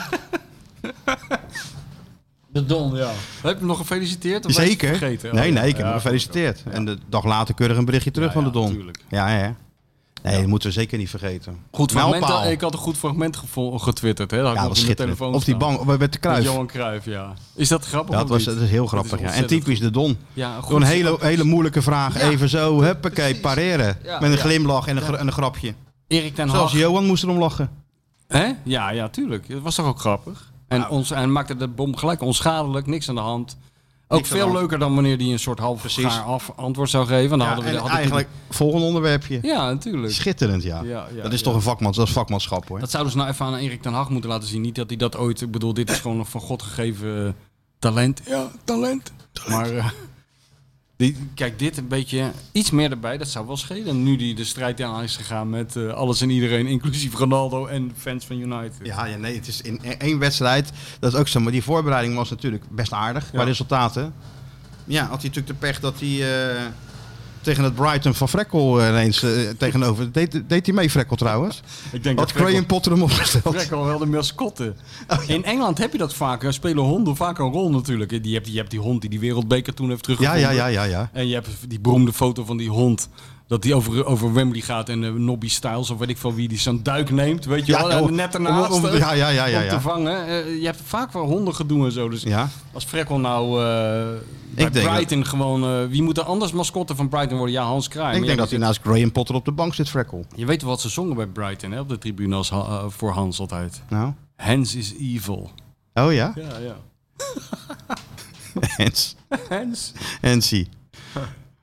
Speaker 4: De Don, ja. Heb je hem nog gefeliciteerd? Of
Speaker 3: Zeker.
Speaker 4: was je het vergeten?
Speaker 3: nee,
Speaker 4: Oh, ja.
Speaker 3: nee, ik heb
Speaker 4: Ja,
Speaker 3: hem gefeliciteerd. En de dag later keurig een berichtje terug
Speaker 4: Ja,
Speaker 3: van de
Speaker 4: ja,
Speaker 3: Don.
Speaker 4: tuurlijk.
Speaker 3: Ja, ja. ja. Nee, dat moeten we zeker niet vergeten.
Speaker 4: Goed fragment, eh,
Speaker 3: Mijlpaal.
Speaker 4: ik had een goed fragment gevo- getwitterd. Hè? Dat had
Speaker 3: Ja,
Speaker 4: ik
Speaker 3: dat
Speaker 4: nog
Speaker 3: was schitterend.
Speaker 4: op mijn telefoon
Speaker 3: Of die
Speaker 4: staan.
Speaker 3: bank, met de
Speaker 4: Met
Speaker 3: kruif.
Speaker 4: Johan Cruijff, ja. Is dat grappig?
Speaker 3: Ja,
Speaker 4: of
Speaker 3: dat, was,
Speaker 4: niet?
Speaker 3: dat is heel
Speaker 4: is
Speaker 3: grappig. ja. En
Speaker 4: ontzettend
Speaker 3: typisch de Don.
Speaker 4: Ja, goed.
Speaker 3: Door een hele, hele moeilijke vraag, even zo, huppakee, pareren.
Speaker 4: Ja.
Speaker 3: Met een
Speaker 4: Ja.
Speaker 3: glimlach en een, gra- en een grapje.
Speaker 4: Erik ten
Speaker 3: Zelfs
Speaker 4: Hag.
Speaker 3: Johan moest erom lachen.
Speaker 4: Hè? Ja, ja, tuurlijk. Dat was toch ook grappig? En,
Speaker 3: Nou.
Speaker 4: ons, en maakte de bom gelijk onschadelijk, niks aan de hand. Ook
Speaker 3: Niks aan
Speaker 4: veel
Speaker 3: de hand.
Speaker 4: leuker dan wanneer hij een soort half
Speaker 3: Precies.
Speaker 4: gaar af antwoord zou geven. Dan
Speaker 3: Ja,
Speaker 4: hadden we
Speaker 3: en
Speaker 4: had ik-
Speaker 3: eigenlijk, volgende onderwerpje.
Speaker 4: Ja, natuurlijk.
Speaker 3: Schitterend, ja.
Speaker 4: Ja, ja,
Speaker 3: dat is
Speaker 4: ja.
Speaker 3: toch een vakmans, dat is vakmanschap hoor.
Speaker 4: Dat zouden ze nou even aan Erik ten Hag moeten laten zien. Niet dat hij dat ooit... Ik bedoel, dit is gewoon een van God gegeven eh, talent. Ja, talent. Maar eh, die, kijk, dit een beetje iets meer erbij. Dat zou wel schelen. Nu die de strijd aan is gegaan met eh, alles en iedereen. Inclusief Ronaldo en fans van United.
Speaker 3: Ja, ja, nee, het is in e- één wedstrijd. Dat is ook zo. Maar die voorbereiding was natuurlijk best aardig qua
Speaker 4: Ja.
Speaker 3: resultaten. Ja, had hij natuurlijk de pech dat hij eh, tegen het Brighton van Frekkel eh, ineens eh, tegenover. Deed, deed hij mee, Frekkel trouwens?
Speaker 4: Ik denk
Speaker 3: Had
Speaker 4: Frenkel-
Speaker 3: Graham Potter hem opgesteld?
Speaker 4: Trek al wel de mascotte.
Speaker 3: Oh,
Speaker 4: In Engeland heb je dat vaak. Er spelen honden vaak een rol natuurlijk. Je hebt, je hebt die hond die die wereldbeker toen heeft
Speaker 3: Ja,
Speaker 4: teruggevonden.
Speaker 3: ja, ja, ja, ja.
Speaker 4: En je hebt die beroemde foto van die hond. Dat die over, over Wembley gaat en eh, Nobby Styles of weet ik van wie die zo'n duik neemt. Weet je
Speaker 3: Ja,
Speaker 4: wel, En
Speaker 3: joh.
Speaker 4: net ernaast
Speaker 3: Om- om-
Speaker 4: eh,
Speaker 3: ja, ja, ja, ja,
Speaker 4: om te
Speaker 3: ja.
Speaker 4: vangen. Eh, je hebt vaak wel honden gedoe en zo. Dus
Speaker 3: Ja.
Speaker 4: als Frekkel nou eh bij
Speaker 3: denk dat-
Speaker 4: Brighton gewoon... eh, wie moet er anders mascotte van Brighton worden? Ja, Hans Kraai.
Speaker 3: Ik denk dat hij naast Graham Potter op de bank zit, Frekkel.
Speaker 4: Je weet wel wat ze zongen bij Brighton hè, op de tribune als, ha- eh, voor Hans altijd.
Speaker 3: Nou.
Speaker 4: Hans is evil.
Speaker 3: Oh ja?
Speaker 4: Ja, ja.
Speaker 3: Hens.
Speaker 4: Hens.
Speaker 3: Hensie.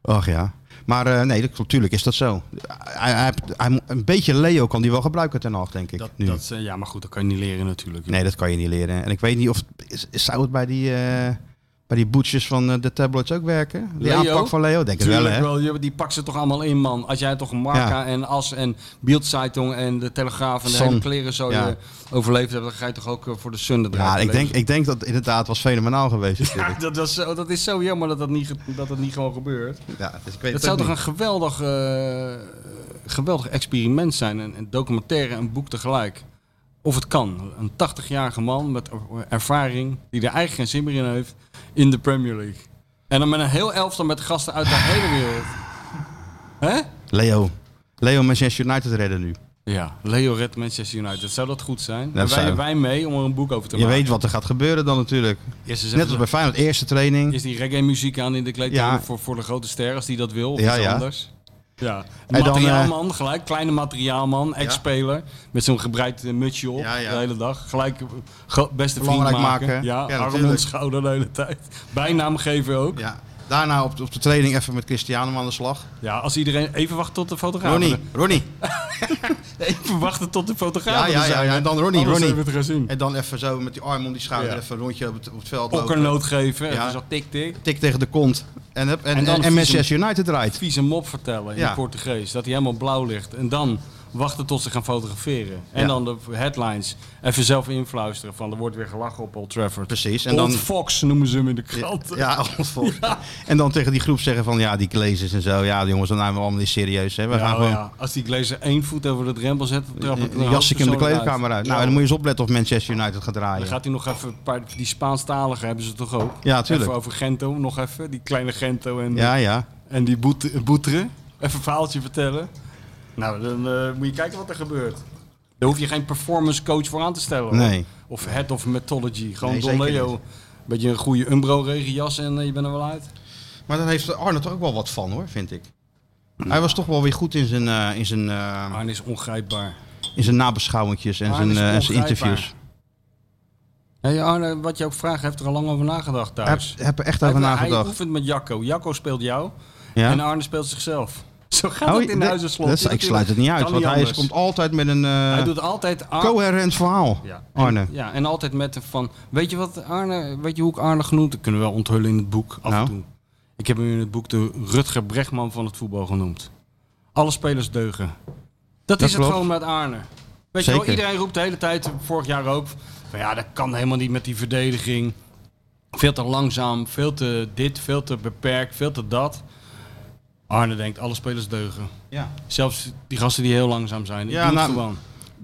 Speaker 3: Och ja. Maar eh, nee, dat- natuurlijk is dat zo. Hij, hij, hij moet- een beetje Leo kan die wel gebruiken ten acht, denk ik.
Speaker 4: Dat,
Speaker 3: nu.
Speaker 4: dat, is, eh, ja, maar goed, dat kan je niet leren natuurlijk. joh.
Speaker 3: Nee, dat kan je niet leren. En ik weet niet of... is- is- Zou het bij die, eh, bij die boetjes van eh, de tabloids ook werken? Die
Speaker 4: Leo?
Speaker 3: aanpak van Leo? Denk ik wel,
Speaker 4: Tuurlijk
Speaker 3: hè?
Speaker 4: wel, je- die pakt ze toch allemaal in, man. Als jij toch Marca
Speaker 3: Ja.
Speaker 4: en As en Bildzeitung en de Telegraaf en de
Speaker 3: Sun.
Speaker 4: hele kleren zo
Speaker 3: Ja.
Speaker 4: eh, overleefd hebt, dan ga je toch ook eh, voor de Sun eruit
Speaker 3: Ja, ik
Speaker 4: leven.
Speaker 3: denk, ik denk dat het inderdaad was fenomenaal geweest.
Speaker 4: Ja,
Speaker 3: natuurlijk.
Speaker 4: dat, was zo, dat is zo jammer dat dat niet, ge- dat dat niet gewoon gebeurt.
Speaker 3: Ja, dus ik weet
Speaker 4: Dat
Speaker 3: het
Speaker 4: zou
Speaker 3: ook
Speaker 4: toch
Speaker 3: niet.
Speaker 4: een geweldig, eh, geweldig experiment zijn. Een, een documentaire en een boek tegelijk. Of het kan. Een 80-jarige man met er- ervaring, die er eigenlijk geen zin meer in heeft, in de Premier League. En dan met een heel elftal met gasten uit de hele wereld. Hè?
Speaker 3: Leo. Leo Manchester United redden nu.
Speaker 4: Ja, Leo redt Manchester United. Zou dat goed zijn?
Speaker 3: Dat
Speaker 4: en wij,
Speaker 3: zou-
Speaker 4: wij mee om er een boek over te
Speaker 3: Je
Speaker 4: maken.
Speaker 3: weet wat er gaat gebeuren dan natuurlijk.
Speaker 4: Eerst eens
Speaker 3: Net als
Speaker 4: even-
Speaker 3: bij Feyenoord. Eerste training.
Speaker 4: Is die reggae muziek aan in de kleedkamer
Speaker 3: Ja.
Speaker 4: voor, voor de grote ster als die dat wil of
Speaker 3: Ja,
Speaker 4: iets
Speaker 3: ja.
Speaker 4: anders? Ja.
Speaker 3: dan, eh,
Speaker 4: materiaalman, gelijk. Kleine materiaalman, ex-speler. Met zo'n gebreid eh, mutsje op
Speaker 3: Ja, ja.
Speaker 4: de hele dag. Gelijk eh, ge- beste
Speaker 3: Belangrijk
Speaker 4: vriend maken.
Speaker 3: maken.
Speaker 4: Ja,
Speaker 3: Ja,
Speaker 4: arm en
Speaker 3: natuurlijk.
Speaker 4: schouder de hele tijd. Bijnaam geven ook. Ja,
Speaker 3: Ja. Daarna op de, op de training even met Cristiano aan de slag.
Speaker 4: als iedereen even wacht tot de fotograaf.
Speaker 3: Ronnie, Ronnie.
Speaker 4: Even wachten tot de fotograaf.
Speaker 3: Ja,
Speaker 4: er
Speaker 3: ja,
Speaker 4: zijn.
Speaker 3: ja, ja. En dan Ronnie,
Speaker 4: Anders
Speaker 3: Ronnie.
Speaker 4: hebben we het gezien.
Speaker 3: En dan even zo met die arm om die schouder
Speaker 4: Ja.
Speaker 3: even een rondje op het, op het veld lopen.
Speaker 4: Okkernoot geven.
Speaker 3: eh, Ja.
Speaker 4: Ja. Zo tik tik.
Speaker 3: Tik tegen de kont. En, hup, en,
Speaker 4: En
Speaker 3: en,
Speaker 4: dan
Speaker 3: en
Speaker 4: vies
Speaker 3: Manchester United draait.
Speaker 4: vieze mop vertellen in
Speaker 3: Ja.
Speaker 4: het Portugees. Dat hij helemaal blauw ligt. En dan wachten tot ze gaan fotograferen. En
Speaker 3: Ja.
Speaker 4: dan de headlines. Even zelf influisteren van er wordt weer gelachen op Old Trafford.
Speaker 3: Precies, en
Speaker 4: En dan
Speaker 3: dan-
Speaker 4: Fox noemen ze hem in de krant.
Speaker 3: Ja, allemaal vol. En dan tegen die groep zeggen van ja, die glazers en zo. Ja, die jongens, dan nemen we allemaal niet serieus. Hè. We
Speaker 4: Ja,
Speaker 3: gaan
Speaker 4: oh
Speaker 3: gewoon
Speaker 4: ja. Als die glazer één voet over de drempel zet, dan trap ik
Speaker 3: een jasje in de kleedkamer uit. Nou, en dan
Speaker 4: dan,
Speaker 3: moet je eens opletten of Manchester United gaat draaien.
Speaker 4: gaat hij nog even een paar, die Spaanstaligen hebben ze toch ook?
Speaker 3: Ja, tuurlijk.
Speaker 4: Even over Gento, nog even. Die kleine Gento en,
Speaker 3: Ja, ja.
Speaker 4: en die boet, boetere. Even een verhaaltje vertellen. Nou, dan eh, moet je kijken wat er gebeurt. Daar hoef je geen performance coach voor aan te stellen. hoor.
Speaker 3: Nee.
Speaker 4: Of head of methodology. Gewoon
Speaker 3: Nee,
Speaker 4: Don
Speaker 3: zeker
Speaker 4: Leo.
Speaker 3: niet.
Speaker 4: Beetje een goede Umbro-regenjas en eh, je bent er wel uit.
Speaker 3: Maar daar heeft Arne toch ook wel wat van hoor, vind ik. Hij was toch wel weer goed in zijn, eh, in zijn, eh,
Speaker 4: Arne is ongrijpbaar.
Speaker 3: in zijn nabeschouwingjes en
Speaker 4: Arne
Speaker 3: zijn,
Speaker 4: is
Speaker 3: eh, en zijn
Speaker 4: ongrijpbaar.
Speaker 3: interviews.
Speaker 4: Hey Arne, wat je ook vraagt, heeft er al lang over nagedacht
Speaker 3: Hij
Speaker 4: thuis.
Speaker 3: heb er echt over
Speaker 4: Hij- Hij
Speaker 3: nagedacht.
Speaker 4: oefent met Jacco. Jacco speelt jou
Speaker 3: Ja?
Speaker 4: en Arne speelt zichzelf. Zo gaat het in
Speaker 3: dat-
Speaker 4: de huizenslot.
Speaker 3: dat is- ik sluit het niet uit, want hij is, komt altijd met een eh,
Speaker 4: Hij doet altijd... Ar-
Speaker 3: coherent verhaal.
Speaker 4: Ja. En,
Speaker 3: Arne.
Speaker 4: Ja, en altijd met een van, weet je wat Arne, weet je hoe ik Arne genoemd? Dat kunnen we wel onthullen in het boek af
Speaker 3: Nou.
Speaker 4: en toe. Ik heb hem in het boek de Rutger Bregman van het voetbal genoemd. Alle spelers deugen. Dat, is
Speaker 3: klopt.
Speaker 4: het gewoon met Arne. Weet je
Speaker 3: Zeker.
Speaker 4: wel, iedereen roept de hele tijd, vorig jaar ook, van ja, dat kan helemaal niet met die verdediging. Veel te langzaam, veel te dit, veel te beperkt, veel te dat. Arne denkt, alle spelers deugen.
Speaker 3: Ja.
Speaker 4: Zelfs die gasten die heel langzaam zijn.
Speaker 3: Ja,
Speaker 4: Ja, doe het
Speaker 3: nou,
Speaker 4: gewoon.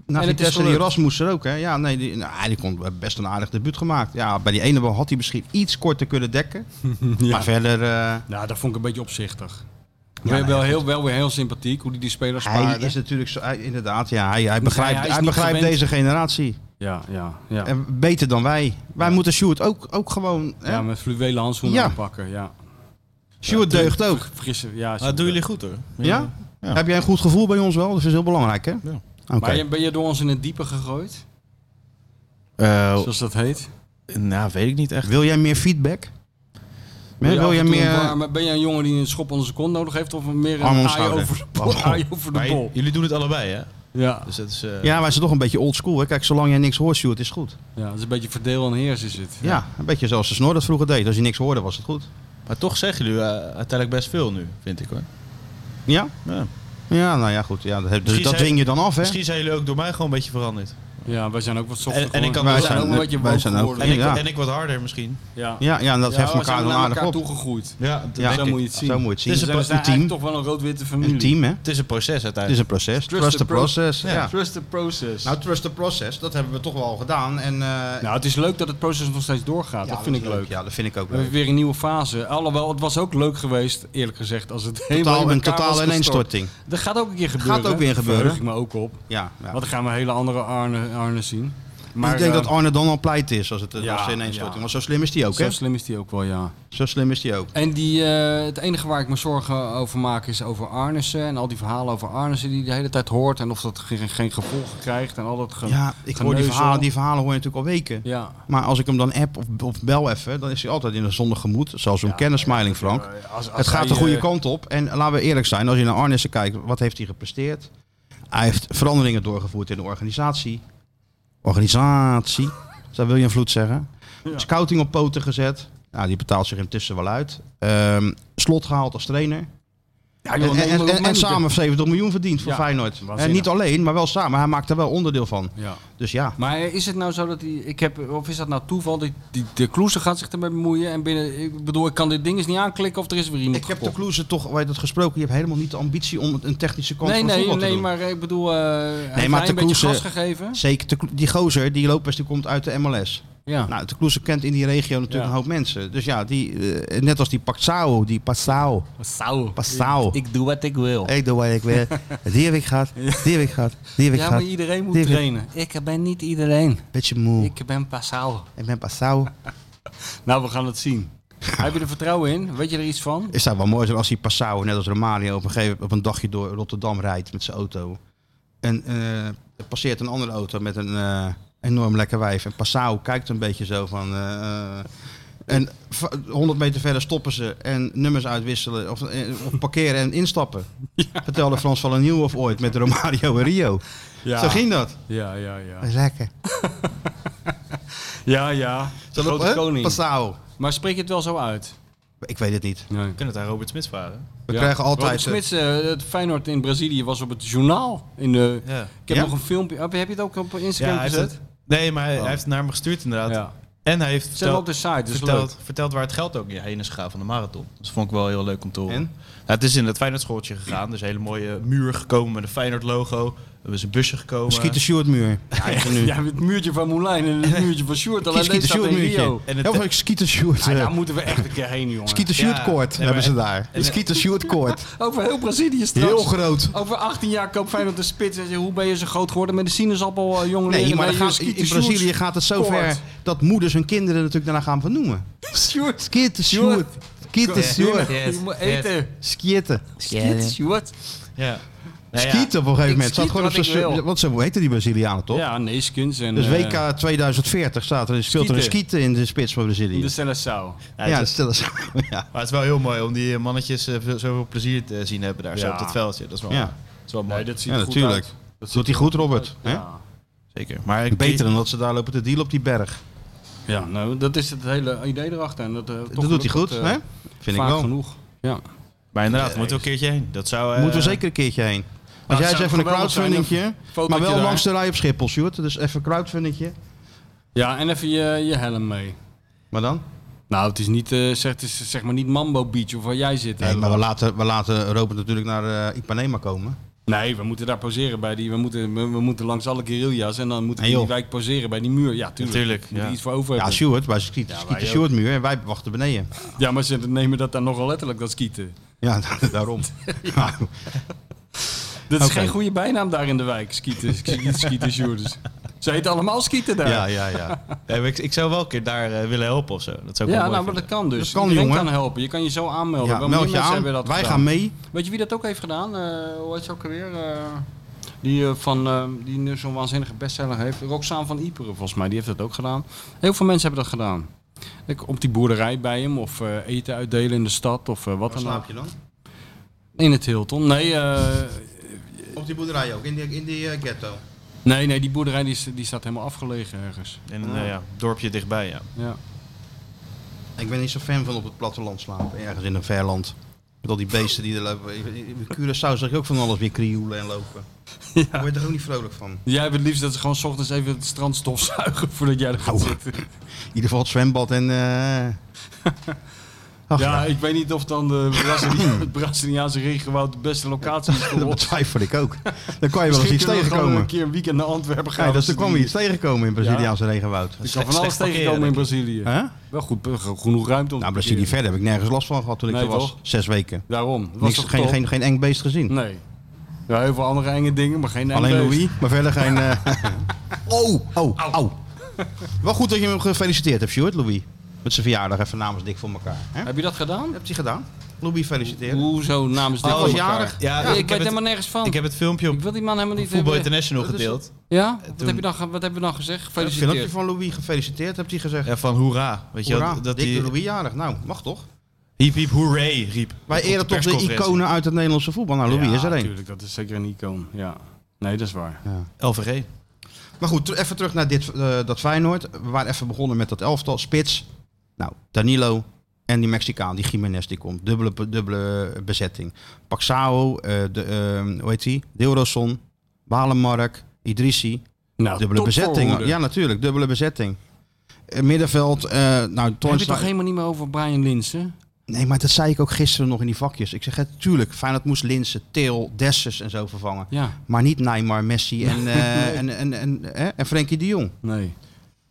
Speaker 3: Na
Speaker 4: En het is
Speaker 3: Vitesse die
Speaker 4: gelukt.
Speaker 3: Rasmus er ook, hè? Ja, nee, die, nou, hij die kon eh, best een aardig debuut gemaakt. Ja, bij die ene bal had hij misschien iets korter kunnen dekken. Maar verder, eh,
Speaker 4: Nou, dat vond ik een beetje opzichtig.
Speaker 3: Ja,
Speaker 4: wel,
Speaker 3: nee,
Speaker 4: wel, heel, wel weer heel sympathiek hoe die die spelers
Speaker 3: hij
Speaker 4: spaarde.
Speaker 3: is natuurlijk zo, hij- inderdaad, ja, hij, hij begrijpt,
Speaker 4: hij is
Speaker 3: hij
Speaker 4: niet
Speaker 3: begrijpt
Speaker 4: gewend.
Speaker 3: deze generatie.
Speaker 4: Ja, ja, ja.
Speaker 3: En beter dan wij. Wij moeten Sjoerd ook, ook gewoon, hè?
Speaker 4: ja, met fluwelen handschoenen
Speaker 3: Ja.
Speaker 4: aanpakken. Ja.
Speaker 3: Sjoerd deugt ook.
Speaker 4: Ver- Vergissen, ja.
Speaker 5: Maar dat Ah, doen jullie goed hoor.
Speaker 3: Ja? Heb jij een goed gevoel bij ons wel? Dat is heel belangrijk, hè?
Speaker 5: Ja.
Speaker 3: Oké.
Speaker 4: Maar je- ben je door ons in het diepe gegooid?
Speaker 3: Oh.
Speaker 5: Eh,
Speaker 4: Zoals dat heet.
Speaker 5: nou, weet ik niet echt.
Speaker 3: Wil jij meer feedback? Wil,
Speaker 4: je
Speaker 3: wil
Speaker 4: af
Speaker 3: jij
Speaker 4: en toe een
Speaker 3: meer...
Speaker 4: warme- ben jij een jongen die een schop onder zijn kont nodig heeft? Of meer
Speaker 3: Arm om
Speaker 4: een aai
Speaker 3: schouder.
Speaker 4: over, de bol,
Speaker 3: Waarom?
Speaker 4: aai over de
Speaker 5: Maar
Speaker 4: bol?
Speaker 5: j- jullie doen het allebei, hè?
Speaker 4: Ja.
Speaker 5: Dus dat is. eh,
Speaker 3: Ja, wij zijn toch een beetje oldschool, hè? Kijk, zolang jij niks hoort, Sjoerd, is goed.
Speaker 4: ja, dat is een beetje verdeel en heers is het.
Speaker 3: Ja, een beetje zoals de snor dat vroeger deed. Als je niks hoorde, was het goed.
Speaker 5: Maar toch zeggen jullie eh, uiteindelijk best veel nu, vind ik hoor.
Speaker 3: Ja?
Speaker 5: Ja.
Speaker 3: Ja, nou ja, goed. Ja, dat, dus
Speaker 5: Misschien
Speaker 3: dat
Speaker 5: zijn-
Speaker 3: dwing je dan af, hè?
Speaker 5: Misschien zijn jullie ook door mij gewoon een beetje veranderd.
Speaker 4: Ja, wij zijn ook wat softer
Speaker 5: En- en ik kan-
Speaker 4: geworden.
Speaker 5: wij
Speaker 4: We zijn
Speaker 5: zijn-
Speaker 4: ook een beetje
Speaker 3: wij
Speaker 4: woke
Speaker 3: zijn ook-
Speaker 4: geworden.
Speaker 5: En, ik,
Speaker 3: Ja.
Speaker 5: en ik wat harder misschien.
Speaker 4: Ja.
Speaker 3: Ja, ja, en dat
Speaker 4: Ja,
Speaker 3: heft
Speaker 4: we zijn
Speaker 3: elkaar dan
Speaker 4: naar
Speaker 3: aardig
Speaker 4: elkaar
Speaker 3: op.
Speaker 4: toegegroeid.
Speaker 5: Ja, dat
Speaker 3: Ja,
Speaker 5: denk
Speaker 4: zo
Speaker 5: ik.
Speaker 4: moet je het zien.
Speaker 3: Zo moet je het zien.
Speaker 4: Dus
Speaker 5: Dus het
Speaker 4: we
Speaker 3: Het is
Speaker 4: zijn
Speaker 3: een team.
Speaker 4: eigenlijk toch wel een rood-witte familie.
Speaker 3: Een team, hè?
Speaker 5: Het is een proces
Speaker 3: Het is
Speaker 5: uiteindelijk.
Speaker 3: een proces. Trust,
Speaker 4: the
Speaker 3: the
Speaker 4: pro-
Speaker 3: process. Ja.
Speaker 4: Trust the process. Nou,
Speaker 3: Nou, trust the process, dat hebben we toch wel al gedaan. En, eh,
Speaker 4: het is leuk dat het proces nog steeds doorgaat.
Speaker 3: ja,
Speaker 4: dat vind ik leuk.
Speaker 3: Ja, dat vind ik ook
Speaker 4: We hebben
Speaker 3: leuk.
Speaker 4: weer een nieuwe fase. Alhoewel, het was ook leuk geweest, eerlijk gezegd, als het helemaal
Speaker 3: Totaal,
Speaker 4: in
Speaker 3: een
Speaker 4: elkaar was
Speaker 3: totale
Speaker 4: gestort.
Speaker 3: ineenstorting.
Speaker 4: Dat gaat ook een keer gebeuren.
Speaker 3: ook weer gebeuren.
Speaker 4: Verheug ik me ook op.
Speaker 3: Ja, ja.
Speaker 4: Want dan gaan we hele andere Arne, Arne zien. Maar
Speaker 3: ik denk
Speaker 4: eh,
Speaker 3: dat Arne dan al pleit is als het een
Speaker 4: Ja,
Speaker 3: als ineens storting.
Speaker 4: ja.
Speaker 3: Want zo slim is die ook, hè?
Speaker 4: zo slim is die ook wel, ja.
Speaker 3: Zo slim is die ook.
Speaker 4: En die, eh, het enige waar ik me zorgen over maak is over Arnissen. En al die verhalen over Arnissen die je de hele tijd hoort. En of dat ge- geen gevolgen krijgt. En al dat ge-
Speaker 3: Ja, ik hoor die
Speaker 4: geneuzel.
Speaker 3: verhalen, die verhalen hoor je natuurlijk al weken.
Speaker 4: Ja.
Speaker 3: Maar als ik hem dan app of, of bel even, dan is hij altijd in een zonnig gemoed. Zoals we hem kennen, Smiling Frank.
Speaker 4: Eh, als- als
Speaker 3: het gaat
Speaker 4: hij,
Speaker 3: de goede
Speaker 4: eh,
Speaker 3: kant op. En laten we eerlijk zijn, als je naar Arnissen kijkt, wat heeft hij gepresteerd? Hij heeft veranderingen doorgevoerd in de organisatie. Organisatie, zou William Vloed zeggen. Scouting op poten gezet. Nou, die betaalt zich intussen wel uit. Ehm, slot gehaald als trainer.
Speaker 4: Ja,
Speaker 3: En,
Speaker 4: joh, nee,
Speaker 3: en,
Speaker 4: maar
Speaker 3: en,
Speaker 4: dat
Speaker 3: en
Speaker 4: maakt niet
Speaker 3: samen 70 miljoen verdiend voor
Speaker 4: Ja,
Speaker 3: Feyenoord. En
Speaker 4: waanzinnig.
Speaker 3: niet alleen, maar wel samen. Hij maakt er wel onderdeel van.
Speaker 4: uit. Ja.
Speaker 3: Dus ja.
Speaker 4: Maar is het nou zo dat die, ik heb, of is dat nou toeval? Die, die, de Kloeze gaat zich ermee bemoeien en binnen, ik bedoel, ik kan dit ding eens niet aanklikken of er is weer iemand
Speaker 3: Ik heb de
Speaker 4: gekocht.
Speaker 3: Kloeze toch, wij dat gesproken, je hebt helemaal niet de ambitie om een technische kant
Speaker 4: Nee,
Speaker 3: van
Speaker 4: nee,
Speaker 3: voetbal te
Speaker 4: nee,
Speaker 3: doen.
Speaker 4: maar ik bedoel, eh hij heeft
Speaker 3: maar
Speaker 4: mij
Speaker 3: de
Speaker 4: een beetje
Speaker 3: Kloeze-
Speaker 4: gas gegeven.
Speaker 3: Zeker, de Klo- die gozer, die Lopez, die komt uit de MLS.
Speaker 4: Ja.
Speaker 3: Nou, de Kloeze kent in die regio natuurlijk
Speaker 4: Ah. Ja.
Speaker 3: een hoop mensen. Dus ja, die, eh, net als die Paxao, die Passau,
Speaker 4: Sau.
Speaker 3: Passau.
Speaker 4: Ik doe wat ik wil.
Speaker 3: Ik doe wat ik wil. Die heb ik gehad, die heb ik gehad, die heb ik
Speaker 4: Ja, maar
Speaker 3: gehad.
Speaker 4: iedereen moet
Speaker 3: Die heb ik-
Speaker 4: trainen. Ik ben niet iedereen.
Speaker 3: Beetje moe, ik,
Speaker 4: Ik ben Passau.
Speaker 3: ben Passau.
Speaker 4: Nou, we gaan het zien. heb je er vertrouwen in? Weet je er iets van?
Speaker 3: Is dat wel mooi zijn als die Passau, net als Romario, op een gegeven op een dagje door Rotterdam rijdt met zijn auto. En eh, er passeert een andere auto met een eh, enorm lekker wijf. En Passau kijkt een beetje zo van. eh, eh, en v- 100 meter verder stoppen ze en nummers uitwisselen. Of, eh, of parkeren en instappen. Vertelde Frans van Nieuw of ooit met Romario en Rio.
Speaker 4: Ja.
Speaker 3: Zo ging dat.
Speaker 4: Ja, ja, ja.
Speaker 3: Lekker.
Speaker 4: Ja, ja. De
Speaker 3: Zal
Speaker 4: grote koning.
Speaker 3: Passau.
Speaker 4: Maar spreek je het wel zo uit?
Speaker 3: Ik weet het niet.
Speaker 4: Nee.
Speaker 5: We kunnen het aan Robert Smit vragen.
Speaker 3: We krijgen altijd.
Speaker 4: Robert Smits, eh, het Feyenoord in Brazilië was op het journaal. In de,
Speaker 5: Ja.
Speaker 4: Ik heb
Speaker 3: Ja?
Speaker 4: nog een filmpje. Oh, Heb je het ook op
Speaker 5: Ja,
Speaker 4: Instagram
Speaker 5: hij heeft
Speaker 4: gezet?
Speaker 5: het, nee, maar
Speaker 3: Oh.
Speaker 5: hij, hij heeft het naar me gestuurd inderdaad.
Speaker 4: Ja.
Speaker 5: En hij heeft
Speaker 4: Zet hem op
Speaker 5: verteld,
Speaker 4: de site, dus leuk.
Speaker 5: verteld, verteld waar het geld ook heen is gegaan van de marathon. Dus dat vond ik wel heel leuk om te horen.
Speaker 3: En?
Speaker 5: Nou, het is in het Feyenoordschooltje gegaan. Dus een hele mooie muur gekomen met een Feyenoord logo. Er is een busje gekomen.
Speaker 3: Schiet de Sjoerdmuur.
Speaker 4: eh, Ja, het muurtje van Moulijn en het muurtje van Sjoerd. Alleen deze staat in Rio.
Speaker 5: En
Speaker 3: En
Speaker 5: het-
Speaker 3: het, of een Skeeter Sjoerd.
Speaker 4: Ja, Ah, daar
Speaker 3: eh,
Speaker 4: moeten we echt een keer heen, jongen.
Speaker 3: Skeeter Sjoerd
Speaker 5: Ja,
Speaker 3: koord
Speaker 5: nee, maar
Speaker 3: hebben ze
Speaker 5: en-
Speaker 3: daar. Een Skeeter Sjoerd koord.
Speaker 4: Over heel Brazilië straks.
Speaker 3: Heel groot.
Speaker 4: Over 18 jaar koopt Feyenoord de spits. En hoe ben je zo groot geworden met de sinaasappel, eh, jongen?
Speaker 3: Nee,
Speaker 4: leren
Speaker 3: maar
Speaker 4: bij
Speaker 3: dan
Speaker 4: je
Speaker 3: gaat,
Speaker 4: Skeeter
Speaker 3: in Brazilië
Speaker 4: Sjoerd.
Speaker 3: gaat het zo ver
Speaker 4: koord.
Speaker 3: dat moeders hun kinderen natuurlijk daarna gaan vernoemen.
Speaker 4: Sjoerd.
Speaker 3: Skeeter Sjoerd. Skeeter Sjoerd.
Speaker 5: Yes,
Speaker 4: Je moet
Speaker 5: yes.
Speaker 4: eten.
Speaker 3: Skieten.
Speaker 4: Skeeter Sjoerd.
Speaker 5: Ja. Nou ja,
Speaker 3: Skieten op een gegeven moment. Staat
Speaker 4: schiet
Speaker 3: gewoon op
Speaker 4: wat ik
Speaker 3: zijn-
Speaker 4: wil.
Speaker 3: Want zo heten die Brazilianen toch?
Speaker 4: Ja, Neeskens en...
Speaker 3: Dus
Speaker 4: eh,
Speaker 3: WK 2040 staat er, speelt er een
Speaker 4: Skieten.
Speaker 3: skieten in de spits van Brazilië.
Speaker 4: De Seleção.
Speaker 5: ja,
Speaker 3: ja,
Speaker 5: het is-
Speaker 3: stel eens. Ja.
Speaker 5: maar het is wel heel mooi om die mannetjes eh, veel- zoveel plezier te zien hebben daar zo
Speaker 4: Ja.
Speaker 5: op dat veldje. Dat is wel,
Speaker 3: Ja.
Speaker 5: dat is wel mooi.
Speaker 4: Nee, dat ziet
Speaker 3: Ja,
Speaker 4: Oh, er goed
Speaker 3: natuurlijk.
Speaker 4: uit.
Speaker 3: Dat doet hij goed, Robert. hè?
Speaker 4: Ja.
Speaker 5: Zeker. Maar ik-
Speaker 3: Beter dan dat ze daar lopen te dealen op die berg.
Speaker 4: Ja, nou, dat is het hele idee erachter. En dat, eh, toch
Speaker 3: dat doet hij
Speaker 4: lukt
Speaker 3: goed,
Speaker 4: dat, eh,
Speaker 3: hè? Vind ik
Speaker 4: vaak
Speaker 3: wel.
Speaker 4: genoeg. Ja.
Speaker 5: Maar inderdaad, daar moeten we een keertje heen. Dat zou... eh, nou,
Speaker 3: Moeten we zeker een keertje heen. Als
Speaker 4: het
Speaker 3: jij eens
Speaker 4: zou
Speaker 3: even een
Speaker 4: geweldig zijn,
Speaker 3: crowdfundingje,
Speaker 4: een fotootje
Speaker 3: maar wel
Speaker 4: daar.
Speaker 3: langs de rij op Schiphol, Sjoerd. Dus even een crowdfundingje.
Speaker 4: ja, en even je, je helm mee.
Speaker 3: Maar dan?
Speaker 4: Nou, het is, niet, eh, zeg, het is zeg maar niet Mambo Beach of waar jij zit.
Speaker 3: Nee,
Speaker 4: hè,
Speaker 3: maar we
Speaker 4: Lars.
Speaker 3: laten, we laten Robert natuurlijk naar eh, Ipanema komen.
Speaker 4: Nee, we moeten daar poseren bij die. We moeten, we, we moeten langs alle guerrilla's en dan moeten we
Speaker 3: En
Speaker 4: in die
Speaker 3: joh.
Speaker 4: wijk poseren bij die muur. Ja, tuurlijk.
Speaker 5: Natuurlijk,
Speaker 4: We moeten
Speaker 5: ja.
Speaker 4: iets voor over
Speaker 3: Ja,
Speaker 4: hebben. Ja,
Speaker 3: Stuart, wij schieten,
Speaker 4: wij
Speaker 3: schieten
Speaker 4: ook.
Speaker 3: Stuart muur en wij wachten beneden.
Speaker 4: maar ze nemen dat dan nogal letterlijk, dat skieten.
Speaker 3: Ja, daarom. Nou,
Speaker 4: Dat is
Speaker 3: Oké.
Speaker 4: geen goede bijnaam daar in de wijk, skieten. skieten, skieten Sjoerders. Ze heten allemaal skieten daar.
Speaker 3: ja, ja, ja.
Speaker 5: Nee, maar ik, ik zou wel een keer daar eh, willen helpen of zo. Dat zou ik
Speaker 4: Ja,
Speaker 5: wel mooi
Speaker 4: nou, maar dat
Speaker 5: vinden.
Speaker 4: kan dus.
Speaker 3: Dat kan,
Speaker 4: Iedereen
Speaker 3: jongen.
Speaker 4: kan helpen. Je kan je zo aanmelden.
Speaker 3: ja
Speaker 4: Wel
Speaker 3: meld
Speaker 4: meer
Speaker 3: je
Speaker 4: mensen
Speaker 3: aan,
Speaker 4: hebben dat
Speaker 3: wij
Speaker 4: gedaan.
Speaker 3: gaan mee.
Speaker 4: Weet je wie dat ook heeft gedaan? Eh hoe heet ze ook alweer? Eh, die eh, van, eh, die nu zo'n waanzinnige bestseller heeft. Roxane van Iperen, volgens mij. Die heeft dat ook gedaan. Heel veel mensen hebben dat gedaan. Ik, op die boerderij bij hem. Of eh, eten uitdelen in de stad. Of eh, wat dan ook.
Speaker 3: je dan?
Speaker 4: In het Hilton. Nee, eh,
Speaker 3: Op die boerderij ook, in die, in die eh, ghetto.
Speaker 4: nee, nee die boerderij die, is- die staat helemaal afgelegen ergens.
Speaker 5: In een eh, ja, dorpje dichtbij, ja.
Speaker 4: Ja.
Speaker 3: Ik ben niet zo fan van op het platteland slapen, ergens in een verland. Met al die beesten die er lopen. In Curaçao zag je ook van alles weer krioelen en lopen. Daar word je er ook niet vrolijk van. In
Speaker 4: Jij hebt het liefst dat ze gewoon 's ochtends even het strand stofzuigen voordat jij er gaat
Speaker 3: Oeh.
Speaker 4: zitten.
Speaker 3: ieder geval het zwembad en... eh, Ach, nou.
Speaker 4: ja,
Speaker 3: ja,
Speaker 4: ik weet niet of dan de Brazili- het Braziliaanse regenwoud de beste locatie is voor
Speaker 3: dat
Speaker 4: ons.
Speaker 3: betwijfel ik ook. Dan kan je wel eens
Speaker 4: Misschien
Speaker 3: iets
Speaker 4: kunnen we gewoon
Speaker 3: tegenkomen.
Speaker 4: een keer een weekend naar Antwerpen gaan.
Speaker 3: Ja, dat
Speaker 4: Als
Speaker 3: is, er
Speaker 4: ze
Speaker 3: kwam
Speaker 4: die-
Speaker 3: weer iets tegenkomen in Braziliaanse regenwoud.
Speaker 4: Je kan van alles
Speaker 5: slecht parkeren,
Speaker 4: tegenkomen in
Speaker 5: denk
Speaker 4: Brazilië.
Speaker 3: Hè?
Speaker 4: Wel goed, eh, genoeg ruimte om
Speaker 3: Nou,
Speaker 4: te
Speaker 3: Brazilië
Speaker 4: parkeren.
Speaker 3: verder heb ik nergens last van gehad toen ik
Speaker 4: Nee,
Speaker 3: er was.
Speaker 4: toch?
Speaker 3: Zes weken.
Speaker 4: Daarom. Het Was
Speaker 3: Niks,
Speaker 4: toch
Speaker 3: geen,
Speaker 4: top?
Speaker 3: geen, geen eng beest gezien.
Speaker 4: Nee. Ja, heel veel andere enge dingen, maar geen eng
Speaker 3: Alleen
Speaker 4: beest.
Speaker 3: Louis, maar verder geen... eh, Oh, oh, oh. Wel goed dat je hem gefeliciteerd hebt, Stuart, Louis. Met zijn verjaardag even namens Dik voor elkaar. Hè?
Speaker 4: Heb je dat gedaan?
Speaker 3: Heb je gedaan? Louis, feliciteren.
Speaker 4: Hoezo namens dit
Speaker 3: Oh,
Speaker 4: voor
Speaker 3: jarig.
Speaker 4: elkaar?
Speaker 5: Ja,
Speaker 4: ik,
Speaker 5: ik
Speaker 4: weet
Speaker 5: heb het-
Speaker 4: helemaal nergens van.
Speaker 5: Ik heb het filmpje
Speaker 4: Ik
Speaker 5: op
Speaker 4: wil die man helemaal niet
Speaker 5: Voetbal
Speaker 4: hebben.
Speaker 5: International
Speaker 3: dat is-
Speaker 5: gedeeld.
Speaker 4: Ja? Wat
Speaker 5: Toen-
Speaker 4: heb, je dan, ge- wat heb je dan gezegd?
Speaker 3: Het filmpje
Speaker 4: Gefeliciteerd.
Speaker 3: van Louis gefeliciteerd, hebt hij gezegd.
Speaker 5: Ja, van hoera. Weet je
Speaker 3: Hoera,
Speaker 5: wel, dat
Speaker 3: Dick
Speaker 5: die
Speaker 3: de Louis jarig. Nou, mag toch?
Speaker 5: hiep hiep hoerray riep.
Speaker 3: Wij
Speaker 5: Op de
Speaker 3: eren toch de
Speaker 5: persconferentie.
Speaker 3: iconen uit het Nederlandse voetbal. Nou, Louis
Speaker 4: ja,
Speaker 3: is er één.
Speaker 4: natuurlijk. Dat is zeker een icoon. Ja. Nee, dat is waar.
Speaker 5: LVG.
Speaker 3: Maar goed, ter- even terug naar dit, eh, dat Feyenoord. We waren even begonnen met dat elftal. Spits. Nou, Danilo. En die Mexicaan, die Jiménez, die komt. Dubbele, dubbele bezetting. Paxao, eh, de, eh, hoe heet die? Deelroson, Walenmark, Idrissi.
Speaker 4: Nou,
Speaker 3: Dubbele bezetting.
Speaker 4: topvoorhoede.
Speaker 3: Ja, natuurlijk. Dubbele bezetting. Eh, middenveld, eh nou,
Speaker 4: Heb je het
Speaker 3: Toornstra-
Speaker 4: toch helemaal niet meer over Brian Linsen?
Speaker 3: Nee, maar dat zei ik ook gisteren nog in die vakjes. Ik zeg, het, tuurlijk, Feyenoord moest Linsen, Til, Dessers en zo vervangen.
Speaker 4: Ja,
Speaker 3: Maar niet Neymar, Messi en, eh en, en, en, hè, en Frenkie de Jong.
Speaker 4: nee.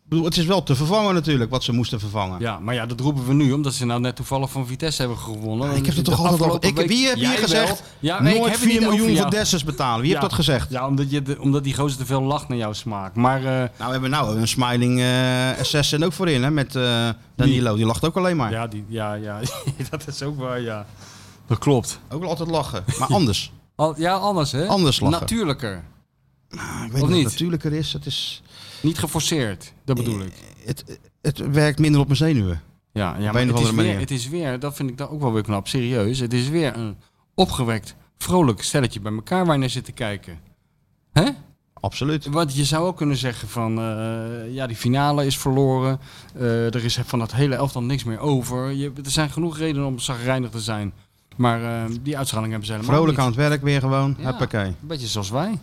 Speaker 3: Ik bedoel, het is wel te vervangen natuurlijk, wat ze moesten vervangen.
Speaker 4: Ja, maar ja, dat roepen we nu, omdat ze nou net toevallig van Vitesse hebben gewonnen.
Speaker 3: Ik heb
Speaker 4: De
Speaker 3: het toch altijd al...
Speaker 4: afgelopen
Speaker 3: Ik,
Speaker 4: week-
Speaker 3: wie heb
Speaker 4: Jij
Speaker 3: hier
Speaker 4: wel.
Speaker 3: gezegd,
Speaker 4: Ja, nee, ik
Speaker 3: nooit
Speaker 4: heb het
Speaker 3: 4
Speaker 4: niet
Speaker 3: miljoen
Speaker 4: over
Speaker 3: voor
Speaker 4: jou.
Speaker 3: Dessers betalen? Wie
Speaker 4: Ja.
Speaker 3: heeft dat gezegd?
Speaker 4: Ja, omdat, je de- omdat die gozer te veel lacht naar jouw smaak. Maar eh,
Speaker 3: Nou, we hebben nou een smiling eh assassin ook voorin, hè, met eh, Danilo. Die lacht ook alleen maar.
Speaker 4: ja, die, ja, ja, dat is ook waar, ja. Dat klopt.
Speaker 3: Ook wel altijd lachen, maar anders.
Speaker 4: Al, ja, anders hè?
Speaker 3: Anders lachen.
Speaker 4: Natuurlijker.
Speaker 3: Ah, ik weet
Speaker 4: Of
Speaker 3: niet of het
Speaker 4: niet?
Speaker 3: natuurlijker is. Het, is
Speaker 4: Niet geforceerd, dat bedoel ik.
Speaker 3: het, het werkt minder op mijn zenuwen.
Speaker 4: Ja, ja
Speaker 3: een
Speaker 4: maar
Speaker 3: of
Speaker 4: het is,
Speaker 3: andere
Speaker 4: weer,
Speaker 3: manier.
Speaker 4: het is weer, dat vind ik dan ook wel weer knap, serieus. Het is weer een opgewekt, vrolijk stelletje bij elkaar waar je naar zit te kijken. Hè?
Speaker 3: Absoluut.
Speaker 4: Want je zou ook kunnen zeggen van, eh, ja, die finale is verloren. Eh, er is van dat hele elftal niks meer over. Je, er zijn genoeg redenen om zagrijnig te zijn. Maar eh, die uitschaling hebben ze helemaal
Speaker 3: Vrolijk
Speaker 4: niet.
Speaker 3: aan het werk weer gewoon.
Speaker 4: Ja.
Speaker 3: Hoppakee.
Speaker 4: Een beetje zoals wij.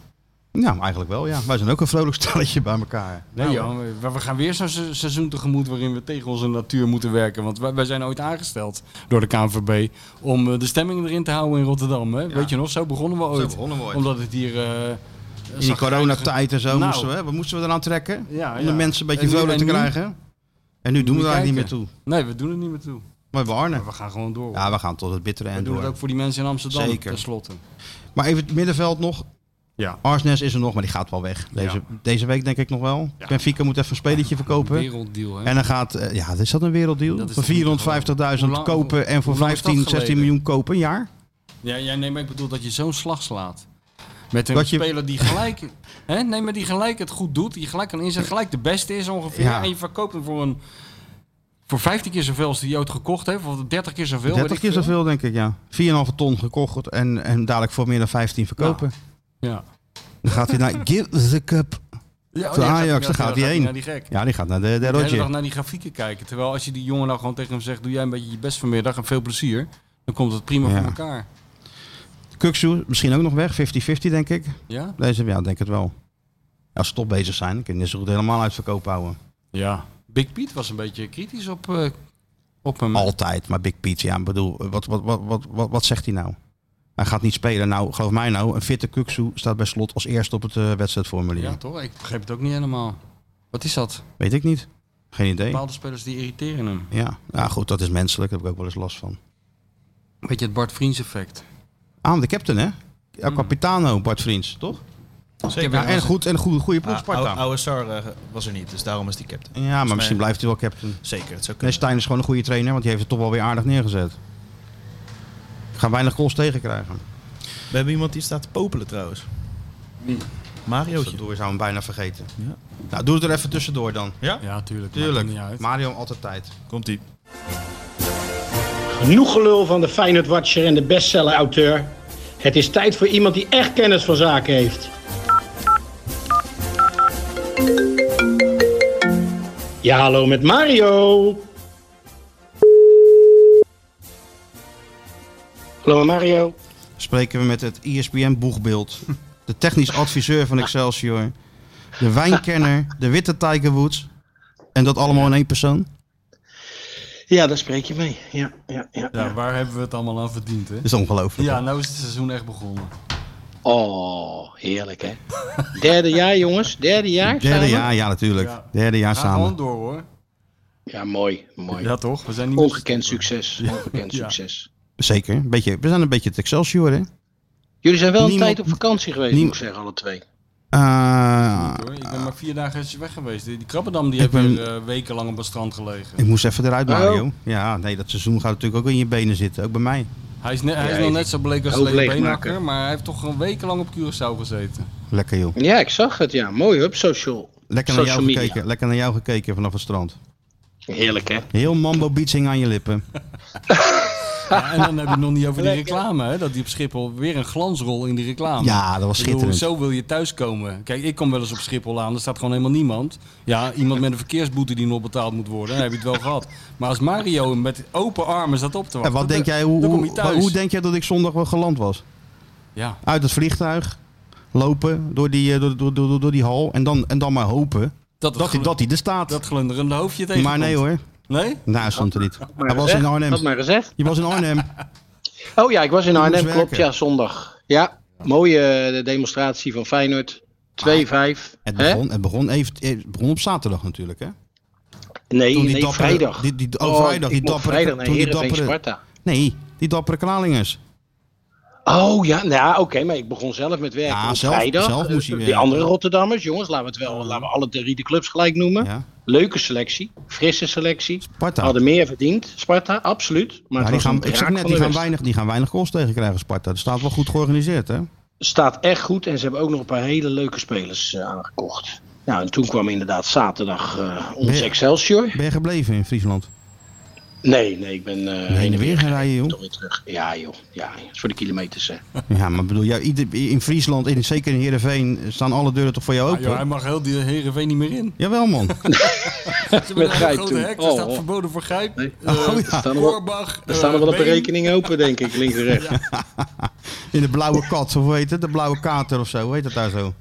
Speaker 3: Nou, eigenlijk wel, ja. Wij zijn ook een vrolijk stelletje bij elkaar.
Speaker 4: Nee,
Speaker 3: Nou,
Speaker 4: joh, we, we gaan weer zo'n se- seizoen tegemoet waarin we tegen onze natuur moeten werken. Want wij, wij zijn ooit aangesteld door de KNVB om eh, de stemming erin te houden in Rotterdam. Hè? Weet je nog, zo begonnen we ooit.
Speaker 3: begonnen we ooit.
Speaker 4: Omdat het hier... eh,
Speaker 3: In die coronatijd en zo
Speaker 4: Nou.
Speaker 3: moesten we, hè, wat moesten we eraan trekken?
Speaker 4: Ja,
Speaker 3: Om de
Speaker 4: ja.
Speaker 3: mensen een beetje
Speaker 4: En nu-
Speaker 3: vrolijk te
Speaker 4: en nu?
Speaker 3: krijgen. En nu doen we daar
Speaker 4: Moet je
Speaker 3: eigenlijk niet meer
Speaker 4: kijken.
Speaker 3: toe.
Speaker 4: Nee, we doen er niet meer toe.
Speaker 3: Maar we Arne.
Speaker 4: Maar we gaan gewoon door.
Speaker 3: Ja, we gaan tot het bittere
Speaker 4: we
Speaker 3: eind
Speaker 4: doen het
Speaker 3: door.
Speaker 4: ook voor die mensen in Amsterdam,
Speaker 3: Zeker.
Speaker 4: tenslotte.
Speaker 3: Maar even het middenveld nog.
Speaker 4: Ja.
Speaker 3: Arsnes is er nog, maar die gaat wel weg. Deze, deze week denk ik nog wel. Benfica moet even een spelletje verkopen.
Speaker 4: Werelddeal, hè?
Speaker 3: En dan gaat, eh, ja, is dat een werelddeal?
Speaker 4: Dat is
Speaker 3: Voor
Speaker 4: toch niet
Speaker 3: 450.000
Speaker 4: Hoe lang-
Speaker 3: kopen en voor
Speaker 4: hoe lang is dat
Speaker 3: 15, 16
Speaker 4: geleden?
Speaker 3: miljoen kopen, een jaar.
Speaker 4: Ja, ja, nee, maar ik bedoel dat je zo'n slag slaat. Met een
Speaker 3: Dat je-
Speaker 4: speler die gelijk, hè? Nee, maar die gelijk het goed doet, die gelijk kan inzetten, gelijk de beste is ongeveer.
Speaker 3: Ja.
Speaker 4: En je verkoopt hem voor een voor 15 keer zoveel als die Jood gekocht heeft, of 30 keer zoveel.
Speaker 3: 30
Speaker 4: weet
Speaker 3: keer
Speaker 4: ik veel.
Speaker 3: zoveel denk ik, ja. 4,5 ton gekocht en, en dadelijk voor meer dan 15 verkopen.
Speaker 4: Ja.
Speaker 3: Dan gaat hij naar Give the Cup.
Speaker 4: Ja, oh
Speaker 3: Voor
Speaker 4: ja,
Speaker 3: Ajax,
Speaker 4: gaat-
Speaker 3: daar
Speaker 4: ja,
Speaker 3: gaat hij heen.
Speaker 4: Naar die gek.
Speaker 3: Ja, die gaat naar de, de
Speaker 4: De hele
Speaker 3: Roger.
Speaker 4: dag naar die grafieken kijken. Terwijl als je die jongen nou gewoon tegen hem zegt, doe jij een beetje je best vanmiddag en veel plezier, dan komt het prima
Speaker 3: Ja.
Speaker 4: voor elkaar.
Speaker 3: Kuksu misschien ook nog weg. 50-50 denk ik.
Speaker 4: Ja?
Speaker 3: Deze, ja, denk het wel. Als ze toch bezig zijn, dan kunnen ze goed helemaal uitverkoop houden.
Speaker 4: Ja. Big Piet was een beetje kritisch op eh Op hem.
Speaker 3: Altijd. Maar Big Piet, ja, ik bedoel, wat, wat, wat, wat, wat, wat zegt hij nou? Hij gaat niet spelen. Nou, geloof mij nou, een fitte Kuksu staat bij slot als eerste op het eh, wedstrijdformulier.
Speaker 4: Ja, toch? Ik begreep het ook niet helemaal. Wat is dat?
Speaker 3: Weet ik niet. Geen idee.
Speaker 4: Bepaalde spelers die irriteren hem.
Speaker 3: Ja, nou goed, dat is menselijk. Daar heb ik ook wel eens last van.
Speaker 4: Weet je, het Bart Vriends effect.
Speaker 3: Ah, de captain, hè? Ja, Capitano, Bart Vriends, toch?
Speaker 5: Zeker.
Speaker 3: Ja, en goed, en goede, goede ploeg,
Speaker 5: Ah,
Speaker 3: Sparta.
Speaker 5: Ou- Oude Sar eh, was er niet, dus daarom is die captain.
Speaker 3: ja, maar misschien blijft hij wel captain.
Speaker 5: Zeker, het zou
Speaker 3: Nee,
Speaker 5: kunnen.
Speaker 3: Stijn is gewoon een goede trainer, want die heeft het toch wel weer aardig neergezet. Gaan weinig goals tegenkrijgen.
Speaker 5: We hebben iemand die staat te popelen trouwens.
Speaker 4: Wie?
Speaker 5: Mariootje.
Speaker 3: Tussendoor zou hem bijna vergeten.
Speaker 5: Ja.
Speaker 3: Nou, doe het er even tussendoor dan.
Speaker 5: Ja?
Speaker 4: Ja, tuurlijk.
Speaker 3: Tuurlijk.
Speaker 4: Maakt er niet uit.
Speaker 3: Mario altijd tijd.
Speaker 5: Komt-ie.
Speaker 6: Genoeg gelul van de Feyenoord Watcher en de bestseller-auteur. Het is tijd voor iemand die echt kennis van zaken heeft. Ja, hallo met Mario. Hallo met Mario.
Speaker 3: Spreken we met het E ESPN-boegbeeld. De technisch adviseur van Excelsior. De wijnkenner. De witte Tiger Woods. En dat allemaal in één persoon.
Speaker 6: Ja, daar spreek je mee. Ja, ja, ja.
Speaker 4: Ja, waar hebben we het allemaal aan verdiend, hè?
Speaker 3: Dat is ongelooflijk.
Speaker 4: Ja, nou is het seizoen echt begonnen.
Speaker 6: Oh, heerlijk hè. Derde jaar jongens, derde jaar.
Speaker 3: Derde
Speaker 6: samen?
Speaker 3: jaar, ja natuurlijk.
Speaker 4: Ja.
Speaker 3: Derde jaar
Speaker 4: Ga Nou, gewoon
Speaker 3: samen.
Speaker 4: door, hoor.
Speaker 6: Ja, mooi, mooi.
Speaker 4: Ja, toch? We zijn niet
Speaker 6: Ongekend succes, ongekend
Speaker 4: Ja.
Speaker 6: succes.
Speaker 3: Zeker. Een Beetje, we zijn een beetje het Excelsior hè.
Speaker 6: Jullie zijn wel
Speaker 3: Niemand-
Speaker 6: een tijd op vakantie geweest,
Speaker 3: niem-
Speaker 6: moet ik zeggen, alle twee.
Speaker 3: Eh,
Speaker 4: Ah. Hoor. Ik ben maar vier dagen eventjes weg geweest. Die krabbendam die
Speaker 3: Ik
Speaker 4: heeft
Speaker 3: ben-
Speaker 4: weer eh, wekenlang op het strand gelegen.
Speaker 3: ik moest even eruit
Speaker 6: Oh.
Speaker 3: Mario. Ja, nee, dat seizoen gaat natuurlijk ook in je benen zitten. Ook bij mij.
Speaker 4: Hij is, ne- hij
Speaker 6: Ja,
Speaker 4: is nog
Speaker 6: ik-
Speaker 4: net zo bleek als
Speaker 6: hoofd
Speaker 4: Lee
Speaker 6: leegmaken.
Speaker 4: Beenhakker, maar hij heeft toch een wekenlang op Curaçao gezeten.
Speaker 3: Lekker joh.
Speaker 6: Ja, ik zag het, ja. Mooi op social.
Speaker 3: Lekker naar,
Speaker 6: social
Speaker 3: jou
Speaker 6: media.
Speaker 3: gekeken, lekker naar jou gekeken vanaf het strand.
Speaker 6: Heerlijk, hè?
Speaker 3: Heel mambo beaching aan je lippen.
Speaker 4: Ja, en dan heb je het nog niet over die reclame, hè? dat hij op Schiphol weer een glansrol in die reclame.
Speaker 3: Ja, dat was
Speaker 4: Ik bedoel,
Speaker 3: schitterend.
Speaker 4: zo wil je thuiskomen. Kijk, ik kom wel eens op Schiphol aan, er staat gewoon helemaal niemand. Ja, iemand met een verkeersboete die nog betaald moet worden, dan heb je het wel gehad. Maar als Mario met open armen staat op te
Speaker 3: En
Speaker 4: wachten,
Speaker 3: wat denk
Speaker 4: dan-
Speaker 3: jij, hoe,
Speaker 4: dan kom je
Speaker 3: hoe,
Speaker 4: thuis.
Speaker 3: hoe denk jij dat ik zondag wel geland was?
Speaker 4: Ja,
Speaker 3: Uit het vliegtuig, lopen door die, eh, door, door, door, door die hal en dan, en dan maar hopen
Speaker 4: dat,
Speaker 3: dat
Speaker 4: dat,
Speaker 3: hij
Speaker 4: dat,
Speaker 3: dat hij er staat.
Speaker 4: glunderende hoofdje tegen.
Speaker 3: maar nee hoor,
Speaker 4: Nee? Ah,
Speaker 3: nou stond er niet. Hij was
Speaker 6: Zeg,
Speaker 3: in
Speaker 6: Had
Speaker 3: Arnhem.
Speaker 6: maar gezegd.
Speaker 3: Je was in Arnhem.
Speaker 6: Oh ja, ik was in
Speaker 3: moest
Speaker 6: Arnhem, klopt,
Speaker 3: werken.
Speaker 6: ja, zondag. Ja, mooie eh, demonstratie van Feyenoord. 2-5.
Speaker 3: Ah, Het
Speaker 6: hè?
Speaker 3: begon, het begon, even, het begon op zaterdag natuurlijk hè.
Speaker 6: nee,
Speaker 3: toen die
Speaker 6: nee
Speaker 3: dappere-
Speaker 6: vrijdag.
Speaker 3: die- die- oh, vrijdag, die
Speaker 6: ik mocht
Speaker 3: dappere-
Speaker 6: vrijdag naar
Speaker 3: toen die
Speaker 6: Heerenveen
Speaker 3: dappere-
Speaker 6: Sparta.
Speaker 3: Nee, die dappere Kralingers.
Speaker 6: Oh ja, nou ja, oké, maar ik begon zelf met werken
Speaker 3: Ja,
Speaker 6: op
Speaker 3: zelf-
Speaker 6: vrijdag. eh,
Speaker 3: zelf moest je
Speaker 6: die
Speaker 3: werken.
Speaker 6: andere Rotterdammers, jongens, laten we, het wel, laten we alle drie de clubs gelijk noemen.
Speaker 3: Ja.
Speaker 6: Leuke selectie, frisse selectie.
Speaker 3: Sparta.
Speaker 6: Hadden meer verdiend, Sparta, absoluut. Maar
Speaker 3: Ja,
Speaker 6: het
Speaker 3: die
Speaker 6: was
Speaker 3: gaan,
Speaker 6: een
Speaker 3: ik zeg
Speaker 6: draak
Speaker 3: net,
Speaker 6: van
Speaker 3: die
Speaker 6: de
Speaker 3: gaan,
Speaker 6: rest.
Speaker 3: weinig, die gaan weinig goals tegenkrijgen Sparta. Dat staat wel goed georganiseerd hè.
Speaker 6: staat echt goed en ze hebben ook nog een paar hele leuke spelers eh, aangekocht. Nou, en toen kwam inderdaad zaterdag eh, ons
Speaker 3: Ja.
Speaker 6: Excelsior.
Speaker 3: Ben je gebleven in Friesland?
Speaker 6: Nee, nee, ik ben eh,
Speaker 3: Heen en weer gaan rijden joh.
Speaker 6: Toch weer terug. Ja, joh. Ja, het is voor de kilometers. Hè.
Speaker 3: Ja, maar bedoel, ja, ieder- in Friesland, in, zeker in Heerenveen, staan alle deuren toch voor jou
Speaker 4: Ah,
Speaker 3: open?
Speaker 4: joh, hij mag heel die Herenveen niet meer in.
Speaker 3: Jawel man.
Speaker 4: Ze hebben
Speaker 6: Met
Speaker 4: daar een
Speaker 6: Gijp
Speaker 4: grote
Speaker 6: toen.
Speaker 4: hek, er
Speaker 6: Oh,
Speaker 4: staat
Speaker 6: oh.
Speaker 4: verboden eh, voor Gijp.
Speaker 6: Nee.
Speaker 4: Eh,
Speaker 3: Oh, ja.
Speaker 6: Er staan er wel,
Speaker 4: Korbach.
Speaker 6: er staan er wel een paar rekeningen open, denk ik, links en rechts.
Speaker 3: In de blauwe kat, of hoe heet het? De blauwe kater of zo, hoe heet dat daar zo?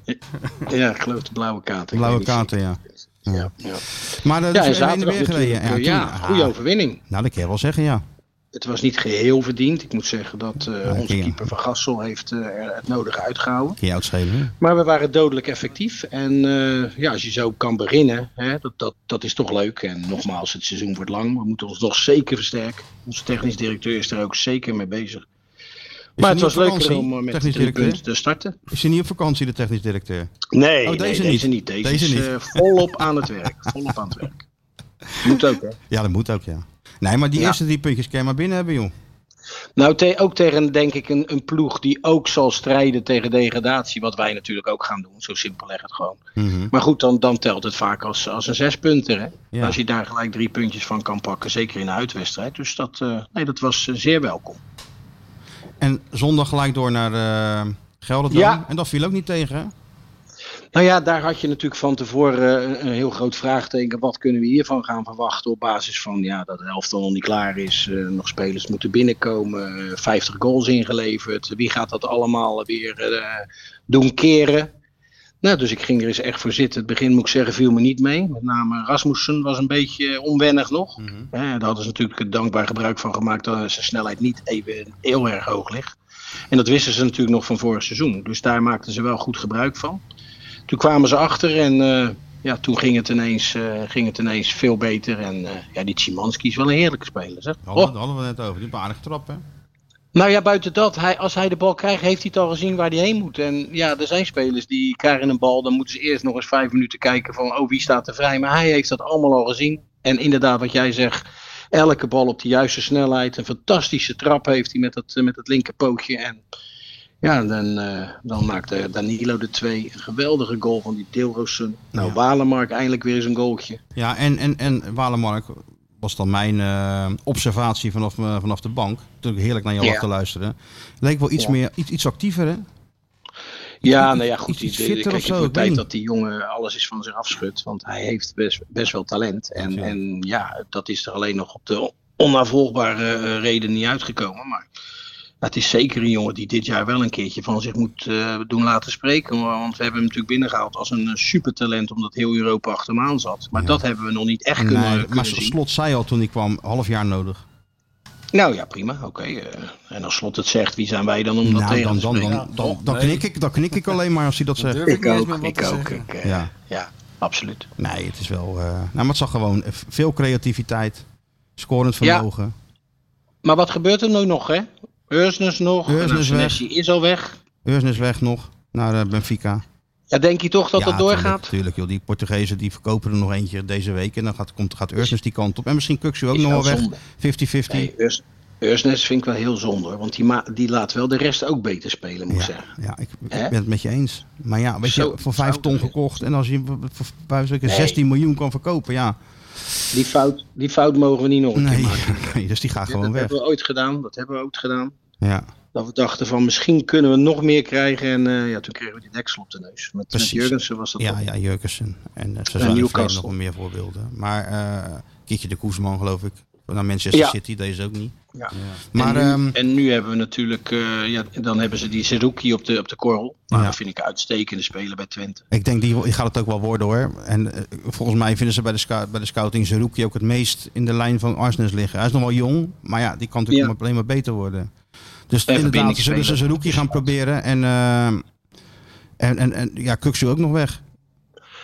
Speaker 6: Ja, ik geloof de blauwe kaart.
Speaker 3: De blauwe kater, ja.
Speaker 6: Ja, ja.
Speaker 3: Maar eh, dus dat
Speaker 6: ja en
Speaker 3: is heen en
Speaker 6: zaterdag
Speaker 3: weer
Speaker 6: natuurlijk.
Speaker 3: gereden.
Speaker 6: eh, Ja,
Speaker 3: toen-
Speaker 6: goede
Speaker 3: ah,
Speaker 6: overwinning.
Speaker 3: Nou, dat kan je wel zeggen, ja.
Speaker 6: Het was niet geheel verdiend. Ik moet zeggen dat eh, onze
Speaker 3: ja.
Speaker 6: keeper van Gassel heeft eh, er het nodige uitgehouden.
Speaker 3: Kun je jou het schelen, hè?
Speaker 6: Maar we waren dodelijk effectief. En eh, ja, als je zo kan beginnen, hè, dat, dat, dat is toch leuk. En nogmaals, het seizoen wordt lang. We moeten ons nog zeker versterken. Onze technisch directeur is er ook zeker mee bezig. Maar
Speaker 3: hij
Speaker 6: het
Speaker 3: niet
Speaker 6: was
Speaker 3: op
Speaker 6: leuker
Speaker 3: vakantie,
Speaker 6: om eh, met de
Speaker 3: technisch
Speaker 6: drie
Speaker 3: directeur?
Speaker 6: punten te starten.
Speaker 3: Is hij niet op vakantie, de technisch directeur?
Speaker 6: Nee,
Speaker 3: Oh,
Speaker 6: nee,
Speaker 3: deze
Speaker 6: deze,
Speaker 3: niet.
Speaker 6: niet. Deze,
Speaker 3: Deze
Speaker 6: is
Speaker 3: niet.
Speaker 6: eh, volop aan het werk. Volop aan het werk. Moet ook, hè?
Speaker 3: Ja, dat moet ook, ja. Nee, maar die
Speaker 6: Ja.
Speaker 3: eerste drie puntjes kan je maar binnen hebben, joh.
Speaker 6: Nou, te- ook tegen, denk ik, een, een ploeg die ook zal strijden tegen degradatie. Wat wij natuurlijk ook gaan doen. Zo simpel leg het gewoon.
Speaker 3: Mhm.
Speaker 6: Maar goed, dan, dan telt het vaak als, als een zespunter. Hè?
Speaker 3: Ja.
Speaker 6: Als je daar gelijk drie puntjes van kan pakken, zeker in een uitwedstrijd. Dus dat, eh, nee, dat was eh, zeer welkom.
Speaker 3: En zondag gelijk door naar eh, Gelderland.
Speaker 6: Ja.
Speaker 3: En dat viel ook niet tegen, hè?
Speaker 6: Nou ja, daar had je natuurlijk van tevoren eh, een- een heel groot vraagteken. Wat kunnen we hiervan gaan verwachten op basis van ja, dat de helft al nog niet klaar is. eh, nog spelers moeten binnenkomen, eh, 50 goals ingeleverd. Wie gaat dat allemaal weer eh, doen keren? Nou, dus ik ging er eens echt voor zitten. Het begin, moet ik zeggen, viel me niet mee. Met name Rasmussen was een beetje onwennig nog. Hè, daar hadden ze natuurlijk het dankbaar gebruik van gemaakt dat zijn snelheid niet even heel erg hoog ligt. En dat wisten ze natuurlijk nog van vorig seizoen. Dus daar maakten ze wel goed gebruik van. Toen kwamen ze achter en eh, ja, toen ging het, ineens, eh, ging het ineens veel beter. En eh, ja, die Szymanski is wel een heerlijke speler. Zeg.
Speaker 3: Daar hadden,
Speaker 6: Oh.
Speaker 3: daar hadden we het net over. Die aardige trap, hè?
Speaker 6: Nou ja, buiten dat, hij, als hij de bal krijgt, heeft hij het al gezien waar hij heen moet. En ja, er zijn spelers die krijgen een bal, dan moeten ze eerst nog eens vijf minuten kijken van, oh wie staat er vrij. Maar hij heeft dat allemaal al gezien. En inderdaad, wat jij zegt, elke bal op de juiste snelheid. Een fantastische trap heeft hij met dat, eh, met dat linkerpootje. En ja, dan, eh, dan maakte Danilo de twee. Een geweldige goal van die Deelrosen. Nou,
Speaker 3: Ja.
Speaker 6: Walemark eindelijk weer eens een goaltje.
Speaker 3: Ja, en, en, en Walemark was dan mijn eh, observatie vanaf, eh, vanaf de bank. Toen ik heerlijk naar jou
Speaker 6: Ja.
Speaker 3: lag te luisteren. Leek wel iets,
Speaker 6: Ja.
Speaker 3: meer, iets, iets actiever, hè?
Speaker 6: Ja,
Speaker 3: Iets-
Speaker 6: nou ja,
Speaker 3: iets-
Speaker 6: goed. Die,
Speaker 3: iets
Speaker 6: die,
Speaker 3: fitter
Speaker 6: kijk,
Speaker 3: of
Speaker 6: het
Speaker 3: zo,
Speaker 6: wordt
Speaker 3: ik weet
Speaker 6: tijd
Speaker 3: niet.
Speaker 6: dat die jongen alles is van zich afschudt. Want hij heeft best, best wel talent. En,
Speaker 3: Absoluut.
Speaker 6: en ja, dat is er alleen nog op de on- onnavolgbare eh, reden niet uitgekomen. Maar het is zeker een jongen die dit jaar wel een keertje van zich moet eh, doen laten spreken. Want we hebben hem natuurlijk binnengehaald als een eh, supertalent. Omdat heel Europa achter hem aan zat. Maar
Speaker 3: Ja.
Speaker 6: dat hebben we nog niet echt kunnen, eh,
Speaker 3: Nee,
Speaker 6: kunnen
Speaker 3: eh, maar
Speaker 6: zien.
Speaker 3: Slot zei al toen hij kwam, half jaar nodig.
Speaker 6: Nou ja, prima. Oké. eh, en als Slot het zegt, wie zijn wij dan om dat
Speaker 3: nou,
Speaker 6: tegen
Speaker 3: dan,
Speaker 6: te
Speaker 3: dan, dan,
Speaker 6: spreken?
Speaker 3: dan, dan,
Speaker 4: toch? Nee.
Speaker 3: knik ik, dan knik ik alleen maar als hij dat
Speaker 4: Dat
Speaker 3: zegt.
Speaker 4: durf ik,
Speaker 6: Ik
Speaker 4: niet eens meer
Speaker 6: ook,
Speaker 4: wat
Speaker 6: ik
Speaker 4: te
Speaker 6: ook.
Speaker 4: zeggen.
Speaker 6: ik, eh,
Speaker 3: Ja.
Speaker 6: ja, absoluut.
Speaker 3: Nee, het is wel... eh, nou, maar het zag gewoon eh, veel creativiteit, scorend
Speaker 6: Ja.
Speaker 3: vermogen.
Speaker 6: Maar wat gebeurt er nu nog, hè? Ursnes nog.
Speaker 3: Heusnes
Speaker 6: Nou,
Speaker 3: weg.
Speaker 6: Senesi is al weg.
Speaker 3: Heusnes is weg nog naar eh, Benfica.
Speaker 6: Ja, denk je toch dat
Speaker 3: ja,
Speaker 6: dat doorgaat?
Speaker 3: Natuurlijk, joh. Die Portugezen die verkopen er nog eentje deze week. En dan gaat, komt, gaat Ursnes die kant op. En misschien Kuxu ook
Speaker 6: Is
Speaker 3: nog wel
Speaker 6: wel
Speaker 3: weg. 50-50.
Speaker 6: zonde. Nee, Urs- Ursnes vind ik wel heel zonde. hoor, Want die, ma- die laat wel de rest ook beter spelen, moet ik
Speaker 3: Ja,
Speaker 6: zeggen.
Speaker 3: ja, ik, ik
Speaker 6: Hè?
Speaker 3: ben het met je eens. Maar ja, weet
Speaker 6: Zo-
Speaker 3: je, voor 5
Speaker 6: zo
Speaker 3: ton
Speaker 6: is het.
Speaker 3: gekocht. En als je voor- voor bij wijze van spreken
Speaker 6: Nee.
Speaker 3: 16 miljoen kan verkopen, ja.
Speaker 6: Die fout, die fout mogen we niet nog een keer
Speaker 3: Nee,
Speaker 6: maken.
Speaker 3: nee, dus die gaat
Speaker 6: dat
Speaker 3: gewoon weg.
Speaker 6: hebben we ooit gedaan. Dat hebben we ooit gedaan.
Speaker 3: Ja,
Speaker 6: Dat we dachten van misschien kunnen we nog meer krijgen. En eh, ja, toen kregen we die deksel op de neus. Met, met
Speaker 3: Precies.
Speaker 6: Jurgensen was dat
Speaker 3: ja,
Speaker 6: toch?
Speaker 3: ja Jurkensen. En eh, zo
Speaker 6: En
Speaker 3: zijn er verder
Speaker 6: Newcastle.
Speaker 3: nog wel meer voorbeelden. Maar eh Kietje de Koesman, geloof ik. Naar Manchester
Speaker 6: Ja.
Speaker 3: City, deze ook niet.
Speaker 6: Ja.
Speaker 3: Maar
Speaker 6: en, nu,
Speaker 3: ehm,
Speaker 6: en nu hebben we natuurlijk, eh, ja, dan hebben ze die Zerouki op de, op de korrel. Nou,
Speaker 3: Ja.
Speaker 6: dat vind ik een uitstekende speler bij Twente.
Speaker 3: Ik denk, die, die gaat het ook wel worden hoor. En eh, volgens mij vinden ze bij de, scout, bij de scouting Zerouki ook het meest in de lijn van Arsenis liggen. Hij is nog wel jong, maar ja, die kan natuurlijk
Speaker 6: Ja.
Speaker 3: maar- alleen maar beter worden. Dus
Speaker 6: En
Speaker 3: inderdaad, ze zullen
Speaker 6: verbindingsspeler.
Speaker 3: ze Zerouki gaan proberen. En, eh, en, en, en ja, Kuksu ook nog weg.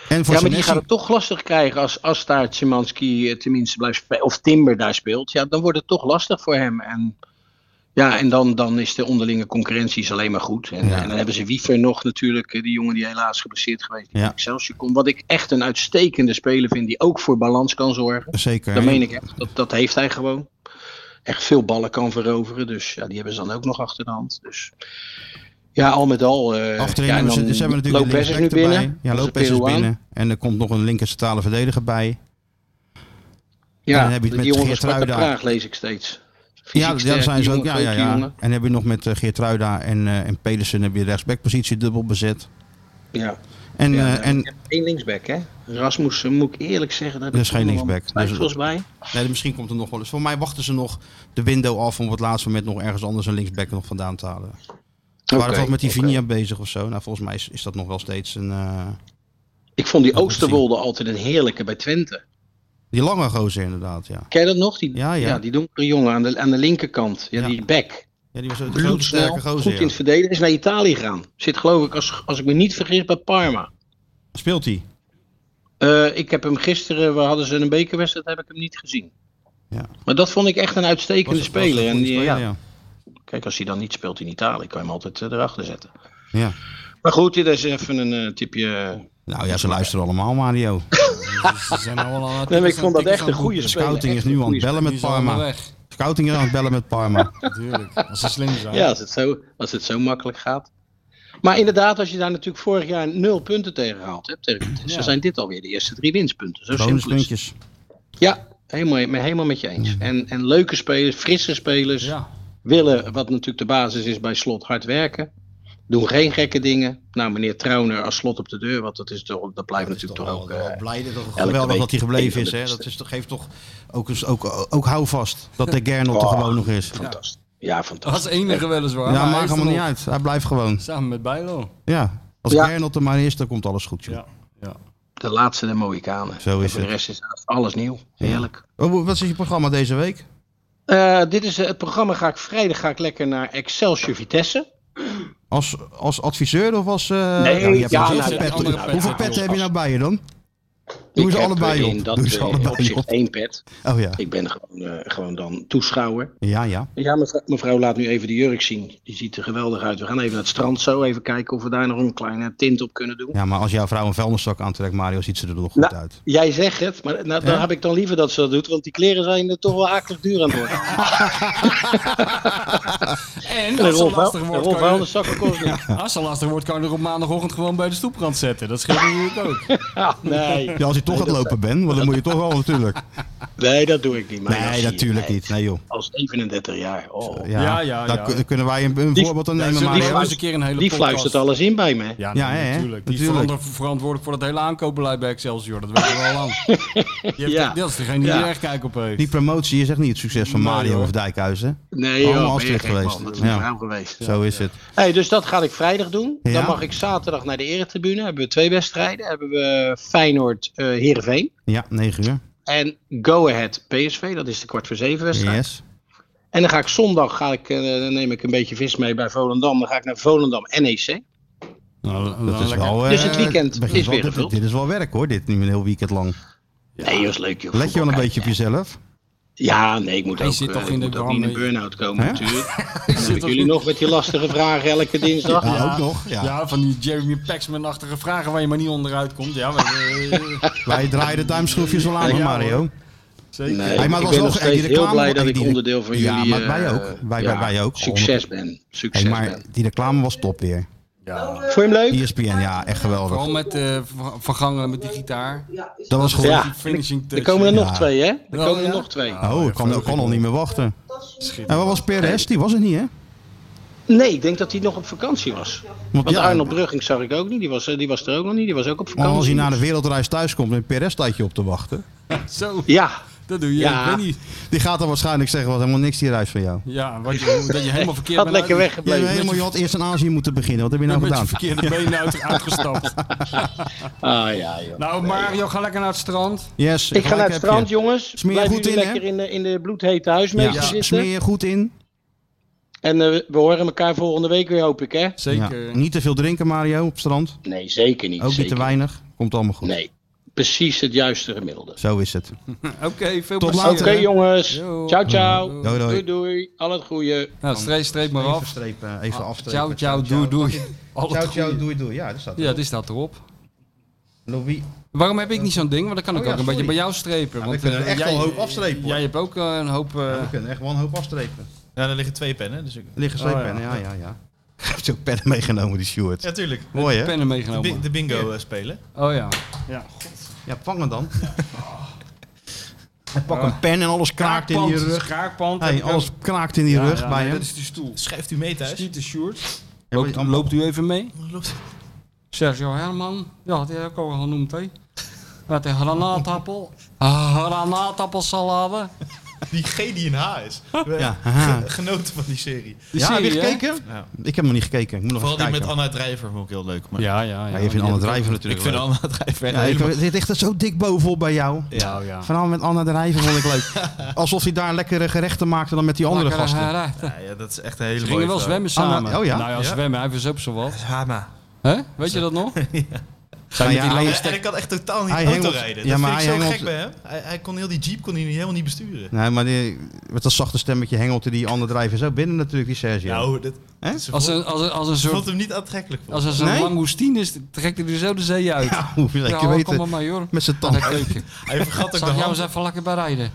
Speaker 3: En voor
Speaker 6: Ja, maar die
Speaker 3: Senesi-
Speaker 6: gaat het toch lastig krijgen als, als daar Szymanski eh, tenminste blijft spelen. Of Timber daar speelt. Ja, dan wordt het toch lastig voor hem. En, ja, en dan, dan is de onderlinge concurrentie is alleen maar goed. En,
Speaker 3: Ja.
Speaker 6: en dan hebben ze Wiefer nog natuurlijk. eh, Die jongen die helaas geblesseerd geweest
Speaker 3: Ja.
Speaker 6: is. Ja. Excelsior komt. Wat ik echt een uitstekende speler vind. Die ook voor balans kan zorgen.
Speaker 3: Zeker.
Speaker 6: Dat meen ik echt. Dat, dat heeft hij gewoon. Echt veel ballen kan veroveren. Dus ja, die hebben ze dan ook nog achter de hand. Dus ja, al met al. eh,
Speaker 3: Achterin
Speaker 6: ja, en
Speaker 3: hebben ze,
Speaker 6: dan
Speaker 3: dus hebben we natuurlijk
Speaker 6: Lopez
Speaker 3: een
Speaker 6: is nu
Speaker 3: linksback
Speaker 6: binnen.
Speaker 3: erbij. Ja,
Speaker 6: Dat
Speaker 3: Lopez
Speaker 6: een
Speaker 3: is
Speaker 6: Peruaan.
Speaker 3: binnen. En er komt nog een linker centrale verdediger bij. En dan heb je het
Speaker 6: die
Speaker 3: met
Speaker 6: jongen van Sparta
Speaker 3: Geertruida.
Speaker 6: Praag lees ik steeds. Fysiek
Speaker 3: Ja, ja,
Speaker 6: sterk,
Speaker 3: dat zijn ze
Speaker 6: die
Speaker 3: ook. Ja, ja,
Speaker 6: jongen, leuke
Speaker 3: ja. En
Speaker 6: jongen.
Speaker 3: dan heb je nog met eh, Geertruida en, eh, en Pedersen heb je de rechtsbackpositie dubbel bezet.
Speaker 6: ja.
Speaker 3: En,
Speaker 6: Ja,
Speaker 3: eh, en
Speaker 6: ik heb één linksback, hè? Rasmussen, moet ik eerlijk zeggen. Daar
Speaker 3: Dat is geen
Speaker 6: heb ik nog wel
Speaker 3: linksback. Dus- Dat is-
Speaker 6: Twijfels bij.
Speaker 3: nee, misschien komt er nog wel eens. Voor mij wachten ze nog de window af om op het laatste moment nog ergens anders een linksback nog vandaan te halen. We waren
Speaker 6: Oké,
Speaker 3: toch met die
Speaker 6: oké.
Speaker 3: Vinia bezig of zo. Nou, volgens mij is, is dat nog wel steeds een. eh,
Speaker 6: Ik vond die
Speaker 3: Dat moet
Speaker 6: Oosterwolde altijd een heerlijke bij Twente.
Speaker 3: die lange gozer inderdaad, ja.
Speaker 6: Ken je dat nog? Die,
Speaker 3: Ja, ja.
Speaker 6: die donkere jongen aan de, aan de linkerkant. Ja,
Speaker 3: Ja.
Speaker 6: die back.
Speaker 3: Ja, die was een grote
Speaker 6: Bloedsnel,
Speaker 3: sterke
Speaker 6: goed
Speaker 3: gozer.
Speaker 6: in
Speaker 3: ja.
Speaker 6: het verdedigen. Is naar Italië gegaan. Zit geloof ik, als, als ik me niet vergis, bij Parma.
Speaker 3: Speelt hij?
Speaker 6: Eh, ik heb hem gisteren, we hadden ze een bekerwedstrijd, heb ik hem niet gezien.
Speaker 3: Ja.
Speaker 6: Maar dat vond ik echt een uitstekende
Speaker 3: Was- was een
Speaker 6: speler.
Speaker 3: goede
Speaker 6: En die,
Speaker 3: speler,
Speaker 6: ja,
Speaker 3: ja.
Speaker 6: Kijk, als hij dan niet speelt in Italië, kan je hem altijd eh, erachter zetten.
Speaker 3: Ja.
Speaker 6: Maar goed, dit is even een eh, tipje.
Speaker 3: Nou ja, ze luisteren allemaal, Mario.
Speaker 4: Ze zijn nou al aan het
Speaker 6: Nee, maar
Speaker 4: tikken,
Speaker 6: ik vond dat
Speaker 4: tikken
Speaker 6: echt
Speaker 4: van
Speaker 6: een
Speaker 4: boek.
Speaker 6: goede
Speaker 3: De
Speaker 6: speler.
Speaker 3: scouting is
Speaker 6: Echt
Speaker 3: nu
Speaker 6: een
Speaker 3: aan het
Speaker 6: goeie
Speaker 3: bellen
Speaker 4: Die
Speaker 3: met
Speaker 4: is allemaal
Speaker 3: Parma.
Speaker 4: weg,
Speaker 3: Scouting is aan het bellen met Parma.
Speaker 4: natuurlijk. Als ze slim zijn.
Speaker 6: speler. Ja, als het, zo, als het zo makkelijk gaat. Maar inderdaad, als je daar natuurlijk vorig jaar nul punten tegen gehaald hebt, tegen Vitesse,
Speaker 4: Ja.
Speaker 6: zijn dit alweer de eerste drie winstpunten. Zo simpel is het.
Speaker 3: Bonuspuntjes.
Speaker 6: Ja, helemaal, me- helemaal met je eens. En, en leuke spelers, frisse spelers,
Speaker 4: Ja.
Speaker 6: willen, wat natuurlijk de basis is bij slot, hard werken. Doen geen gekke dingen. Nou, meneer Trauner als slot op de deur, want dat, is toch, dat blijft natuurlijk toch, ook... eh,
Speaker 3: blij dat
Speaker 6: elke
Speaker 3: geweldig
Speaker 6: week
Speaker 3: dat hij
Speaker 6: een
Speaker 3: gebleven
Speaker 6: van
Speaker 3: is.
Speaker 6: de
Speaker 3: Hè?
Speaker 6: beste.
Speaker 3: Dat is, toch- geeft toch ook, eens- ook, ook houvast dat de Gernot er
Speaker 6: Oh.
Speaker 3: gewoon nog is.
Speaker 6: fantastisch. Ja, fantastisch.
Speaker 4: Als enige
Speaker 3: Ja,
Speaker 4: weliswaar. maar hij
Speaker 3: maakt
Speaker 4: is
Speaker 3: helemaal
Speaker 4: er
Speaker 3: niet
Speaker 4: nog.
Speaker 3: uit. Hij blijft gewoon.
Speaker 4: Samen met Bijlo.
Speaker 3: Ja. Als
Speaker 6: Ja.
Speaker 3: Gernot er maar is, dan komt alles goed, joh.
Speaker 4: Ja. ja.
Speaker 6: De laatste de Mohikanen.
Speaker 3: Zo is
Speaker 6: En voor de
Speaker 3: het.
Speaker 6: rest is alles nieuw. Heerlijk.
Speaker 3: Oh, wat is je programma deze week?
Speaker 6: Eh, dit is eh, het programma. Ga ik vrijdag ga ik lekker naar Excelsior Vitesse.
Speaker 3: Als, als adviseur of als... eh,
Speaker 6: Nee,
Speaker 3: je hebt
Speaker 6: ja,
Speaker 3: een
Speaker 6: nou,
Speaker 3: pet.
Speaker 4: ja, andere pet.
Speaker 3: Hoeveel petten heb je nou bij je dan?
Speaker 6: Ik
Speaker 3: Doe ze
Speaker 6: heb,
Speaker 3: allebei
Speaker 6: eh,
Speaker 3: op.
Speaker 6: In dat
Speaker 3: Doe ze
Speaker 6: eh,
Speaker 3: allebei
Speaker 6: opzicht
Speaker 3: op.
Speaker 6: één pet.
Speaker 3: Oh ja,
Speaker 6: Ik ben gewoon, eh, gewoon dan toeschouwer.
Speaker 3: ja, ja.
Speaker 6: Ja, mevrouw, mevrouw laat nu even de jurk zien. Die ziet er geweldig uit. We gaan even naar het strand zo. Even kijken of we daar nog een kleine tint op kunnen doen.
Speaker 3: Ja, maar als jouw vrouw een vuilniszak aantrekt, Mario, ziet ze er nog goed
Speaker 6: Nou,
Speaker 3: uit.
Speaker 6: Jij zegt het, maar nou, dan
Speaker 3: Ja.
Speaker 6: heb ik dan liever dat ze dat doet. Want die kleren zijn er toch wel akelig duur aan het worden.
Speaker 4: En
Speaker 6: En een
Speaker 4: als het
Speaker 6: rol
Speaker 4: lastig
Speaker 6: vuil- een
Speaker 4: wordt,
Speaker 6: rol
Speaker 4: kan je,
Speaker 6: vuilniszakken kost niet.
Speaker 4: als het lastig wordt, kan je er op maandagochtend gewoon bij de stoeprand zetten. Dat scheelt natuurlijk ook.
Speaker 6: Ja, Ah, nee.
Speaker 3: Ja, als je toch aan het lopen bent, want dan moet je toch wel natuurlijk.
Speaker 6: nee, dat doe ik niet. maar als
Speaker 3: Nee,
Speaker 6: je-
Speaker 3: natuurlijk niet. Nee, joh.
Speaker 6: Als 31 jaar. Oh.
Speaker 3: Ja,
Speaker 4: Ja, ja,
Speaker 3: Daar
Speaker 4: ja.
Speaker 3: kun- kunnen wij een, een
Speaker 6: Die-
Speaker 3: voorbeeld aan
Speaker 4: zullen
Speaker 3: nemen,
Speaker 4: die
Speaker 3: Mario.
Speaker 4: eens een keer een hele
Speaker 6: Die
Speaker 4: podcast-
Speaker 6: fluistert alles in bij me. hè?
Speaker 4: Ja,
Speaker 3: Ja,
Speaker 4: nee,
Speaker 3: hè, hè?
Speaker 4: natuurlijk. Die is
Speaker 3: Natuurlijk.
Speaker 4: verander- verantwoordelijk voor het hele aankoopbeleid bij Excelsior. Dat weten we al lang. Die heeft-
Speaker 6: Ja.
Speaker 4: Dat is degene die
Speaker 6: Ja.
Speaker 4: er echt kijk op eh, heeft.
Speaker 3: Die promotie is echt niet het succes van
Speaker 4: Nee,
Speaker 3: Mario
Speaker 4: hoor.
Speaker 3: of Dijkhuizen.
Speaker 6: Nee,
Speaker 3: Allemaal
Speaker 6: joh, ben je
Speaker 3: Astrid
Speaker 6: gek, man.
Speaker 3: geweest.
Speaker 6: Dat is een
Speaker 3: Ja.
Speaker 6: vrouw geweest.
Speaker 3: Zo is het.
Speaker 6: Hey, dus dat ga ik vrijdag doen.
Speaker 3: Ja.
Speaker 6: Dan mag ik zaterdag naar de eretribune. Hebben we twee wedstrijden. Hebben we Feyenoord eh Heerenveen.
Speaker 3: Ja, 9 uur.
Speaker 6: En Go Ahead PSV. Dat is de kwart voor zeven wedstrijd.
Speaker 3: Yes.
Speaker 6: En dan ga ik zondag ga ik, eh, dan neem ik een beetje vis mee bij Volendam. Dan ga ik naar Volendam E NEC.
Speaker 4: Nou,
Speaker 3: Dat
Speaker 4: nou,
Speaker 3: is
Speaker 4: lekker.
Speaker 3: wel, eh,
Speaker 6: Dus het weekend
Speaker 3: begint
Speaker 6: is
Speaker 3: wel-
Speaker 6: weer
Speaker 3: dit-
Speaker 6: gevuld.
Speaker 3: Dit is wel werk hoor, dit nu een heel weekend lang.
Speaker 6: Nee, dat is leuk
Speaker 3: Let
Speaker 6: joh.
Speaker 3: je wel een
Speaker 6: Voetbal
Speaker 3: beetje op
Speaker 6: kijken.
Speaker 3: jezelf?
Speaker 6: Ja, nee, ik moet
Speaker 4: Hij
Speaker 6: ook,
Speaker 4: zit
Speaker 6: eh,
Speaker 4: toch
Speaker 6: ik
Speaker 4: in
Speaker 6: moet
Speaker 4: de
Speaker 6: ook niet in een
Speaker 4: brand-
Speaker 6: burn-out komen
Speaker 3: Hè?
Speaker 6: natuurlijk.
Speaker 4: zit
Speaker 6: Dan heb ik
Speaker 4: toch
Speaker 6: jullie
Speaker 4: niet-
Speaker 6: nog met die lastige vragen elke dinsdag.
Speaker 3: Ja,
Speaker 4: Ja.
Speaker 3: ook nog. Ja.
Speaker 4: Ja. van die Jeremy Paxman-achtige vragen waar je maar niet onderuit komt. Ja, maar, eh,
Speaker 3: Wij draaien de duimschroefjes wel aan,
Speaker 4: Ja,
Speaker 3: hoor,
Speaker 4: hoor.
Speaker 3: Mario.
Speaker 4: zeker.
Speaker 6: Nee,
Speaker 3: Hey, maar
Speaker 6: ik
Speaker 3: was
Speaker 6: ben
Speaker 3: wel
Speaker 6: nog
Speaker 3: ge- hey, die
Speaker 6: steeds heel
Speaker 3: reclame-
Speaker 6: blij dat
Speaker 3: hey,
Speaker 6: ik
Speaker 3: die-
Speaker 6: onderdeel van
Speaker 3: Ja,
Speaker 6: jullie...
Speaker 3: maar wij
Speaker 6: eh,
Speaker 3: ook. Wij- wij- wij ook.
Speaker 6: Succes ben. Succes
Speaker 3: Hey, maar
Speaker 6: ben.
Speaker 3: die reclame was top weer. E
Speaker 6: Vond je hem leuk?
Speaker 3: ESPN, ja, echt geweldig.
Speaker 4: Vooral met eh, ver- vergangen met die gitaar.
Speaker 3: Dat was goed.
Speaker 6: Ja.
Speaker 4: Die finishing touch.
Speaker 6: Er komen er
Speaker 3: Ja.
Speaker 6: nog twee, hè? Er
Speaker 4: Oh,
Speaker 6: komen er
Speaker 4: ja?
Speaker 6: nog twee.
Speaker 3: Oh, ik kan, ik kan al niet meer wachten. En wat was Perez? Die was er niet, hè?
Speaker 6: Nee, ik denk dat hij nog op vakantie was. Want
Speaker 3: ja,
Speaker 6: Arnold Brugging zag ik ook niet. Die was, eh, die was er ook nog niet. Die was ook op
Speaker 3: want als hij
Speaker 6: vakantie.
Speaker 3: naar de wereldreis thuis komt en Perez staat je op te wachten.
Speaker 4: Zo,
Speaker 6: Ja,
Speaker 4: dat doe je.
Speaker 6: Ja.
Speaker 4: Ik weet niet.
Speaker 3: Die gaat dan waarschijnlijk zeggen, was helemaal niks die reis van jou.
Speaker 4: Ja, wat je, dat je helemaal verkeerd
Speaker 6: had
Speaker 4: bent
Speaker 6: lekker
Speaker 4: uit-
Speaker 3: Je,
Speaker 6: weggebleven.
Speaker 3: bent helemaal, je had eerst in Azië moeten beginnen. Wat heb je nou
Speaker 4: Met je
Speaker 3: gedaan?
Speaker 4: verkeerde benen uit, uitgestapt.
Speaker 6: Ah ja, joh.
Speaker 4: Nou, Mario, ga lekker naar het strand.
Speaker 3: Yes,
Speaker 6: Ik ga naar
Speaker 3: gelijk
Speaker 6: het
Speaker 3: heb je.
Speaker 6: strand, jongens.
Speaker 3: Smeer je
Speaker 6: Blijf
Speaker 3: goed
Speaker 6: jullie
Speaker 3: in, hè?
Speaker 6: lekker in de, in de bloedhete huismeester
Speaker 3: Ja,
Speaker 6: zitten.
Speaker 3: smeer je goed in.
Speaker 6: En eh, we horen elkaar volgende week weer, hoop ik, hè?
Speaker 4: Zeker.
Speaker 3: Ja. Niet te veel drinken, Mario, op het strand.
Speaker 6: Nee, zeker niet.
Speaker 3: Ook niet
Speaker 6: zeker
Speaker 3: te weinig. Komt allemaal goed.
Speaker 6: Nee, precies het juiste gemiddelde.
Speaker 3: Zo is het.
Speaker 4: Oké, veel
Speaker 3: Tot
Speaker 4: plezier.
Speaker 3: later.
Speaker 6: Oké, jongens.
Speaker 4: Yo.
Speaker 6: Ciao, ciao.
Speaker 3: Doei, doei.
Speaker 6: Doei, doei. Al het goede.
Speaker 4: Nou, streep, streep maar af.
Speaker 3: strepen, even
Speaker 4: Ah, Ciao, ciao, doei, doei. Al het goeie.
Speaker 3: doei, doei. Ja, dat staat
Speaker 4: Ja, dit staat erop.
Speaker 3: Louis. Nou,
Speaker 4: Waarom heb ik niet zo'n ding? Want dan kan ik
Speaker 3: Oh ja,
Speaker 4: ook een beetje
Speaker 3: sorry.
Speaker 4: bij jou strepen. want eh, jij,
Speaker 3: afstrepen.
Speaker 4: jij hebt ook eh, een hoop... eh,
Speaker 3: we kunnen echt wel een hoop afstrepen.
Speaker 5: Ja, daar liggen twee pennen. Dus ik...
Speaker 3: Liggen
Speaker 4: Oh, ja.
Speaker 3: sleeppennen, ja, ja, ja. Hij heeft ook pennen meegenomen, die Stuart.
Speaker 5: Ja, tuurlijk.
Speaker 3: Mooi, hè?
Speaker 4: pennen
Speaker 5: De, bi-
Speaker 4: meegenomen.
Speaker 5: de bingo eh, spelen.
Speaker 4: Oh ja.
Speaker 3: Ja, pak hem dan. Hij pakt een pen en alles kraakt in die rug.
Speaker 4: Kraakpand.
Speaker 3: Hey, alles kraakt in die
Speaker 4: Ja,
Speaker 3: rug
Speaker 4: ja,
Speaker 3: bij
Speaker 4: nee,
Speaker 3: hem.
Speaker 4: Dat is die stoel.
Speaker 5: Schrijft u mee thuis.
Speaker 4: Stiet de Sjoerd.
Speaker 3: Ja,
Speaker 4: Loopt,
Speaker 3: allemaal-
Speaker 4: loopt u even mee? Sergio Herman. Ja, dat heb ik ook al genoemd, hè. Met een granaatappel. Ah, Granaatappelsalade.
Speaker 5: Die G die een H is. We
Speaker 3: Ja,
Speaker 5: hebben ge- genoten van die serie.
Speaker 4: Die
Speaker 3: Ja, heb je
Speaker 4: serie, hè?
Speaker 3: gekeken?
Speaker 5: Ja.
Speaker 3: Ik heb hem nog niet gekeken. Ik moet nog
Speaker 5: Vooral
Speaker 3: even
Speaker 5: die met
Speaker 3: kijken.
Speaker 5: Anna Drijver vond ik heel leuk. Maar
Speaker 4: Ja, ja, ja.
Speaker 3: Ja, je vindt Anne Drijven natuurlijk
Speaker 5: ik vind
Speaker 3: leuk.
Speaker 5: Anna Drijver echt
Speaker 3: Ja, ik-
Speaker 5: helemaal...
Speaker 3: dit ligt er zo dik bovenop bij jou.
Speaker 4: Ja, ja.
Speaker 3: Vooral met Anna Drijven vond ik leuk. Alsof hij daar lekkere gerechten maakte dan met die andere
Speaker 4: Lekkere
Speaker 3: gasten.
Speaker 4: gerechten.
Speaker 5: Ja, ja, dat is echt een hele
Speaker 4: Ze
Speaker 5: mooie
Speaker 4: eh, gingen wel
Speaker 5: vrouw.
Speaker 4: zwemmen samen.
Speaker 3: Ah, oh ja?
Speaker 4: Nou ja,
Speaker 5: Ja.
Speaker 4: zwemmen. Hij verzoopt zo wat.
Speaker 5: Hama.
Speaker 4: Hè? Weet je dat nog? Zijn
Speaker 3: Ja,
Speaker 4: met die
Speaker 3: hij-
Speaker 4: lange
Speaker 5: Ja, en ik kan echt totaal niet
Speaker 3: Hij
Speaker 5: auto
Speaker 3: hengelt-
Speaker 5: rijden.
Speaker 3: Ja,
Speaker 5: Dat
Speaker 3: maar
Speaker 5: vind ik
Speaker 3: hij
Speaker 5: zo
Speaker 3: hengelt-
Speaker 5: gek bij hem. Hij, hij kon heel die jeep kon hij niet- helemaal niet besturen.
Speaker 3: Nee, maar die, met dat zachte stemmetje hengelde die Anne Drijven zo binnen natuurlijk, die Sergio.
Speaker 5: Nou, dat,
Speaker 3: Hè?
Speaker 5: ze
Speaker 4: Als
Speaker 5: vond,
Speaker 4: een, als, een, als een
Speaker 5: ze vond
Speaker 4: soort...
Speaker 5: hem niet aantrekkelijk. vond.
Speaker 4: Als een soort
Speaker 3: Nee?
Speaker 4: langoustine is, trekt hij er zo de zee uit. Ja,
Speaker 3: Hoef je zeker
Speaker 4: kom maar
Speaker 3: weten.
Speaker 4: mee, hoor.
Speaker 3: Met zijn
Speaker 4: Aan de
Speaker 3: tanden.
Speaker 4: keuken.
Speaker 5: Hij vergat ook de
Speaker 4: Zal ik jou
Speaker 5: hand.
Speaker 4: eens even lekker bereiden?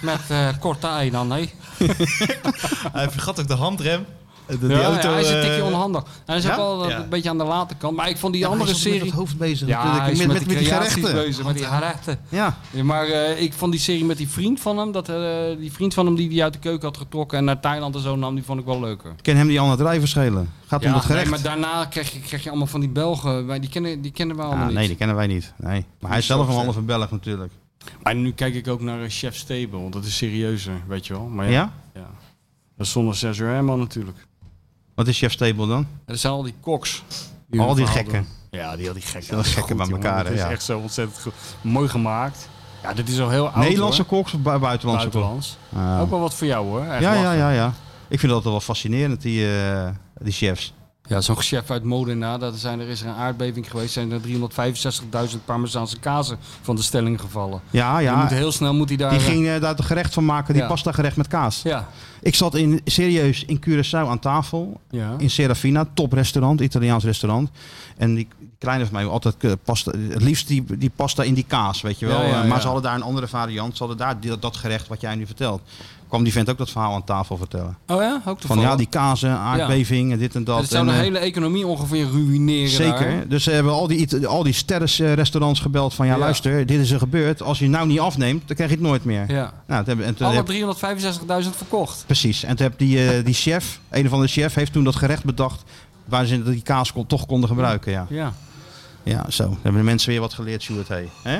Speaker 4: Met eh, korte ei dan, hè?
Speaker 5: Hij vergat ook de handrem. De, die
Speaker 4: Ja,
Speaker 5: auto,
Speaker 4: ja, hij is een
Speaker 5: eh,
Speaker 4: tikje onhandig. Hij is
Speaker 3: ja?
Speaker 4: ook wel eh,
Speaker 5: Ja.
Speaker 4: een beetje aan de late kant. Maar ik vond die andere
Speaker 3: Met
Speaker 4: serie...
Speaker 3: het hoofd bezig
Speaker 4: Ja, hij
Speaker 3: natuurlijk.
Speaker 4: is
Speaker 3: Met,
Speaker 4: met,
Speaker 3: met,
Speaker 4: de
Speaker 3: met die
Speaker 4: creaties
Speaker 3: gerechten.
Speaker 4: bezig, met die gerechten.
Speaker 3: Ja,
Speaker 4: Ja, maar eh, ik vond die serie met die vriend van hem, dat, eh, die vriend van hem die die uit de keuken had getrokken en naar Thailand en zo nam, die vond ik wel leuker.
Speaker 3: ik ken hem die Anne Drijven schelen. Gaat om
Speaker 4: ja,
Speaker 3: het gerecht.
Speaker 4: nee, maar daarna krijg je, krijg je allemaal van die Belgen, maar die kennen, die kennen we allemaal
Speaker 3: Ah,
Speaker 4: niet.
Speaker 3: nee, die kennen wij niet. Nee. Maar hij is zelf een halve Belg natuurlijk.
Speaker 4: Maar nu kijk ik ook naar eh, Chef Stable, want dat is serieuzer, weet je wel. Maar ja,
Speaker 3: Ja?
Speaker 4: ja. Dat is zonder Cesar Herman natuurlijk.
Speaker 3: Wat is Chef Stable dan?
Speaker 4: Dat zijn al die koks.
Speaker 3: Al die
Speaker 4: verhaal
Speaker 3: gekken.
Speaker 4: doen. Ja, die al die gekken.
Speaker 3: Dat is
Speaker 4: Goed,
Speaker 3: gekken bij
Speaker 4: jongen,
Speaker 3: elkaar,
Speaker 4: Dat
Speaker 3: hè,
Speaker 4: is
Speaker 3: ja.
Speaker 4: echt zo ontzettend goed. Mooi gemaakt. Ja, dit is al heel oud
Speaker 3: Nederlandse
Speaker 4: hoor.
Speaker 3: koks of bu- buitenlandse koks?
Speaker 4: Buitenlands.
Speaker 3: Ah.
Speaker 4: Ook wel wat voor jou hoor. Echt
Speaker 3: Ja, ja,
Speaker 4: lachen.
Speaker 3: ja, ja. Ik vind dat wel fascinerend, die, eh, die chefs.
Speaker 4: Ja, zo'n chef uit Modena, daar zijn, er is er een aardbeving geweest. Zijn er 365.000 Parmezaanse kazen van de stelling gevallen.
Speaker 3: Ja,
Speaker 4: Je moet
Speaker 3: ja.
Speaker 4: heel snel moet hij daar...
Speaker 3: Die ging eh, daar het gerecht van maken, die
Speaker 4: Ja.
Speaker 3: pasta gerecht met kaas.
Speaker 4: Ja,
Speaker 3: Ik zat in, serieus in Curaçao aan tafel.
Speaker 4: ja.
Speaker 3: In Serafina, toprestaurant, Italiaans restaurant. En die kleine van mij wil altijd eh, pasta, het liefst die, die pasta in die kaas, weet je wel.
Speaker 4: Ja, ja,
Speaker 3: Eh, maar
Speaker 4: ja.
Speaker 3: ze hadden daar een andere variant. Ze hadden daar die- dat, dat gerecht wat jij nu vertelt. Kwam die vent ook dat verhaal aan tafel vertellen.
Speaker 4: Oh ja, ook
Speaker 3: Van
Speaker 4: toevallig.
Speaker 3: ja, die kazen, aardbeving en dit en dat.
Speaker 4: Het zou de
Speaker 3: En, eh,
Speaker 4: hele economie ongeveer ruïneren
Speaker 3: Zeker.
Speaker 4: daar.
Speaker 3: Dus ze hebben al die, Ita- al die sterrenrestaurants gebeld van ja,
Speaker 4: Ja.
Speaker 3: luister, dit is er gebeurd. Als je het nou niet afneemt, dan krijg je het nooit meer.
Speaker 4: Ja.
Speaker 3: Nou, toen hebben, en toen
Speaker 4: Alle
Speaker 3: heb-
Speaker 4: 365.000 verkocht.
Speaker 3: precies. En toen heb die, eh, die chef, een van de chef, heeft toen dat gerecht bedacht waar ze die kaas kon, toch konden gebruiken. Ja.
Speaker 4: Ja.
Speaker 3: ja, zo. Dan hebben de mensen weer wat geleerd, Stuart. Hey. Hè?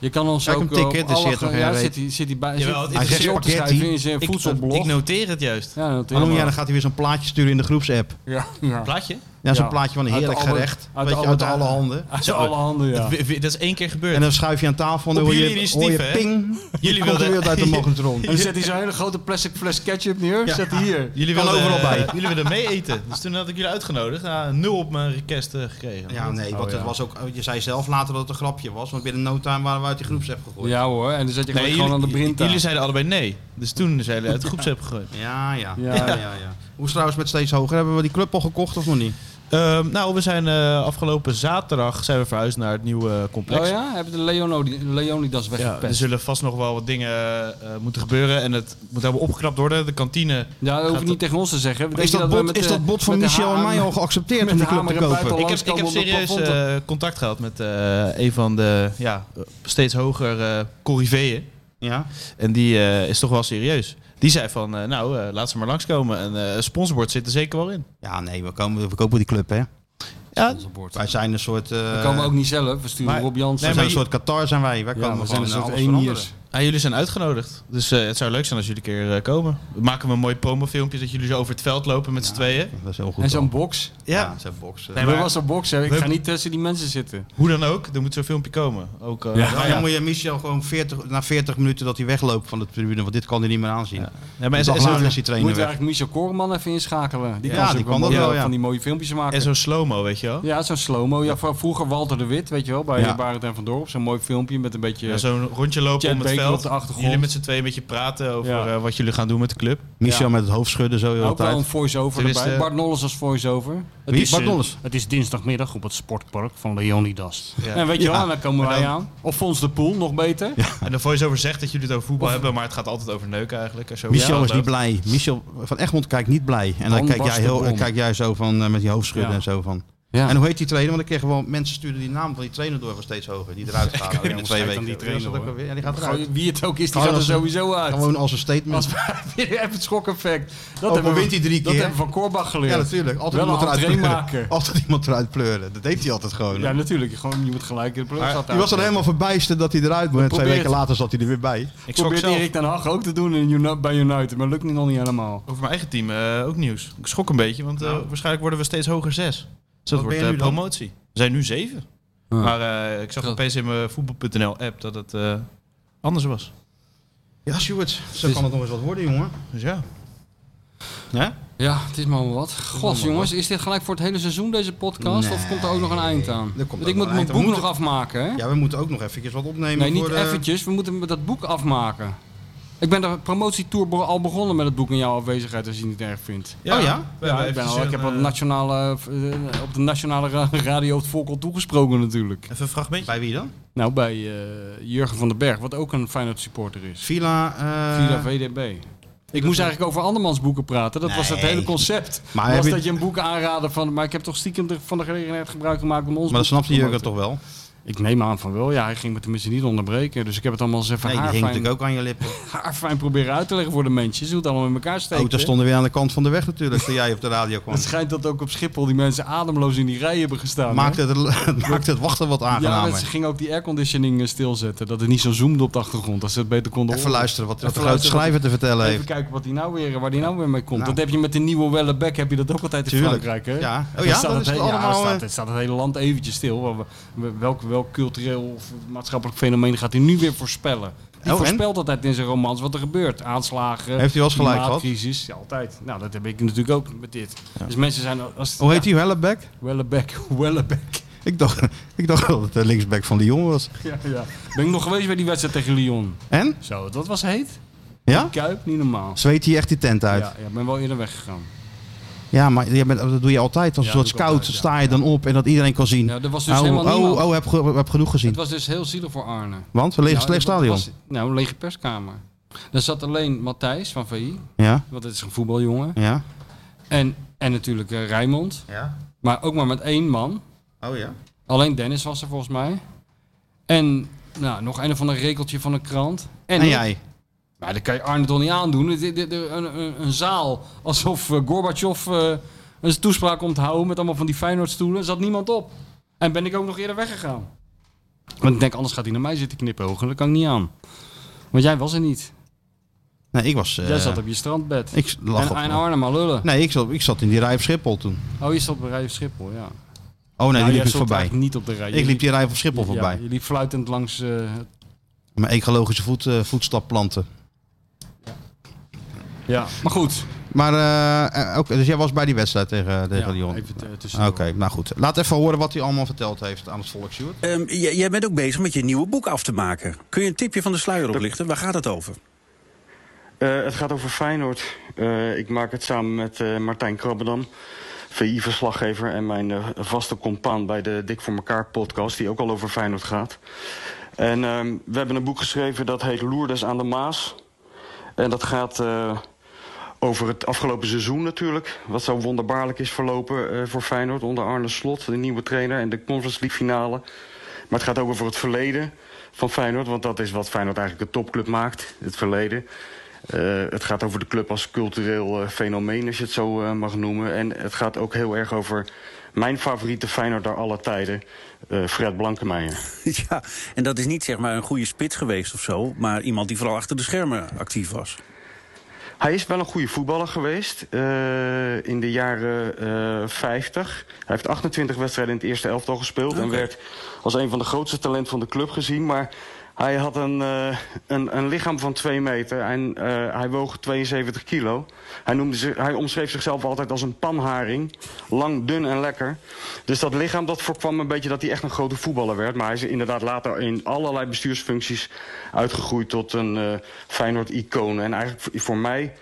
Speaker 4: Je kan ons
Speaker 3: Kijk
Speaker 4: ook
Speaker 3: hem tikken,
Speaker 4: op
Speaker 3: er
Speaker 4: alle
Speaker 3: zit
Speaker 4: ge-
Speaker 3: nog geen
Speaker 4: ja,
Speaker 3: reet.
Speaker 4: zit hij zit hij bij
Speaker 5: Jawel, het
Speaker 4: zit hij
Speaker 3: interesseert
Speaker 4: op te
Speaker 3: spaghetti.
Speaker 4: schrijven in zijn
Speaker 5: Ik,
Speaker 4: voedselblog.
Speaker 5: ik noteer het juist.
Speaker 4: ja, natuurlijk.
Speaker 3: Waarom ja, dan gaat hij weer zo'n plaatje sturen in de groepsapp.
Speaker 4: Ja, ja.
Speaker 5: Plaatje?
Speaker 3: Ja, zo'n
Speaker 4: Ja.
Speaker 3: plaatje van een
Speaker 4: Uit de
Speaker 3: heerlijk
Speaker 4: Albert-
Speaker 3: gerecht.
Speaker 4: uit
Speaker 3: weet
Speaker 4: de
Speaker 3: je, uit
Speaker 4: Albert-
Speaker 3: alle handen.
Speaker 4: Uit alle handen, ja.
Speaker 5: We- we- Dat is één keer gebeurd.
Speaker 3: En dan schuif je aan tafel en dan
Speaker 5: Op
Speaker 3: hoor je,
Speaker 5: jullie
Speaker 3: hoor je
Speaker 5: initiatief, hè?
Speaker 3: ping.
Speaker 5: Jullie
Speaker 3: Komt er
Speaker 5: wilden-
Speaker 3: weer wat uit de magnetron.
Speaker 4: En dan zet hij zo'n hele grote plastic fles ketchup neer. Zet hij hier.
Speaker 5: Jullie
Speaker 3: Kan
Speaker 5: wilden,
Speaker 3: overal bij.
Speaker 5: eh, jullie wilden mee eten. Dus toen had ik jullie uitgenodigd. Nou, nul op mijn request eh, gekregen.
Speaker 3: Ja, nee, want
Speaker 4: oh, ja.
Speaker 3: het was ook, oh, je zei zelf later dat het een grapje was, want binnen no time waren we uit die groepsapp gegooid.
Speaker 4: Ja hoor, en dan zet je
Speaker 5: Nee,
Speaker 4: gewoon- gewoon aan de
Speaker 5: jullie,
Speaker 4: brinta.
Speaker 5: jullie zeiden allebei nee. Dus toen zijn jullie uit de groepsapp gegooid.
Speaker 3: Ja, ja.
Speaker 4: Ja.
Speaker 3: ja, ja, ja. Hoe is het trouwens met steeds hoger? Hebben we die club al gekocht of nog niet?
Speaker 5: Ehm, nou, we zijn eh, afgelopen zaterdag zijn we verhuisd naar het nieuwe eh, complex.
Speaker 4: Oh ja, hebben de Leonodi- Leonidas
Speaker 5: Ja, dus- er
Speaker 4: weggepest.
Speaker 5: zullen vast nog wel wat dingen eh, moeten gebeuren. En het moet helemaal opgeknapt worden. De kantine.
Speaker 4: Ja, dat hoef
Speaker 5: Gaat
Speaker 4: je
Speaker 5: dat-
Speaker 4: niet tegen ons te zeggen. Denk
Speaker 3: Is
Speaker 4: je
Speaker 3: dat,
Speaker 4: we
Speaker 3: bot,
Speaker 4: met
Speaker 3: is
Speaker 4: de-
Speaker 3: dat bot van
Speaker 4: met de
Speaker 3: Michel en
Speaker 4: hamer-
Speaker 3: mij al geaccepteerd
Speaker 4: met
Speaker 3: om die
Speaker 4: de
Speaker 3: club te
Speaker 4: hamer en
Speaker 3: kopen?
Speaker 4: buiten-
Speaker 5: Ik heb, ik heb
Speaker 4: langskomen op het
Speaker 5: serieus
Speaker 4: plafond,
Speaker 5: eh, contact gehad met eh, een van de ja, steeds hoger eh corriveeën.
Speaker 3: Ja.
Speaker 5: En die eh, is toch wel serieus. Die zei van, eh, nou, eh, laat ze maar langskomen. En eh, een sponsorbord zit er zeker wel in.
Speaker 3: ja, nee, we, komen, we kopen die club, hè?
Speaker 5: Ja,
Speaker 3: Wij zijn een soort... eh,
Speaker 4: We komen ook niet zelf, we sturen
Speaker 5: maar-
Speaker 4: Rob
Speaker 3: we
Speaker 4: Jansen.
Speaker 3: zijn
Speaker 5: maar
Speaker 3: een
Speaker 5: je-
Speaker 3: soort Qatar, zijn wij. Wij
Speaker 4: Ja,
Speaker 3: komen
Speaker 4: we zijn
Speaker 3: gewoon
Speaker 4: een soort
Speaker 3: alles veranderen.
Speaker 4: eniers.
Speaker 5: ah, jullie zijn uitgenodigd. Dus eh, het zou leuk zijn als jullie een keer eh, komen. We maken een mooi promofilmpje dat jullie zo over het veld lopen met z'n tweeën.
Speaker 3: Dat is heel goed.
Speaker 4: En zo'n
Speaker 3: dan.
Speaker 4: box.
Speaker 3: Ja, zo'n box. eh.
Speaker 5: Nee,
Speaker 4: Er
Speaker 5: maar-
Speaker 4: was een box, hè. Ik
Speaker 5: We-
Speaker 4: ga niet tussen die mensen zitten.
Speaker 5: Hoe dan ook, er moet zo'n filmpje komen. Ook, eh,
Speaker 4: Ja.
Speaker 3: Ja, dan moet je Michel gewoon 40, na 40 minuten dat hij wegloopt van de tribune, want dit kan hij niet meer aanzien. Ja.
Speaker 5: Ja, maar
Speaker 3: En zo
Speaker 5: en, zo- en,
Speaker 3: is
Speaker 5: zo-
Speaker 3: die trainer
Speaker 4: Moeten
Speaker 3: weg.
Speaker 4: we eigenlijk Michel Koreman even inschakelen. Die
Speaker 3: Ja,
Speaker 4: kan, dus
Speaker 3: die
Speaker 4: natuurlijk
Speaker 3: kan dat
Speaker 4: mooie-
Speaker 3: wel, ja.
Speaker 4: van die mooie filmpjes maken.
Speaker 5: en zo'n slow-mo, weet je wel?
Speaker 4: Ja, zo'n slow-mo. Ja, v- vroeger Walter de Wit, weet je wel, bij
Speaker 3: Ja.
Speaker 4: Barend en Van Dorp. Zo'n mooi filmpje met een beetje...
Speaker 5: Ja, zo'n rondje lopen
Speaker 4: Chad
Speaker 5: om het
Speaker 4: Baker
Speaker 5: veld.
Speaker 4: op de achtergrond.
Speaker 5: Jullie met z'n tweeën een beetje praten over
Speaker 4: Ja.
Speaker 5: eh, wat jullie gaan doen met de club.
Speaker 3: Michel
Speaker 4: Ja.
Speaker 3: met het hoofd schudden zo de hele
Speaker 4: ook wel
Speaker 3: tijd.
Speaker 4: een voice-over
Speaker 5: Tenminste,
Speaker 4: erbij.
Speaker 5: eh,
Speaker 4: Bart Nolles als voice-over. Het
Speaker 3: Wie?
Speaker 4: is,
Speaker 3: Bart
Speaker 4: eh,
Speaker 3: Nolles?
Speaker 4: Het is dinsdagmiddag op het sportpark van Leonidas.
Speaker 5: Ja.
Speaker 4: En weet je wel,
Speaker 3: Ja.
Speaker 4: en dan komen wij aan. Of Fons de Poel, nog beter.
Speaker 5: En de voice-over zegt dat jullie het over voetbal hebben, maar het gaat altijd over neuken eigenlijk. Als je over
Speaker 3: Michel
Speaker 5: het
Speaker 3: is niet
Speaker 5: veld loopt.
Speaker 3: blij. Michel van Egmond kijkt niet blij. En dan
Speaker 4: Han
Speaker 3: kijk jij,
Speaker 4: barst de
Speaker 3: heel,
Speaker 4: bom.
Speaker 3: kijk jij zo van eh, met die hoofdschudden
Speaker 4: Ja.
Speaker 3: en zo van.
Speaker 4: Ja.
Speaker 3: En hoe heet die trainer? Want ik kreeg gewoon mensen stuurden die naam van die trainer door was steeds hoger. Die eruit gaat. Ja,
Speaker 4: jongens,
Speaker 3: twee
Speaker 4: kijk
Speaker 3: weken.
Speaker 4: dan die
Speaker 3: Hoe was dat
Speaker 4: trainer,
Speaker 3: ook alweer? Ja, die gaat eruit.
Speaker 4: Gewoon, Wie het ook is, die
Speaker 3: Oh,
Speaker 4: gaat er
Speaker 3: dat is-
Speaker 4: sowieso uit.
Speaker 3: Gewoon als een statement.
Speaker 4: Als wij weer even het schok-effect. Dat
Speaker 3: Ook al
Speaker 4: hebben we
Speaker 3: wint hij drie
Speaker 4: Dat
Speaker 3: keer.
Speaker 4: hebben we van Korbach
Speaker 3: Ja,
Speaker 4: geleerd.
Speaker 3: natuurlijk. Altijd
Speaker 4: Wel
Speaker 3: iemand
Speaker 4: een
Speaker 3: eruit
Speaker 4: entree
Speaker 3: pleuren.
Speaker 4: maken.
Speaker 3: Altijd iemand eruit pleuren. Dat deed hij altijd gewoon.
Speaker 4: Ja, natuurlijk. Gewoon, je moet gelijk in de plug
Speaker 3: Die was dan helemaal verbijsterd dat hij eruit moest. En twee
Speaker 4: probeert-
Speaker 3: weken later zat hij er weer bij.
Speaker 5: Ik schrok
Speaker 4: Probeert
Speaker 5: zelf.
Speaker 4: Erik ten Hag ook te doen in Uni- bij United, maar lukt niet nog niet helemaal.
Speaker 5: Over mijn eigen team eh, ook nieuws. Ik schrok een beetje, want eh, waarschijnlijk worden we steeds hoger zes. Dus dat
Speaker 3: ben
Speaker 5: wordt
Speaker 3: je
Speaker 5: eh,
Speaker 3: nu dan?
Speaker 5: promotie. We zijn nu zeven.
Speaker 4: Ah.
Speaker 5: Maar eh, ik zag opeens in mijn voetbal.nl app dat het eh, anders was.
Speaker 3: Ja, Stuart.
Speaker 4: Dus-
Speaker 3: Zo kan het nog eens wat worden, jongen.
Speaker 5: Dus ja.
Speaker 3: Ja?
Speaker 4: Ja, het is maar wat. God, jongens, is dit gelijk voor het hele seizoen deze podcast? Of komt er ook nog een eind aan?
Speaker 3: er komt
Speaker 4: Want
Speaker 3: ook nog
Speaker 4: ik moet
Speaker 3: een
Speaker 4: mijn
Speaker 3: eind aan.
Speaker 4: boek
Speaker 3: We
Speaker 4: nog afmaken, hè?
Speaker 3: Ja, we moeten ook nog eventjes wat opnemen.
Speaker 4: nee, niet
Speaker 3: voor, eh,
Speaker 4: eventjes. We moeten dat boek afmaken. Ik ben de promotietour be- al begonnen met het boek in jouw afwezigheid, als je het niet erg vindt.
Speaker 3: Oh ja?
Speaker 5: we
Speaker 4: Ja,
Speaker 5: hebben
Speaker 4: ik, ben
Speaker 5: eventjes
Speaker 4: al, ik heb
Speaker 5: een,
Speaker 4: al
Speaker 5: eh,
Speaker 4: nationale, eh, op de nationale ra- radio het volk al toegesproken natuurlijk.
Speaker 5: Even een fragmentje.
Speaker 3: Bij wie dan?
Speaker 4: Nou, bij eh, Jurgen van den Berg, wat ook een Feyenoord supporter is.
Speaker 3: Villa. eh,
Speaker 4: Via VDB. Ik moest eigenlijk over andermans boeken praten. Dat was het
Speaker 3: Nee.
Speaker 4: hele concept.
Speaker 3: Maar
Speaker 4: was
Speaker 3: heb je-
Speaker 4: dat je een boek aanraden van... Maar ik heb toch stiekem de- van de gelegenheid gebruik gemaakt om ons
Speaker 3: Maar dat
Speaker 4: boek te
Speaker 3: snapte Jurgen
Speaker 4: promoten.
Speaker 3: toch wel?
Speaker 4: Ik neem aan van wel. Ja, hij ging me tenminste niet onderbreken. Dus ik heb het allemaal eens even
Speaker 3: Nee, die hing
Speaker 4: haarfijn,
Speaker 3: natuurlijk ook Oh, aan je lippen.
Speaker 4: haarfijn proberen uit te leggen voor de mensen. Ze doen het allemaal in elkaar steken.
Speaker 3: Auto's stonden weer aan de kant van de weg natuurlijk, toen jij op de radio kwam.
Speaker 4: Het schijnt dat ook op Schiphol die mensen ademloos in die rij hebben gestaan. hè?
Speaker 3: Maakte het, het maakte het wachten wat
Speaker 4: Ja,
Speaker 3: aangenamer.
Speaker 4: mensen gingen ook die airconditioning eh, stilzetten. Dat het niet zo zoomde op de achtergrond. Dat ze het beter konden
Speaker 3: Even
Speaker 4: horen.
Speaker 3: luisteren wat, wat de
Speaker 4: Even
Speaker 3: grote
Speaker 4: luisteren
Speaker 3: schrijver te vertellen
Speaker 4: Even
Speaker 3: heeft.
Speaker 4: kijken wat die nou weer, waar die nou weer mee komt.
Speaker 3: Nou.
Speaker 4: Dat heb je met de nieuwe Welleback, heb je dat ook altijd in
Speaker 3: Tuurlijk.
Speaker 4: Frankrijk, hè?
Speaker 3: Ja. Oh
Speaker 4: Dan
Speaker 3: ja,
Speaker 4: staat
Speaker 3: dan
Speaker 4: het,
Speaker 3: is het
Speaker 4: he- ja,
Speaker 3: allemaal,
Speaker 4: dan
Speaker 3: eh,
Speaker 4: staat, het staat het hele land eventjes stil. Waar we- Welk, welk cultureel of maatschappelijk fenomeen gaat hij nu weer voorspellen? Die
Speaker 3: Oh, en?
Speaker 4: voorspelt altijd in zijn romans wat er gebeurt. Aanslagen,
Speaker 3: Heeft hij wel eens gelijk gehad?
Speaker 4: klimaatcrisis. Ja, altijd. Nou, dat heb ik natuurlijk ook met dit. Dus mensen zijn... Als,
Speaker 3: Hoe heet die Hellebeck?
Speaker 4: Welleback, Welleback.
Speaker 3: Ik dacht, ik dacht dat het de linksback van Lyon was.
Speaker 4: Ja, ja. Ben ik nog geweest bij die wedstrijd tegen Lyon.
Speaker 3: En?
Speaker 4: Zo, dat was heet.
Speaker 3: Ja?
Speaker 4: Kuip, niet normaal.
Speaker 3: Zweet hij echt die tent uit?
Speaker 4: Ja,
Speaker 3: Ja,
Speaker 4: ja, ik ben wel eerder weggegaan.
Speaker 3: maar jij bent- dat doe je altijd. Als
Speaker 4: Ja,
Speaker 3: het wordt
Speaker 4: doe ik
Speaker 3: koud,
Speaker 4: altijd, ja.
Speaker 3: sta je dan op en dat iedereen kan zien.
Speaker 4: Nou, er was dus
Speaker 3: oh,
Speaker 4: helemaal niemand.
Speaker 3: oh, oh, heb, ge- heb genoeg gezien.
Speaker 4: Het was dus heel zielig voor Arne.
Speaker 3: Want we liggen
Speaker 4: Nou,
Speaker 3: slecht stadion.
Speaker 4: het was- nou, een lege perskamer. Daar zat alleen Matthijs van VI,
Speaker 3: Ja,
Speaker 4: want het is een voetbaljongen.
Speaker 3: ja.
Speaker 4: En, en natuurlijk eh Rijmond.
Speaker 3: Ja.
Speaker 4: Maar ook maar met één man.
Speaker 3: Oh ja.
Speaker 4: Alleen Dennis was er volgens mij. En nou, nog een of ander rekeltje van een krant.
Speaker 3: En,
Speaker 4: ik.
Speaker 3: jij?
Speaker 4: Maar dat kan je Arne toch niet aandoen. Het- het- het- een, een, een zaal alsof eh, Gorbachev eh, een toespraak komt houden met allemaal van die Feyenoordstoelen. Er zat niemand op. En ben ik ook nog eerder weggegaan. Want ik denk, anders gaat hij naar mij zitten knipogen. Dat kan ik niet aan. Want jij was er niet.
Speaker 3: Nee, ik was... eh,
Speaker 4: jij zat op je strandbed.
Speaker 3: Ik lag
Speaker 4: en,
Speaker 3: op...
Speaker 4: en Arne maar lullen.
Speaker 3: Nee, ik zat, ik zat in die rij op Schiphol toen.
Speaker 4: Oh, je zat bij Rij op Schiphol, ja.
Speaker 3: Oh nee,
Speaker 4: Nou,
Speaker 3: die
Speaker 4: jij
Speaker 3: liep ik
Speaker 4: stond
Speaker 3: voorbij.
Speaker 4: eigenlijk niet op de rij.
Speaker 3: Ik liep die rij op Schiphol voorbij.
Speaker 4: Ja, je liep fluitend langs... eh, het-
Speaker 3: Mijn ecologische voet, eh, voetstap planten.
Speaker 4: ja, maar goed.
Speaker 3: Maar, eh, eh, oké, dus jij was bij die wedstrijd tegen, tegen
Speaker 4: Ja,
Speaker 3: Lyon?
Speaker 4: even eh,
Speaker 3: Oké,
Speaker 4: tussendoor.
Speaker 3: nou goed. Laat even horen wat hij allemaal verteld heeft aan het volk, Sjoerd.
Speaker 7: Ehm, j- jij bent ook bezig met je nieuwe boek af te maken. Kun je een tipje van de sluier oplichten? Waar gaat het over?
Speaker 8: Eh, het gaat over Feyenoord. Eh, ik maak het samen met eh, Martijn Krabbendam, VI-verslaggever... en mijn eh, vaste compaan bij de Dik voor elkaar podcast... die ook al over Feyenoord gaat. En ehm, we hebben een boek geschreven dat heet Loerdes aan de Maas. En dat gaat eh, over het afgelopen seizoen natuurlijk. Wat zo wonderbaarlijk is verlopen eh, voor Feyenoord onder Arne Slot... de nieuwe trainer en de Conference League finale. Maar het gaat ook over het verleden van Feyenoord... want dat is wat Feyenoord eigenlijk een topclub maakt, het verleden... Eh, het gaat over de club als cultureel eh, fenomeen, als je het zo eh, mag noemen. En het gaat ook heel erg over mijn favoriete Feyenoord daar alle tijden, eh, Fred Blankemeijer.
Speaker 7: ja, en dat is niet zeg maar een goede spits geweest of zo, maar iemand die vooral achter de schermen actief was.
Speaker 8: Hij is wel een goede voetballer geweest eh, in de jaren eh 50. Hij heeft 28 wedstrijden in het eerste elftal gespeeld... en werd als een van de grootste talenten van de club gezien. Maar hij had een, eh, een, een lichaam van 2 meter en eh, hij woog 72 kilo. Hij, noemde zich, hij omschreef zichzelf altijd als een panharing. Lang, dun en lekker. Dus dat lichaam dat voorkwam een beetje dat hij echt een grote voetballer werd. Maar hij is inderdaad later in allerlei bestuursfuncties uitgegroeid tot een eh, Feyenoord-icoon. En eigenlijk voor- voor mij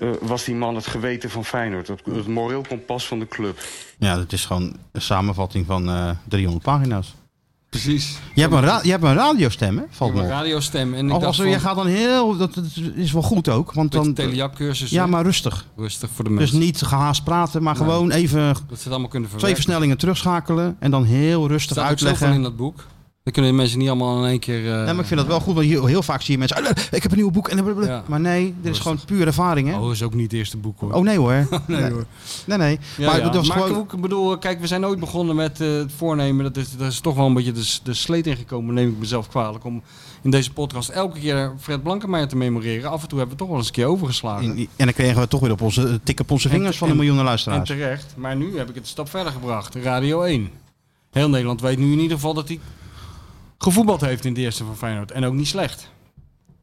Speaker 8: eh, was die man het geweten van Feyenoord. Het, het moreel kompas van de club.
Speaker 3: Ja, dat is gewoon een samenvatting van eh, 300 pagina's.
Speaker 4: Precies.
Speaker 3: Je hebt een, ra- je hebt een radiostem, hè? Valt
Speaker 4: Ik
Speaker 3: me Oh,
Speaker 4: heb een
Speaker 3: op.
Speaker 4: radiostem. En ik
Speaker 3: Of
Speaker 4: dacht
Speaker 3: als
Speaker 4: van,
Speaker 3: je gaat dan heel... Dat, dat is wel goed ook, want
Speaker 4: dan,
Speaker 3: dan...
Speaker 4: Telia-cursus.
Speaker 3: Ja,
Speaker 4: hè?
Speaker 3: maar rustig.
Speaker 4: Rustig voor de
Speaker 3: Dus
Speaker 4: mensen.
Speaker 3: niet gehaast praten, maar gewoon even
Speaker 4: dat ze het allemaal kunnen
Speaker 3: twee
Speaker 4: verwerken.
Speaker 3: versnellingen terugschakelen en dan heel rustig
Speaker 4: staat ook
Speaker 3: uitleggen.
Speaker 4: zoveel in dat boek. Dan kunnen de mensen niet allemaal in één keer... eh,
Speaker 3: Ja, maar ik vind dat wel goed, want heel, heel vaak zie je mensen... "Ah, Ik heb een nieuw boek en... blablabla."
Speaker 4: Ja.
Speaker 3: Maar nee, dit is
Speaker 4: Rustig.
Speaker 3: gewoon puur ervaring, hè?
Speaker 4: Oh, dat is ook niet het eerste boek hoor.
Speaker 3: Oh nee hoor. nee,
Speaker 4: hoor.
Speaker 3: Nee, nee.
Speaker 4: Ja,
Speaker 3: maar
Speaker 4: ja.
Speaker 3: dat was
Speaker 4: Maar
Speaker 3: gewoon...
Speaker 4: ik bedoel, eh, kijk, we zijn ooit begonnen met eh, het voornemen. Dat is, daar is toch wel een beetje de, de sleet in gekomen, neem ik mezelf kwalijk. Om in deze podcast elke keer Fred Blankenmeijer te memoreren. Af en toe hebben we toch wel eens een keer overgeslagen.
Speaker 3: En en dan kregen we toch weer op onze, tik op onze vingers van de
Speaker 4: en-
Speaker 3: miljoenen
Speaker 4: En
Speaker 3: luisteraars.
Speaker 4: terecht. Maar nu heb ik het een stap verder gebracht. Radio 1. Heel Nederland weet nu in ieder geval dat hij gevoetbald heeft in de eerste van Feyenoord. En ook niet slecht.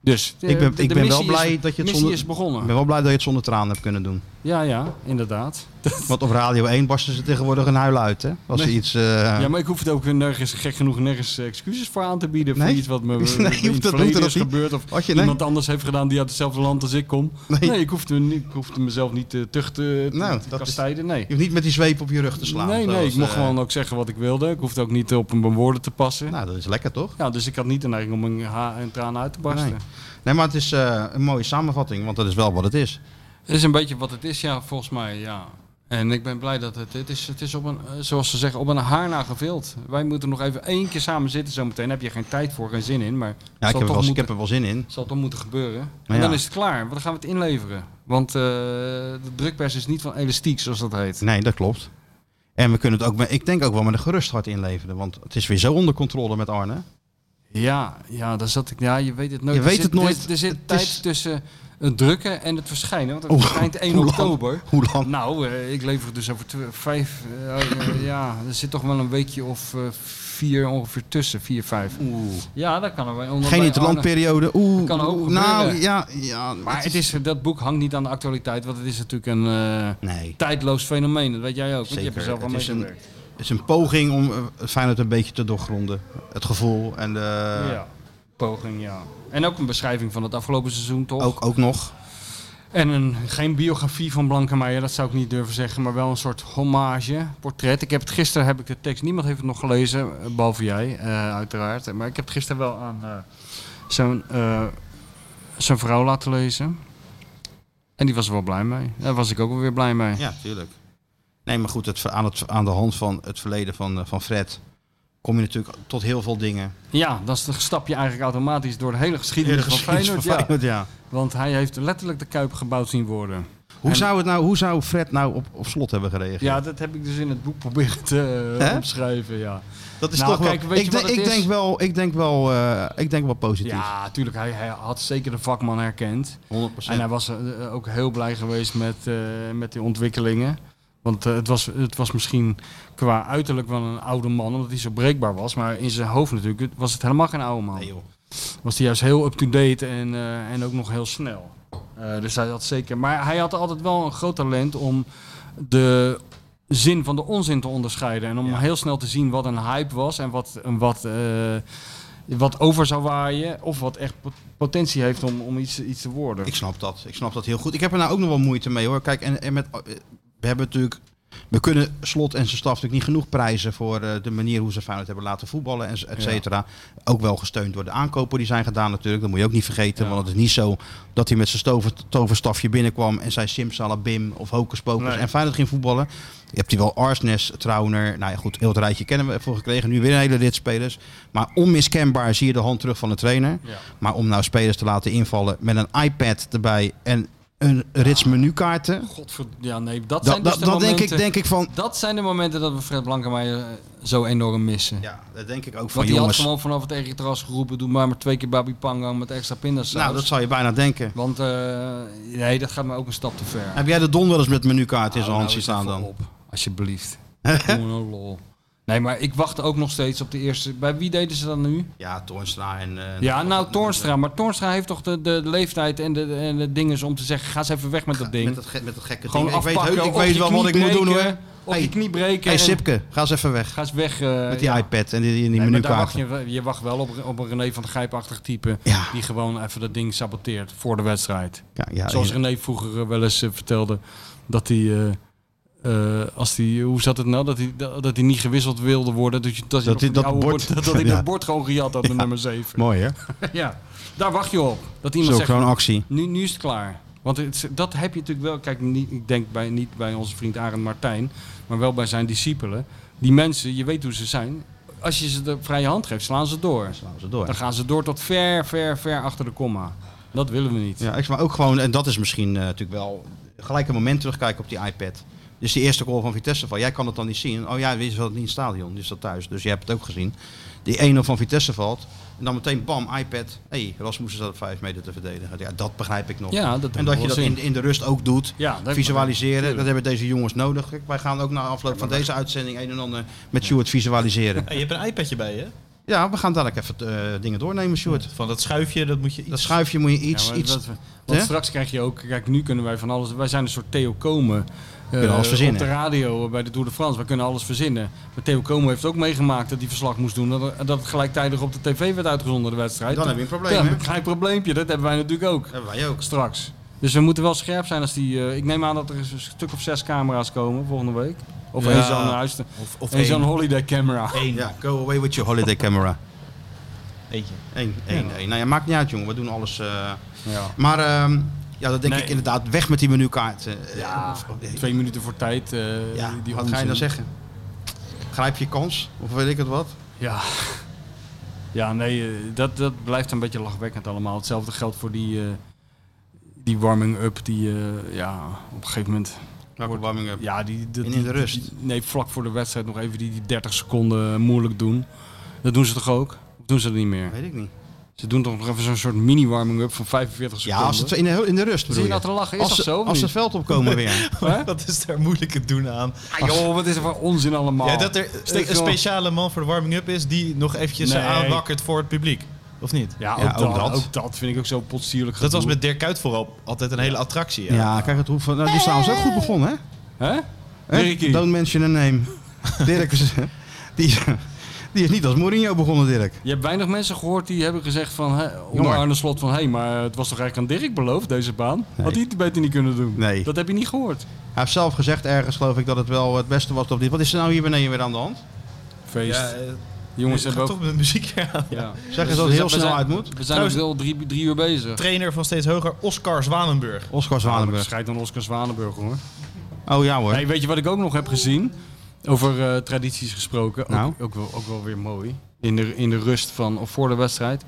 Speaker 4: Dus eh,
Speaker 3: Ik ben-
Speaker 4: de-
Speaker 3: ik
Speaker 4: de
Speaker 3: ben wel
Speaker 4: missie
Speaker 3: blij
Speaker 4: is,
Speaker 3: dat je het
Speaker 4: missie
Speaker 3: zonder-
Speaker 4: is begonnen.
Speaker 3: Ik ben wel blij dat je het zonder tranen hebt kunnen doen.
Speaker 4: Ja, ja, inderdaad.
Speaker 3: Want op Radio 1 barsten ze tegenwoordig een huil uit, hè? Als ze
Speaker 4: Nee.
Speaker 3: iets... eh,
Speaker 4: Ja, maar ik hoef het ook nergens, gek genoeg, nergens eh, excuses voor aan te bieden. Voor
Speaker 3: Nee?
Speaker 4: iets wat me
Speaker 3: Nee,
Speaker 4: in
Speaker 3: je hoeft
Speaker 4: het
Speaker 3: dat-
Speaker 4: verleden
Speaker 3: hoeft dat
Speaker 4: is
Speaker 3: niet.
Speaker 4: gebeurd. Of
Speaker 3: Had je- nee.
Speaker 4: iemand anders heeft gedaan die uit hetzelfde land als ik kom.
Speaker 3: Nee.
Speaker 4: Nee, ik, hoefde, niet- ik hoefde mezelf niet te tuchten, te,
Speaker 3: Nou,
Speaker 4: te
Speaker 3: dat is-
Speaker 4: kastijden. Nee.
Speaker 3: Je hoeft niet met die zweep op je rug te slaan.
Speaker 4: nee, nee,
Speaker 3: zoals,
Speaker 4: ik mocht
Speaker 3: eh,
Speaker 4: gewoon ook zeggen wat ik wilde. Ik hoefde ook niet op mijn woorden te passen.
Speaker 3: Nou, dat is lekker, toch?
Speaker 4: Ja, dus ik had niet de neiging om een, ha- een traan uit te barsten.
Speaker 3: Nee. Nee, maar het is eh, een mooie samenvatting, want dat is wel wat het is.
Speaker 4: Dat is een beetje wat het is, ja, volgens mij. Ja. En ik ben blij dat het, het is, het is op een, eh, zoals ze zeggen, op een haarna gevild. Wij moeten nog even één keer samen zitten zometeen. Daar heb je geen tijd voor, geen zin in, maar het
Speaker 3: Ja,
Speaker 4: zal
Speaker 3: ik heb, er
Speaker 4: toch
Speaker 3: wel, ik
Speaker 4: moeten-
Speaker 3: heb er wel zin in.
Speaker 4: zal toch moeten gebeuren.
Speaker 3: Maar
Speaker 4: en dan
Speaker 3: ja.
Speaker 4: is het klaar. Want dan gaan we het inleveren. Want eh, de drukpers is niet van elastiek, zoals dat heet.
Speaker 3: Nee, dat klopt. En we kunnen het ook, met- ik denk ook wel met een gerust hart inleveren. Want het is weer zo onder controle met Arne.
Speaker 4: Ja, ja, daar zat ik. Ja, je weet het nooit.
Speaker 3: Je
Speaker 4: Er
Speaker 3: weet
Speaker 4: zit-
Speaker 3: het nooit.
Speaker 4: Er, er zit
Speaker 3: Het
Speaker 4: tijd
Speaker 3: is-
Speaker 4: tussen het drukken en het verschijnen. Want het
Speaker 3: Hoe-
Speaker 4: verschijnt 1
Speaker 3: hoe lang?
Speaker 4: oktober.
Speaker 3: Hoe lang?
Speaker 4: Nou, eh, ik lever het dus over tw- vijf. eh, eh, ja, er zit toch wel een weekje of eh, vier ongeveer tussen. Vier, vijf.
Speaker 3: Oeh.
Speaker 4: Ja, dat kan er wel. Omdat
Speaker 3: Geen
Speaker 4: bij Arne-
Speaker 3: interlandperiode. Oeh.
Speaker 4: kan ook
Speaker 3: oeh, nou,
Speaker 4: gebeuren.
Speaker 3: ja. ja
Speaker 4: Maar het is, dat boek hangt niet aan de actualiteit, want het is natuurlijk een eh,
Speaker 3: Nee.
Speaker 4: tijdloos fenomeen. Dat weet jij ook. Want je hebt er
Speaker 3: Zeker.
Speaker 4: zelf al
Speaker 3: Het
Speaker 4: mee
Speaker 3: is een-
Speaker 4: gewerkt.
Speaker 3: Het is een poging om eh, Feyenoord een beetje te doorgronden. Het gevoel en eh, de,
Speaker 4: Ja, poging, ja. En ook een beschrijving van het afgelopen seizoen, toch?
Speaker 3: ook, ook nog.
Speaker 4: En een, geen biografie van Blankenmeijer, dat zou ik niet durven zeggen, maar wel een soort hommage, portret. Ik heb het gisteren, heb ik de tekst, niemand heeft het nog gelezen, eh, behalve jij, eh, uiteraard. Maar ik heb het gisteren wel aan eh, zo'n, eh, zijn vrouw laten lezen. En die was er wel blij mee. Daar was ik ook wel weer blij mee.
Speaker 3: Ja, tuurlijk. Nee, maar goed, het, ver- aan, het, aan de hand van het verleden van, eh, van Fred kom je natuurlijk tot heel veel dingen.
Speaker 4: Ja, dan stap je eigenlijk automatisch door de hele geschiedenis,
Speaker 3: Hele
Speaker 4: van
Speaker 3: geschiedenis
Speaker 4: Feyenoord.
Speaker 3: van
Speaker 4: ja.
Speaker 3: Feyenoord, ja.
Speaker 4: Want hij heeft letterlijk de Kuip gebouwd zien worden.
Speaker 3: Hoe,
Speaker 4: En-
Speaker 3: zou het nou, hoe zou Fred nou op, op slot hebben gereageerd?
Speaker 4: Ja, dat heb ik dus in het boek proberen te eh,
Speaker 3: Hè?
Speaker 4: opschrijven, ja.
Speaker 3: dat
Speaker 4: nou, kijk, weet je
Speaker 3: ik,
Speaker 4: wat
Speaker 3: denk- ik,
Speaker 4: het is?
Speaker 3: denk wel, ik, denk wel, eh, ik denk wel positief.
Speaker 4: Ja, tuurlijk, hij, hij had zeker de vakman herkend.
Speaker 3: 100%.
Speaker 4: En hij was eh, ook heel blij geweest met, eh met die ontwikkelingen. Want eh, het, was, het was misschien qua uiterlijk wel een oude man, omdat hij zo breekbaar was. Maar in zijn hoofd natuurlijk was het helemaal geen oude man.
Speaker 3: Nee, joh.
Speaker 4: was hij juist heel up-to-date en, eh, en ook nog heel snel. Eh, dus hij had zeker. Maar hij had altijd wel een groot talent om de zin van de onzin te onderscheiden. En om heel snel te zien wat een hype was en wat, en wat, eh, wat over zou waaien. Of wat echt pot- potentie heeft om, om iets, iets te worden.
Speaker 3: Ik snap dat. Ik snap dat heel goed. Ik heb er nou ook nog wel moeite mee hoor. Kijk, en, en met, eh, we hebben natuurlijk. We kunnen slot en zijn staf natuurlijk niet genoeg prijzen voor eh, de manier hoe ze Feyenoord hebben laten voetballen en z- et cetera. Ook wel gesteund door de aankopen die zijn gedaan natuurlijk. Dat moet je ook niet vergeten.
Speaker 4: Ja.
Speaker 3: Want het is niet zo dat hij met zijn stover, toverstafje binnenkwam en zei Simsalabim of Hocus Pocus
Speaker 4: Nee.
Speaker 3: en Feyenoord ging voetballen. Je hebt hier wel Arsnes, Trauner. Nou ja goed, heel het rijtje kennen we ervoor gekregen. Nu weer een hele rit spelers. Maar onmiskenbaar zie je de hand terug van de trainer.
Speaker 4: Ja.
Speaker 3: Maar om nou spelers te laten invallen met een iPad erbij en een rits menukaarten.
Speaker 4: Godverd... Ja, nee, dat,
Speaker 3: Dat,
Speaker 4: zijn dus
Speaker 3: dat,
Speaker 4: de
Speaker 3: dat denk,
Speaker 4: momenten...
Speaker 3: ik, denk ik van.
Speaker 4: Dat zijn de momenten dat we Fred Blankenmeijer eh, zo enorm missen.
Speaker 3: Ja, dat denk ik ook van
Speaker 4: Want die had
Speaker 3: jongens. Nou,
Speaker 4: gewoon vanaf het eigen terras geroepen... doe maar maar twee keer Babi Pangang met extra pindasaus.
Speaker 3: Nou, dat zou je bijna denken.
Speaker 4: Want eh, nee, dat gaat me ook een stap te ver.
Speaker 3: Heb jij de Don wel eens met menukaart in
Speaker 4: Hou
Speaker 3: zijn
Speaker 4: nou
Speaker 3: hand zien
Speaker 4: eens
Speaker 3: staan
Speaker 4: even
Speaker 3: dan?
Speaker 4: Op, alsjeblieft. Doe nou lol. Nee, maar ik wacht ook nog steeds op de eerste. Bij wie deden ze dat nu?
Speaker 3: Ja, Toornstra en. eh,
Speaker 4: Ja, nou Toornstra. Maar Toornstra heeft toch de, de leeftijd en de, en de dinges om te zeggen: ga eens even weg met dat ding.
Speaker 3: Met dat, ge- met dat gekke
Speaker 4: Gewoon
Speaker 3: ding. Ik weet,
Speaker 4: afpakken.
Speaker 3: heus- ik
Speaker 4: op
Speaker 3: weet
Speaker 4: je
Speaker 3: wel wat
Speaker 4: knie
Speaker 3: ik moet doen hoor.
Speaker 4: breken,
Speaker 3: Hé,
Speaker 4: Op je knie breken.
Speaker 3: hey,
Speaker 4: en-
Speaker 3: Sipke, ga eens even weg.
Speaker 4: Ga eens weg. eh,
Speaker 3: Met die
Speaker 4: ja.
Speaker 3: iPad en die, en die
Speaker 4: Nee, maar daar wacht
Speaker 3: menukaarten.
Speaker 4: je, wel- je wacht wel op, op een René van de Grijpachtig type.
Speaker 3: Ja.
Speaker 4: Die gewoon even dat ding saboteert voor de wedstrijd.
Speaker 3: Ja, ja,
Speaker 4: Zoals
Speaker 3: ja.
Speaker 4: René vroeger eh, wel eens eh, vertelde dat hij. eh, eh, als die, hoe zat het nou? Dat hij, dat, dat hij niet gewisseld wilde worden. Dat, je, dat, je
Speaker 3: hij
Speaker 4: nog van die
Speaker 3: dat
Speaker 4: oude
Speaker 3: bord-
Speaker 4: dat, dat hij
Speaker 3: Ja.
Speaker 4: dat bord gewoon gejat had, de nummer 7.
Speaker 3: Mooi hè?
Speaker 4: ja, daar wacht je op. Dat iemand
Speaker 3: Zo,
Speaker 4: zegt,
Speaker 3: gewoon actie.
Speaker 4: nu, nu is het klaar. Want het is- dat heb je natuurlijk wel. Kijk, niet, ik denk bij, niet bij onze vriend Arend Martijn, maar wel bij zijn discipelen. Die mensen, je weet hoe ze zijn. Als je ze de vrije hand geeft, slaan ze door.
Speaker 3: Slaan ze door.
Speaker 4: Dan gaan ze door tot ver, ver, ver achter de komma. Dat willen we niet.
Speaker 3: Ja, ik- maar ook gewoon, en dat is misschien eh, natuurlijk wel gelijk een moment terugkijken op die iPad. Dus die eerste goal van Vitesse valt. Jij kan het dan niet zien. Oh ja, je zat niet in het stadion, je zat thuis. Dus je hebt het ook gezien. Die 1-0 van Vitesse valt. En dan meteen bam, iPad. Hé, hey, Rasmussen zat op 5 meter te verdedigen. Ja, dat begrijp ik nog.
Speaker 4: Ja, dat heb
Speaker 3: en
Speaker 4: ik
Speaker 3: dat
Speaker 4: wel
Speaker 3: je dat
Speaker 4: zin.
Speaker 3: in, in de rust ook doet.
Speaker 4: Ja, dat heb ik
Speaker 3: visualiseren.
Speaker 4: wel.
Speaker 3: Dat hebben deze jongens nodig. Kijk, wij gaan ook na afloop van deze uitzending een en ander met Stuart visualiseren.
Speaker 5: Hey, je hebt een iPadje bij je.
Speaker 3: Ja, we gaan dadelijk even eh, dingen doornemen, Stuart.
Speaker 5: Van dat schuifje, dat moet je iets...
Speaker 3: Dat schuifje moet je
Speaker 4: Ja,
Speaker 3: iets...
Speaker 4: maar
Speaker 3: iets
Speaker 4: dat we- want
Speaker 3: hè?
Speaker 4: straks krijg je ook, kijk, nu kunnen wij van alles. Wij zijn een soort Theo Komen. eh,
Speaker 3: alles verzinnen.
Speaker 4: Op de radio eh, bij de Tour de France. We kunnen alles verzinnen. Maar Theo Komen heeft ook meegemaakt dat hij verslag moest doen. Dat, er- dat het gelijktijdig op de tv werd uitgezonden, de wedstrijd.
Speaker 3: Dan heb je een probleem,
Speaker 4: Dan
Speaker 3: hè?
Speaker 4: heb je een probleempje. Dat hebben wij natuurlijk ook.
Speaker 3: hebben wij ook.
Speaker 4: Straks. Dus we moeten wel scherp zijn als die. eh, ik neem aan dat er een stuk of zes camera's komen volgende week. Of
Speaker 5: Ja.
Speaker 4: één zo'n huis.
Speaker 5: Of, of
Speaker 4: Eén zo'n
Speaker 5: één.
Speaker 4: holiday camera.
Speaker 5: Eén.
Speaker 3: Ja, go away with your holiday camera.
Speaker 5: Eentje.
Speaker 3: Eén, één, één. Nou ja, maakt niet uit, jongen. We doen alles. eh.
Speaker 4: Ja.
Speaker 3: Maar ehm, Ja, dat denk
Speaker 4: Nee.
Speaker 3: ik inderdaad. Weg met die menukaart. eh, eh,
Speaker 4: Twee minuten voor tijd. eh,
Speaker 3: ja,
Speaker 4: die
Speaker 3: wat ga je
Speaker 4: onzin.
Speaker 3: dan zeggen? Grijp je kans? Of weet ik het wat?
Speaker 4: Ja. Ja, nee, eh, dat, dat blijft een beetje lachwekkend allemaal. Hetzelfde geldt voor die, eh, die warming-up die, eh, ja, op een gegeven moment...
Speaker 3: Welke warming-up?
Speaker 4: Ja, die, die-
Speaker 3: En in de
Speaker 4: die-
Speaker 3: rust.
Speaker 4: nee, vlak voor de wedstrijd nog even die, die 30 seconden moeilijk doen. Dat doen ze toch ook? Of doen ze dat niet meer?
Speaker 3: Weet ik niet.
Speaker 4: Ze doen toch nog even zo'n soort mini-warming-up van 45
Speaker 3: Ja,
Speaker 4: seconden?
Speaker 3: als het in de, in de rust
Speaker 4: Zie
Speaker 3: bedoel
Speaker 4: je
Speaker 3: je?
Speaker 4: nou te lachen? Is
Speaker 3: als
Speaker 4: dat
Speaker 3: ze,
Speaker 4: zo? of
Speaker 3: als ze
Speaker 4: niet?
Speaker 3: het veld opkomen weer.
Speaker 4: Hè?
Speaker 5: Wat is daar moeilijk het doen aan?
Speaker 4: Ah, joh, wat is er voor onzin allemaal?
Speaker 5: Ja, dat er
Speaker 4: Steek
Speaker 5: een
Speaker 4: gewoon-
Speaker 5: speciale man voor de warming-up is die nog eventjes eh,
Speaker 4: Nee.
Speaker 5: aanwakkert voor het publiek. Of niet?
Speaker 4: Ja, ook,
Speaker 3: Ja,
Speaker 4: dat,
Speaker 3: ook dat.
Speaker 4: ook dat vind ik ook zo potsierlijk
Speaker 5: Dat was
Speaker 4: gedoe.
Speaker 5: met Dirk Kuyt vooral altijd een hele attractie. Ja.
Speaker 3: Ja, kijk, het hoeft. van- Nou, die is trouwens ook goed begonnen, hè?
Speaker 4: Hè?
Speaker 3: Hè?
Speaker 4: Dirkie.
Speaker 3: Don't mention a name. Dirk is, die, is- die is niet als Mourinho begonnen, Dirk.
Speaker 4: Je hebt weinig mensen gehoord die hebben gezegd van, hè, onder
Speaker 3: Jongen.
Speaker 4: Arne Slot van... hé, hey, maar het was toch eigenlijk aan Dirk beloofd, deze baan? Had hij het beter niet kunnen doen?
Speaker 3: Nee.
Speaker 4: Dat heb je niet gehoord.
Speaker 3: Hij heeft zelf gezegd ergens, geloof ik, dat het wel het beste was op dit. Wat is er nou hier beneden weer aan de hand?
Speaker 4: Feest.
Speaker 5: Ja, eh,
Speaker 4: Jongens
Speaker 5: het
Speaker 4: hebben
Speaker 5: gaat
Speaker 4: ook...
Speaker 5: toch met muziek weer aan.
Speaker 4: Ja.
Speaker 3: Zeg eens dat het heel
Speaker 4: we
Speaker 3: snel
Speaker 4: zijn-
Speaker 3: uit moet.
Speaker 4: We zijn ook
Speaker 5: Trouwens-
Speaker 4: wel drie, drie uur bezig.
Speaker 5: Trainer van steeds hoger, Oscar Zwanenburg.
Speaker 3: Oscar
Speaker 4: Ja,
Speaker 3: Zwanenburg.
Speaker 4: Schijt aan Oscar Zwanenburg, hoor.
Speaker 3: Oh ja hoor.
Speaker 4: Hey, weet je wat ik ook nog heb gezien? Over eh, tradities gesproken. Ook,
Speaker 3: Nou?
Speaker 4: ook, wel, ook wel weer mooi. In de, in de rust van, of voor de wedstrijd.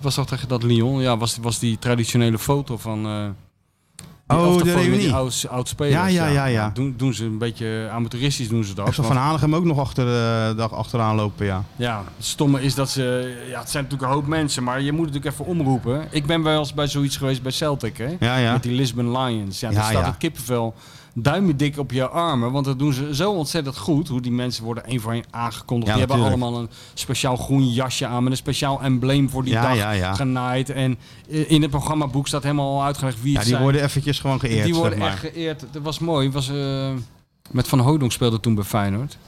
Speaker 4: Was toch tegen dat Lyon? Ja, was, was die traditionele foto van... eh, die
Speaker 3: Oh,
Speaker 4: afterfoto
Speaker 3: de
Speaker 4: met die
Speaker 3: reunie.
Speaker 4: ouds- oud-spelers.
Speaker 3: Ja, ja, ja, ja.
Speaker 4: Doen, doen ze een beetje amateuristisch doen ze dat.
Speaker 3: Ik zag
Speaker 4: want-
Speaker 3: Van Hanegem ook nog achter, eh, dag achteraan lopen, ja.
Speaker 4: ja, het stomme is dat ze... Ja, het zijn natuurlijk een hoop mensen, maar je moet natuurlijk even omroepen. Ik ben wel eens bij zoiets geweest bij Celtic, hè?
Speaker 3: Ja, ja.
Speaker 4: Met die Lisbon Lions. Ja,
Speaker 3: Ja,
Speaker 4: daar staat
Speaker 3: ja.
Speaker 4: het kippenvel duimendik op je armen. Want dat doen ze zo ontzettend goed. Hoe die mensen worden één voor één aangekondigd.
Speaker 3: Ja,
Speaker 4: die hebben
Speaker 3: natuurlijk.
Speaker 4: allemaal een speciaal groen jasje aan. Met een speciaal embleem voor die
Speaker 3: Ja,
Speaker 4: dag
Speaker 3: ja, ja.
Speaker 4: genaaid. En eh, in het programmaboek staat helemaal al uitgelegd wie
Speaker 3: Ja,
Speaker 4: het
Speaker 3: die
Speaker 4: zijn.
Speaker 3: worden eventjes gewoon geëerd,
Speaker 4: die worden
Speaker 3: zeg maar.
Speaker 4: echt geëerd. Dat was mooi. Het Was, eh, met Van Houdonk speelde toen bij Feyenoord.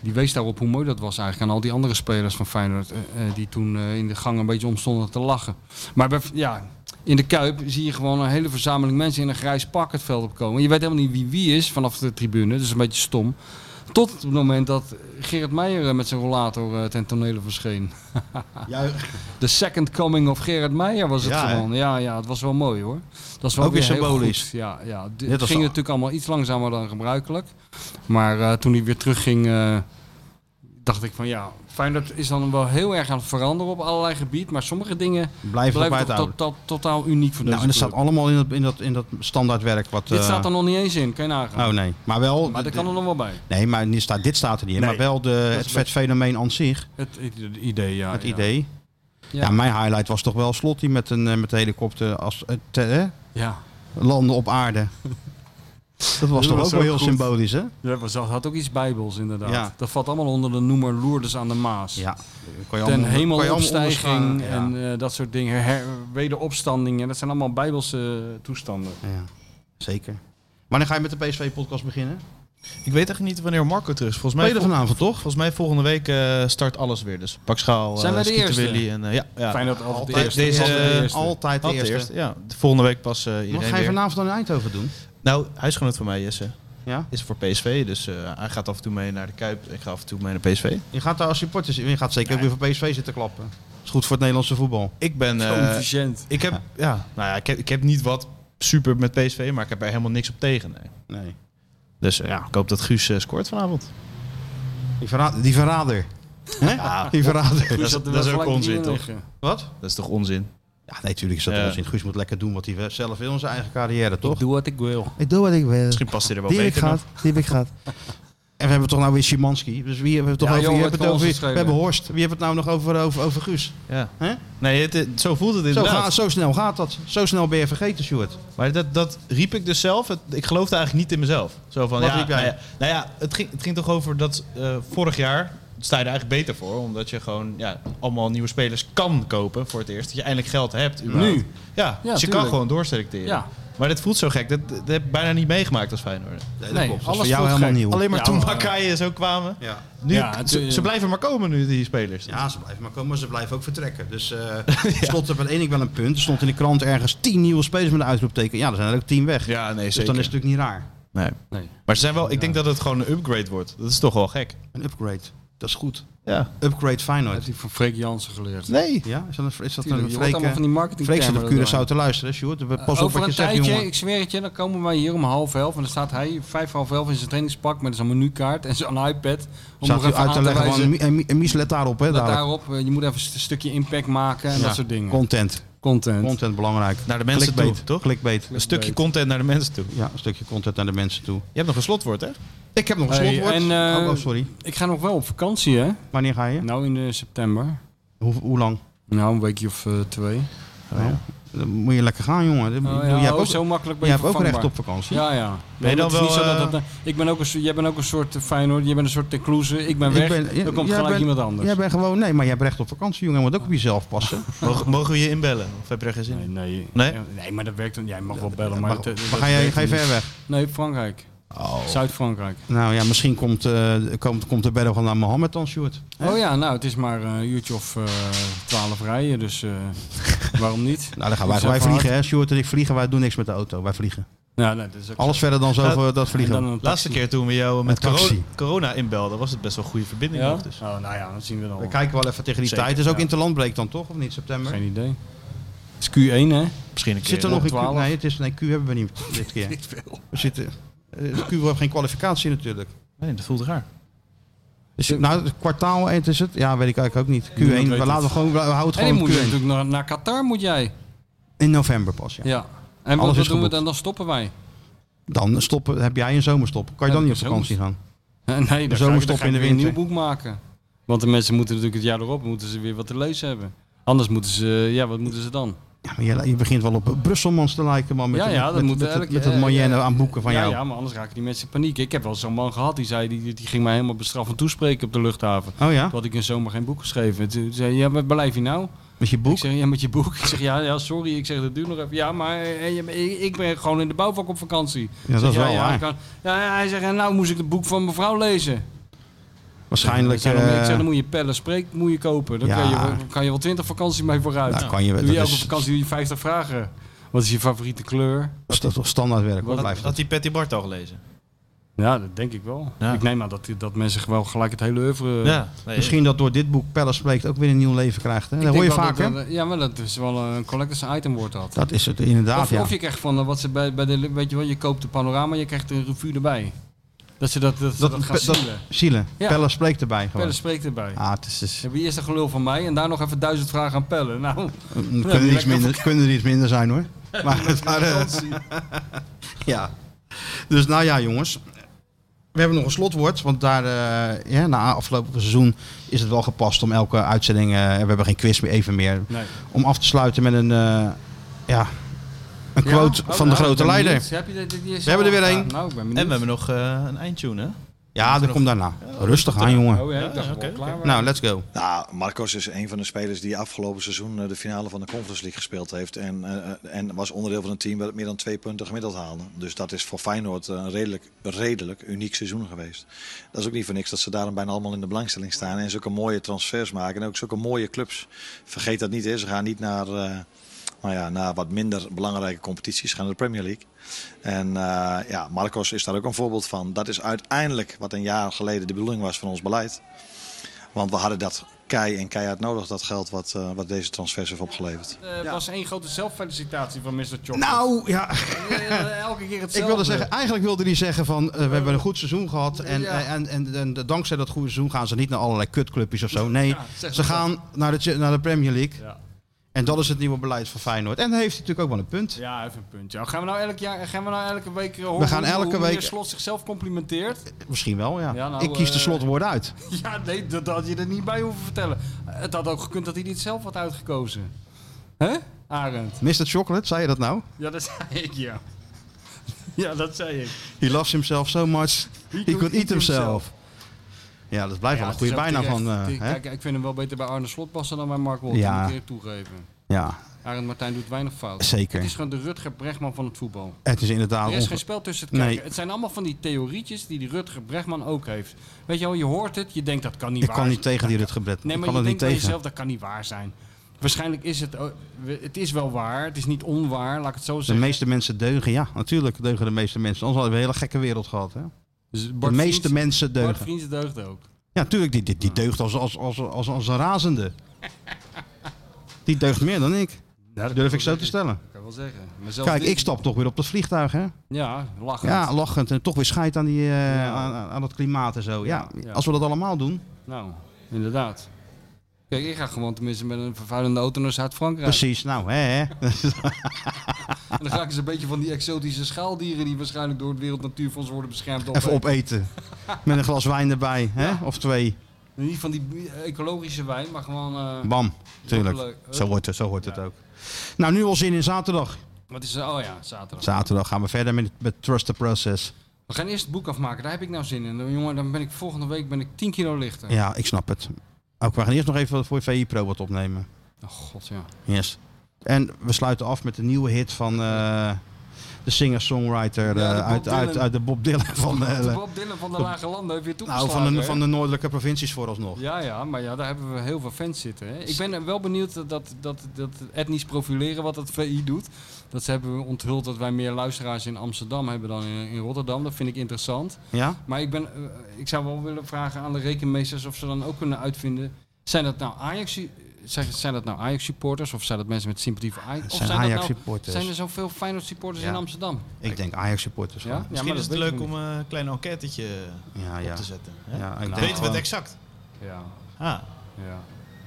Speaker 4: Die wees daarop hoe mooi dat was eigenlijk. Aan al die andere spelers van Feyenoord. eh, eh, die toen eh, in de gang een beetje omstonden te lachen. Maar bij, ja, in de Kuip zie je gewoon een hele verzameling mensen in een grijs pak het veld opkomen. Je weet helemaal niet wie wie is vanaf de tribune. Dat is een beetje stom. Tot het moment dat Gerrit Meijer eh, met zijn rollator eh, ten tonele verscheen. The second coming of Gerrit Meijer was het
Speaker 3: Ja, hè?
Speaker 4: gewoon. Ja, ja, het was wel mooi hoor. Dat is wel
Speaker 3: Ook weer
Speaker 4: heel
Speaker 3: symbolisch.
Speaker 4: goed. Ja, ja. D-
Speaker 3: Net
Speaker 4: Het
Speaker 3: als
Speaker 4: ging
Speaker 3: al-
Speaker 4: natuurlijk allemaal iets langzamer dan gebruikelijk. Maar eh, toen hij weer terugging, eh dacht ik van ja, Feyenoord is dan wel heel erg aan het veranderen op allerlei gebied. Maar sommige dingen
Speaker 3: Blijf het op
Speaker 4: blijven toch
Speaker 3: uithouden.
Speaker 4: tot- tot- totaal uniek voor deze
Speaker 3: Nou, en dat
Speaker 4: club.
Speaker 3: staat allemaal in dat, in dat, in dat standaardwerk wat...
Speaker 4: Dit
Speaker 3: eh,
Speaker 4: staat er nog niet eens in, kan je nagaan.
Speaker 3: Oh nee, maar wel...
Speaker 4: maar dat kan er nog wel bij.
Speaker 3: Nee, maar niet staat, dit staat er niet in. Maar wel de, het vet fenomeen aan zich,
Speaker 4: Het, i- het idee, ja.
Speaker 3: het
Speaker 4: ja.
Speaker 3: idee.
Speaker 4: Ja.
Speaker 3: Ja. mijn highlight was toch wel Slot die met, een, eh, met de helikopter als, eh, te- hè,
Speaker 4: Ja.
Speaker 3: landde op aarde. Dat was toch
Speaker 4: was
Speaker 3: ook wel
Speaker 4: ook
Speaker 3: heel
Speaker 4: goed.
Speaker 3: symbolisch, hè?
Speaker 4: Ja, maar dat had ook iets bijbels inderdaad.
Speaker 3: Ja.
Speaker 4: Dat valt allemaal onder de noemer Lourdes aan de Maas.
Speaker 3: Ja. Kon je
Speaker 4: Ten
Speaker 3: allemaal- kon je allemaal
Speaker 4: hemelopstijging
Speaker 3: onderschalen,
Speaker 4: en
Speaker 3: ja.
Speaker 4: eh, dat soort dingen. Her, wederopstanding. En dat zijn allemaal bijbelse toestanden.
Speaker 3: Ja, zeker. Wanneer ga je met de PSV-podcast beginnen?
Speaker 5: Ik weet echt niet wanneer Marco terug is. Volgens mij,
Speaker 3: Tweede vanavond, toch?
Speaker 5: volgens mij volgende week eh, start alles weer. Dus pak schaal, eh,
Speaker 4: Zijn wij de
Speaker 5: Skeeter
Speaker 4: eerste?
Speaker 5: Willy en eh, ja, ja.
Speaker 4: Fijn dat altijd de
Speaker 5: Altijd
Speaker 4: eerste.
Speaker 5: deze- eh,
Speaker 4: altijd
Speaker 3: eh,
Speaker 4: de eerste.
Speaker 3: Altijd de
Speaker 5: Altijd
Speaker 3: eerste.
Speaker 5: de eerste, Ja, de volgende week pas eh iedereen
Speaker 3: Wat ga je
Speaker 5: weer.
Speaker 3: vanavond dan in Eindhoven doen?
Speaker 5: Nou, huisgenoot van mij, Jesse,
Speaker 3: Ja?
Speaker 5: is voor PSV. Dus eh, hij gaat af en toe mee naar de Kuip. Ik ga af en toe mee naar PSV.
Speaker 3: Je gaat daar als supporter zitten. Je gaat zeker ook weer voor PSV zitten klappen. is goed voor het Nederlandse voetbal.
Speaker 5: Ik ben...
Speaker 4: Zo
Speaker 5: eh,
Speaker 4: efficiënt.
Speaker 5: ik, heb, ja, nou ja, ik, heb, ik heb niet wat super met PSV, maar ik heb er helemaal niks op tegen. nee.
Speaker 3: Nee.
Speaker 5: Dus eh, ja, ik hoop dat Guus eh, scoort vanavond.
Speaker 3: Die, verra- die verrader. Hè? die verrader.
Speaker 5: dat is-
Speaker 4: zat er wel
Speaker 5: dat is ook
Speaker 4: gelijk
Speaker 3: eh,
Speaker 5: onzin,
Speaker 4: in
Speaker 5: toch?
Speaker 4: liggen.
Speaker 3: Wat?
Speaker 5: Dat is toch onzin?
Speaker 3: Ja, nee, natuurlijk is dat
Speaker 5: Ja.
Speaker 3: onzin. Guus moet lekker doen wat hij zelf wil in zijn eigen carrière, toch?
Speaker 4: Doe wat ik wil.
Speaker 3: Ik doe wat ik wil.
Speaker 5: Misschien past hij er wel
Speaker 3: Die heb ik
Speaker 5: beter
Speaker 3: gehad,
Speaker 5: nog.
Speaker 3: die heb ik gehad. En we hebben toch nou weer Szymanski. Dus wie hebben we het
Speaker 4: Ja,
Speaker 3: toch
Speaker 4: joh,
Speaker 3: over? Je
Speaker 4: het
Speaker 3: hebt het
Speaker 4: kan
Speaker 3: over
Speaker 4: ons
Speaker 3: we
Speaker 4: schelen.
Speaker 3: hebben Horst. Wie hebben het nou nog over, over, over Guus?
Speaker 5: Ja.
Speaker 3: Hè?
Speaker 5: Nee, het- het- zo voelt het
Speaker 3: Zo,
Speaker 5: inderdaad.
Speaker 3: gaat, zo snel gaat dat. Zo snel ben je vergeten, Stuart.
Speaker 5: Maar dat, dat riep ik dus zelf. Het- ik geloofde eigenlijk niet in mezelf. Zo van,
Speaker 3: Wat
Speaker 5: ja,
Speaker 3: riep jij?
Speaker 5: Nou ja, nou ja, het, ging, het ging toch over dat eh, vorig jaar sta je er eigenlijk beter voor. Omdat je gewoon ja, allemaal nieuwe spelers kan kopen voor het eerst. Dat je eindelijk geld hebt. überhaupt.
Speaker 4: Nu?
Speaker 5: Ja,
Speaker 4: Ja,
Speaker 5: dus je kan
Speaker 4: tuurlijk.
Speaker 5: gewoon doorselecteren.
Speaker 4: Ja.
Speaker 5: Maar dit voelt zo gek. Dat, dat heb ik bijna niet meegemaakt als Feyenoord.
Speaker 3: Nee,
Speaker 4: Nee,
Speaker 3: Dat is
Speaker 4: alles
Speaker 3: voor jou
Speaker 4: voelt
Speaker 3: helemaal
Speaker 4: gek.
Speaker 3: nieuw.
Speaker 5: Alleen maar
Speaker 4: Ja,
Speaker 5: toen
Speaker 4: maar-
Speaker 5: Bakay en zo kwamen.
Speaker 3: Ja.
Speaker 5: Nu,
Speaker 4: Ja, het-
Speaker 5: ze, ze blijven maar komen nu, die spelers.
Speaker 3: Ja, ze blijven maar komen, maar ze blijven ook vertrekken. Dus eh slot op één ik wel een punt. Er stond in de krant ergens tien nieuwe spelers met een uitroepteken. Ja, er zijn er ook tien weg.
Speaker 5: Ja, nee,
Speaker 3: dus
Speaker 5: zeker.
Speaker 3: dan is het natuurlijk niet raar.
Speaker 5: nee.
Speaker 4: Nee.
Speaker 5: Maar ze zijn wel, ik denk dat het gewoon een upgrade wordt. Dat is toch wel gek.
Speaker 3: Een upgrade. Dat is goed.
Speaker 5: Ja.
Speaker 3: Upgrade Feyenoord.
Speaker 4: Heeft hij van Freek Jansen geleerd.
Speaker 5: Nee.
Speaker 3: Ja, is dat een, is dat
Speaker 4: Tuurlijk,
Speaker 3: een
Speaker 4: je hoort allemaal van
Speaker 3: Freek,
Speaker 4: die
Speaker 3: Freek zit
Speaker 4: marketingtermen.
Speaker 3: op Curaçao te luisteren, hè, Sjoerd. Pas op
Speaker 4: Over
Speaker 3: wat
Speaker 4: een
Speaker 3: je zegt,
Speaker 4: tijdje,
Speaker 3: jongen.
Speaker 4: ik zweer het je, dan komen wij hier om half elf. En dan staat hij vijf half elf in zijn trainingspak met zijn menukaart en zijn iPad. Om
Speaker 3: Zat
Speaker 4: nog
Speaker 3: u
Speaker 4: even
Speaker 3: uit te leggen,
Speaker 4: wijzen.
Speaker 3: van, en, Mi- en Mies let daarop, hè,
Speaker 4: Let
Speaker 3: dadelijk.
Speaker 4: daarop, eh, je moet even een stukje impact maken en
Speaker 3: Ja,
Speaker 4: dat soort dingen.
Speaker 3: Content.
Speaker 4: Content.
Speaker 3: Content, belangrijk.
Speaker 5: Naar de mensen
Speaker 3: Clickbait,
Speaker 5: toe, toch?
Speaker 3: Clickbait.
Speaker 5: Een stukje content naar de mensen toe.
Speaker 3: Ja, een stukje content naar de mensen toe.
Speaker 5: Je hebt nog een slotwoord, hè?
Speaker 3: Ik heb nog een
Speaker 4: Hey,
Speaker 3: slotwoord.
Speaker 4: en, eh,
Speaker 3: oh, oh, sorry.
Speaker 4: Ik ga nog wel op vakantie, hè?
Speaker 3: Wanneer ga je?
Speaker 4: Nou, in eh, september.
Speaker 3: Hoe, hoe lang?
Speaker 4: Nou, een weekje of eh, twee.
Speaker 3: Nou, Dan moet je lekker gaan, jongen. Dat-
Speaker 4: Oh,
Speaker 3: je
Speaker 4: ja,
Speaker 3: hebt
Speaker 4: oh,
Speaker 3: ook,
Speaker 4: zo makkelijk ben
Speaker 3: je
Speaker 4: je
Speaker 3: hebt ook
Speaker 4: vervangbaar.
Speaker 3: recht op vakantie.
Speaker 4: Ja, ja.
Speaker 5: Ben je
Speaker 4: Ja,
Speaker 5: dan
Speaker 4: het is niet
Speaker 5: wel,
Speaker 4: zo dat
Speaker 5: eh,
Speaker 4: dat, eh, ik ben ook een, soort- jij bent ook een soort eh, Feyenoord, jij bent een soort Tecloeze, ik ben
Speaker 3: Ik
Speaker 4: weg,
Speaker 3: ben- ja,
Speaker 4: dan komt
Speaker 3: jij
Speaker 4: gelijk
Speaker 3: bent-
Speaker 4: iemand anders.
Speaker 3: Jij bent gewoon... Nee, maar je hebt recht op vakantie, jongen. Je moet ook op jezelf passen.
Speaker 5: Mogen, mogen we je inbellen? Of heb je er geen zin
Speaker 4: Nee,
Speaker 5: in?
Speaker 4: nee.
Speaker 5: Nee?
Speaker 4: Ja, nee, maar dat werkt dan. Jij mag wel bellen, maar...
Speaker 3: Maar,
Speaker 4: dat-
Speaker 3: maar
Speaker 4: eh, dat
Speaker 3: ga, je,
Speaker 4: werkt
Speaker 3: ga je
Speaker 4: niet.
Speaker 3: ver weg?
Speaker 4: Nee, Frankrijk.
Speaker 3: Oh.
Speaker 4: Zuid-Frankrijk.
Speaker 3: Nou ja, misschien komt, eh, komt, komt de bellen van naar Mohammed dan, Sjoerd.
Speaker 4: Oh ja, nou, het is maar eh, een uurtje of twaalf rijden, dus eh, waarom niet?
Speaker 3: Nou, dan gaan wij,
Speaker 4: Ik zou
Speaker 3: wij
Speaker 4: van
Speaker 3: vliegen, hè. Sjoerd en ik vliegen. Wij doen niks met de auto. Wij vliegen.
Speaker 4: Nou, nee, dat is ook
Speaker 3: Alles verder dan zo,
Speaker 5: Ja,
Speaker 3: eh, dat
Speaker 4: En
Speaker 3: vliegen.
Speaker 4: dan een
Speaker 5: Laatste
Speaker 4: taxi.
Speaker 5: keer toen we jou met
Speaker 3: Een taxi.
Speaker 5: corona, corona inbelden, was het best wel een goede verbinding.
Speaker 4: Ja?
Speaker 5: nog, Dus.
Speaker 4: Oh, nou ja, dat zien we dan.
Speaker 3: We
Speaker 4: wel.
Speaker 3: kijken wel even tegen die
Speaker 5: Zeker,
Speaker 3: tijd. Het is ook
Speaker 5: ja.
Speaker 3: interlandbreek dan toch, of niet? September?
Speaker 4: Geen idee. Het is Q1, hè?
Speaker 5: Misschien een keer. eh,
Speaker 3: Zit
Speaker 4: eh,
Speaker 3: er nog een Q?
Speaker 4: 12.
Speaker 3: Nee, het is, nee, Q hebben we niet dit keer. We zitten, eh, Q heeft geen kwalificatie natuurlijk.
Speaker 5: Nee, dat voelde raar.
Speaker 3: Is het, nou, het kwartaal 1 is het? Ja, weet ik eigenlijk ook niet. Q1,
Speaker 4: weet
Speaker 3: we, laten
Speaker 4: het.
Speaker 3: gewoon, we houden het
Speaker 4: En je
Speaker 3: gewoon
Speaker 4: moet
Speaker 3: Q1.
Speaker 4: natuurlijk naar, naar Qatar, moet jij.
Speaker 3: In november pas, ja.
Speaker 4: Ja. En
Speaker 3: Alles
Speaker 4: wat, wat
Speaker 3: is
Speaker 4: doen we
Speaker 3: geboekt.
Speaker 4: dan? Dan stoppen wij.
Speaker 3: Dan stoppen, heb jij een zomerstop. Kan je
Speaker 4: Ja,
Speaker 3: dan niet op
Speaker 4: ik heb
Speaker 3: vakantie gaan?
Speaker 4: Nee, dan ga ik- dan
Speaker 3: zomerstop
Speaker 4: ga
Speaker 3: in
Speaker 4: ik
Speaker 3: de
Speaker 4: weer een nieuw
Speaker 3: winter.
Speaker 4: boek maken. Want de mensen moeten natuurlijk het jaar erop, moeten ze weer wat te lezen hebben. Anders moeten ze, eh, ja, wat moeten ze dan?
Speaker 3: Ja, maar je, je begint wel op Brusselmans te lijken, man. Met,
Speaker 4: Ja,
Speaker 3: de-
Speaker 4: ja,
Speaker 3: met,
Speaker 4: dat
Speaker 3: met,
Speaker 4: moet
Speaker 3: met, het-
Speaker 4: elk-
Speaker 3: met het
Speaker 4: eh,
Speaker 3: moyenne
Speaker 4: eh,
Speaker 3: aan boeken van
Speaker 4: ja,
Speaker 3: jou.
Speaker 4: ja, maar anders raken die mensen in paniek. Ik heb wel zo'n man gehad, die, zei, die, die ging mij helemaal bestraffend toespreken op de luchthaven.
Speaker 3: Oh ja,
Speaker 4: Toen had ik in zomer geen boek geschreven. Toen zei hij, ja, wat blijf je nou?
Speaker 3: met je boek.
Speaker 4: Ik zeg, ja, met je boek. Ik zeg, ja, ja sorry. Ik zeg, dat duurt nog even. Ja, maar eh, je- ik- ik ben gewoon in de bouwvak op vakantie. Ik zeg,
Speaker 3: dat is
Speaker 4: ja,
Speaker 3: wel
Speaker 4: ja,
Speaker 3: waar.
Speaker 4: ik kan- ja, ja, hij zegt, en nou moest ik het boek van mevrouw lezen.
Speaker 3: Waarschijnlijk.
Speaker 4: Ik zeg, dan, ik zeg,
Speaker 3: eh,
Speaker 4: dan moet je pellen spreek moet je kopen. Dan
Speaker 3: Ja.
Speaker 4: kan, je, wel- kan je wel 20 vakanties mee vooruit.
Speaker 3: Nou, kan je-
Speaker 4: doe
Speaker 3: dat
Speaker 4: je elke
Speaker 3: is-
Speaker 4: vakantie doe je 50 vragen. Wat is je favoriete kleur?
Speaker 3: is dat toch standaardwerk? Wat blijft
Speaker 5: Had,
Speaker 3: dat?
Speaker 5: had die Patty Bart al gelezen?
Speaker 4: Ja, dat denk ik wel.
Speaker 5: Ja.
Speaker 4: Ik neem aan dat, dat mensen gewoon gelijk het hele oeuvre...
Speaker 5: ja. Nee,
Speaker 3: Misschien dat door dit boek Pelle spreekt ook weer een nieuw leven krijgt. Hè?
Speaker 4: Ik
Speaker 3: Dat hoor je
Speaker 4: denk wel
Speaker 3: vaak, hè?
Speaker 4: dat- eh, Ja, maar dat is wel een collectors item wordt dat.
Speaker 3: Dat is het inderdaad,
Speaker 4: Of,
Speaker 3: ja.
Speaker 4: of je krijgt van eh, wat ze bij, bij de, weet je wel, je koopt de panorama, je krijgt een revue erbij. Dat ze dat, dat, ze dat, gaan
Speaker 3: dat-
Speaker 4: zielen.
Speaker 3: Zielen.
Speaker 4: Ja.
Speaker 3: Pelle spreekt erbij gewoon.
Speaker 4: Pelle spreekt erbij.
Speaker 3: Ah, het is, is-
Speaker 4: Heb je eerst een gelul van mij en daar nog even duizend vragen aan pellen? Nou,
Speaker 3: kunnen, er iets
Speaker 4: lekker
Speaker 3: minder, kunnen er iets minder zijn hoor. Maar het waren- ja. Dus nou ja, jongens. We hebben nog een slotwoord, want daar, eh, ja, na afgelopen seizoen is het wel gepast om elke uitzending, eh, we hebben geen quiz meer, even meer,
Speaker 4: nee.
Speaker 3: om af te sluiten met een, eh, ja, een
Speaker 4: Ja?
Speaker 3: quote
Speaker 4: Oh,
Speaker 3: van
Speaker 4: nou,
Speaker 3: de grote
Speaker 4: ik ben
Speaker 3: leider.
Speaker 4: benieuwd. Heb je dit- dit- dit is
Speaker 3: We hebben er
Speaker 4: al
Speaker 3: weer
Speaker 4: gedaan.
Speaker 3: één.
Speaker 4: Nou, ik ben
Speaker 5: En we
Speaker 4: benieuwd.
Speaker 5: hebben nog eh, een eindtune, hè?
Speaker 3: Ja, dat komt daarna. Rustig aan, jongen.
Speaker 4: Oh ja, ik dacht
Speaker 5: Ja,
Speaker 4: wel
Speaker 5: oké,
Speaker 4: klaar waren.
Speaker 3: Nou, let's go.
Speaker 9: Nou, Marcos is een van de spelers die afgelopen seizoen eh, de finale van de Conference League gespeeld heeft. En, eh, eh, en was onderdeel van een team dat meer dan twee punten gemiddeld haalde. Dus dat is voor Feyenoord een redelijk, redelijk uniek seizoen geweest. Dat is ook niet voor niks dat ze daarom bijna allemaal in de belangstelling staan. En zulke mooie transfers maken. En ook zulke mooie clubs. Vergeet dat niet, hè. ze gaan niet naar, eh, nou ja, naar wat minder belangrijke competities. Ze gaan naar de Premier League. En eh, ja, Marcos is daar ook een voorbeeld van. Dat is uiteindelijk wat een jaar geleden de bedoeling was van ons beleid. Want we hadden dat kei en keihard nodig, dat geld wat, eh, wat deze transfers heeft opgeleverd.
Speaker 4: Eh, was één grote zelffelicitatie van Mr. Chocolate.
Speaker 3: Nou, ja.
Speaker 4: Eh, Elke keer hetzelfde.
Speaker 3: Ik wilde zeggen, eigenlijk wilde hij zeggen van eh, we hebben een goed seizoen gehad. En,
Speaker 4: eh,
Speaker 3: eh,
Speaker 4: Ja.
Speaker 3: en, en, en, dankzij dat goede seizoen gaan ze niet naar allerlei kutclubjes of zo. Nee,
Speaker 4: zeg
Speaker 3: ze
Speaker 4: maar.
Speaker 3: gaan naar de, naar de Premier League.
Speaker 4: Ja.
Speaker 3: En dat is het nieuwe beleid van Feyenoord. En daar heeft hij natuurlijk ook wel een punt.
Speaker 4: Ja, even een puntje. Gaan we nou elk jaar, gaan we nou elke week eh, horen
Speaker 3: gaan
Speaker 4: hoe-
Speaker 3: elke
Speaker 4: hoe
Speaker 3: week-
Speaker 4: meneer Slot zichzelf complimenteert?
Speaker 3: Misschien wel, ja.
Speaker 4: Ja, nou,
Speaker 3: ik kies de
Speaker 4: eh,
Speaker 3: slotwoorden uit.
Speaker 4: Ja, nee, dat had je er niet bij hoeven vertellen. Eh, Het had ook gekund dat hij dit zelf had uitgekozen. Hè, Arend?
Speaker 3: Mr. Chocolate, zei je dat nou?
Speaker 4: Ja, dat zei ik, ja. Ja, dat zei ik.
Speaker 3: He loves himself so much, he could eat himself.
Speaker 4: himself.
Speaker 3: Ja, dat blijft wel een goede bijnaam van... eh, hè?
Speaker 4: Kijk, ik vind hem wel beter bij Arne Slot passen dan bij Mark Wolf.
Speaker 3: Ja.
Speaker 4: Ja. Dat moet ik eerlijk toegeven.
Speaker 3: Ja,
Speaker 4: Arend Martijn doet weinig fout.
Speaker 3: Zeker.
Speaker 4: Het is gewoon de Rutger Bregman van het voetbal.
Speaker 3: het is inderdaad...
Speaker 4: Er is
Speaker 3: onge-
Speaker 4: geen spel tussen het
Speaker 3: Nee.
Speaker 4: kijken. Het zijn allemaal van die theorietjes die die Rutger Bregman ook heeft. Weet je wel, je hoort het, je denkt dat kan niet
Speaker 3: Ik
Speaker 4: waar
Speaker 3: kan
Speaker 4: zijn.
Speaker 3: niet tegen die Rutgebred.
Speaker 4: Nee,
Speaker 3: ik
Speaker 4: maar
Speaker 3: kan
Speaker 4: je
Speaker 3: er niet
Speaker 4: denkt bij
Speaker 3: tegen.
Speaker 4: jezelf, dat kan niet waar zijn. Waarschijnlijk is het, oh, we- het is wel waar, het is niet onwaar, laat ik het zo
Speaker 3: Dus De
Speaker 4: zeggen.
Speaker 3: meeste mensen deugen, ja, natuurlijk deugen de meeste mensen. Anders hadden we een hele gekke wereld gehad. Hè?
Speaker 4: Dus
Speaker 3: De
Speaker 4: Bart
Speaker 3: meeste
Speaker 4: Vriends-
Speaker 3: mensen
Speaker 4: Bart
Speaker 3: deugen.
Speaker 4: Vriends deugt ook.
Speaker 3: Ja, tuurlijk, die, die, die deugt als, als, als, als, als een razende. Die deugt meer dan ik.
Speaker 4: Ja,
Speaker 3: Durf ik zo te stellen.
Speaker 4: kan wel zeggen. Maar zelfs
Speaker 3: Kijk,
Speaker 4: dit-
Speaker 3: ik stap toch weer op dat vliegtuig, hè?
Speaker 4: Ja, lachen.
Speaker 3: Ja, lachend en toch weer scheid aan, die, eh, aan, aan- aan dat klimaat en zo. Ja,
Speaker 4: Ja, ja.
Speaker 3: als we dat allemaal doen.
Speaker 4: Nou, inderdaad. Kijk, ik ga gewoon tenminste met een vervuilende auto naar Zuid-Frankrijk.
Speaker 3: Precies, nou, hè, hè.
Speaker 4: En dan ga ik eens een beetje van die exotische schaaldieren die waarschijnlijk door het Wereld Natuurfonds worden beschermd.
Speaker 3: Even opeten. Met een glas wijn erbij, hè? Of twee.
Speaker 4: Niet van die ecologische wijn, maar gewoon... eh,
Speaker 3: Bam, tuurlijk.
Speaker 4: Hopelijk.
Speaker 3: Zo wordt het, zo wordt het ook. Nou, nu al zin in zaterdag.
Speaker 4: wat is er? Oh ja, zaterdag.
Speaker 3: Zaterdag gaan we verder met, met Trust the Process.
Speaker 4: We gaan eerst het boek afmaken, daar heb ik nou zin in. Dan, Jongen, dan ben ik volgende week ben ik 10 kilo lichter.
Speaker 3: Ja, ik snap het. Ook we gaan eerst nog even voor VI Pro wat opnemen.
Speaker 4: Oh god, ja.
Speaker 3: Yes. En we sluiten af met de nieuwe hit van eh, de singer-songwriter
Speaker 4: Ja, de
Speaker 3: eh, uit,
Speaker 4: Bob
Speaker 3: uit,
Speaker 4: Dylan.
Speaker 3: uit de Bob Dylan eh, van de,
Speaker 4: De Bob Dylan van de Lage Landen heeft je
Speaker 3: nou,
Speaker 4: toegeslagen.
Speaker 3: van de,
Speaker 4: hè?
Speaker 3: van de noordelijke provincies vooralsnog.
Speaker 4: Ja, ja, maar ja, daar hebben we heel veel fans zitten. Hè? Ik ben er wel benieuwd dat, dat, dat, dat etnisch profileren wat het VI doet. Dat ze hebben onthuld dat wij meer luisteraars in Amsterdam hebben dan in, in Rotterdam. Dat vind ik interessant.
Speaker 3: Ja?
Speaker 4: Maar ik, ben, eh, ik zou wel willen vragen aan de rekenmeesters of ze dan ook kunnen uitvinden. Zijn dat nou Ajax, zijn, zijn dat nou Ajax supporters of zijn dat mensen met sympathie voor Ajax? Of
Speaker 3: zijn
Speaker 4: dat
Speaker 3: Ajax
Speaker 4: nou-
Speaker 3: supporters.
Speaker 4: Zijn er zoveel Feyenoord supporters
Speaker 3: Ja.
Speaker 4: in Amsterdam?
Speaker 3: Ik denk Ajax-supporters.
Speaker 4: Ja,
Speaker 3: gewoon.
Speaker 4: ja
Speaker 5: Misschien is het
Speaker 4: dat
Speaker 5: leuk
Speaker 4: weet ik
Speaker 5: om eh, een klein enquêtetje
Speaker 3: Ja, Ah, ja.
Speaker 5: op te zetten. Hè?
Speaker 3: Ja, ik
Speaker 5: Dan
Speaker 3: denk
Speaker 5: weten we
Speaker 3: gewoon-
Speaker 5: het exact.
Speaker 4: niet. Ja,
Speaker 5: Ah,
Speaker 4: ja.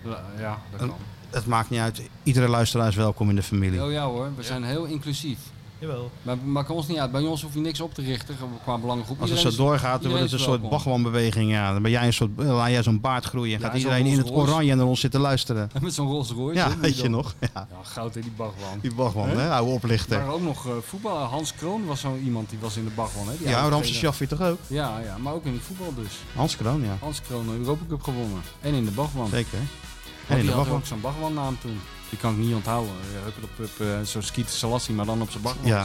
Speaker 4: La- ja, dat kan.
Speaker 3: Het maakt niet uit. Iedere luisteraar is welkom in de familie.
Speaker 4: Oh ja hoor, we zijn heel inclusief.
Speaker 5: jawel.
Speaker 4: Maar we maken ons niet uit. Bij ons hoef je niks op te richten ge- qua belangengroep.
Speaker 3: Als het zo
Speaker 4: Iedereen is-
Speaker 3: doorgaat, dan wordt het een
Speaker 4: iedereen is
Speaker 3: soort
Speaker 4: welkom.
Speaker 3: bagwanbeweging. Ja, dan ben jij een soort, eh, laat jij zo'n baard groeien. en
Speaker 4: Ja,
Speaker 3: Gaat
Speaker 4: en zo'n
Speaker 3: iedereen in het
Speaker 4: Rolls Royce.
Speaker 3: oranje naar ons zitten luisteren.
Speaker 4: Met zo'n Rolls Royce. hè,
Speaker 3: Ja,
Speaker 4: die
Speaker 3: weet je
Speaker 4: dan-
Speaker 3: nog? Ja,
Speaker 4: Ja, goud in die bagwan.
Speaker 3: die bagwan, hè? Oude oplichter.
Speaker 4: Maar ook nog eh, voetbal. Hans Kroon was zo iemand die was in de bagwan. Hè? Die
Speaker 3: Ja,
Speaker 4: oude
Speaker 3: Ramses
Speaker 4: trainer.
Speaker 3: Shaffi toch ook?
Speaker 4: Ja, ja, maar ook in het voetbal dus.
Speaker 3: Hans Kroon, ja.
Speaker 4: Hans Kroon de Europa Cup gewonnen. En in de bagwan. Want
Speaker 3: Zeker. En in
Speaker 4: die
Speaker 3: de
Speaker 4: had
Speaker 3: bagwan.
Speaker 4: ook zo'n bagwan naam toen. Die kan ik niet onthouden. Huppelepup, eh zo'n Skeeter Selassie, maar dan op zijn bagwan.
Speaker 3: Ja.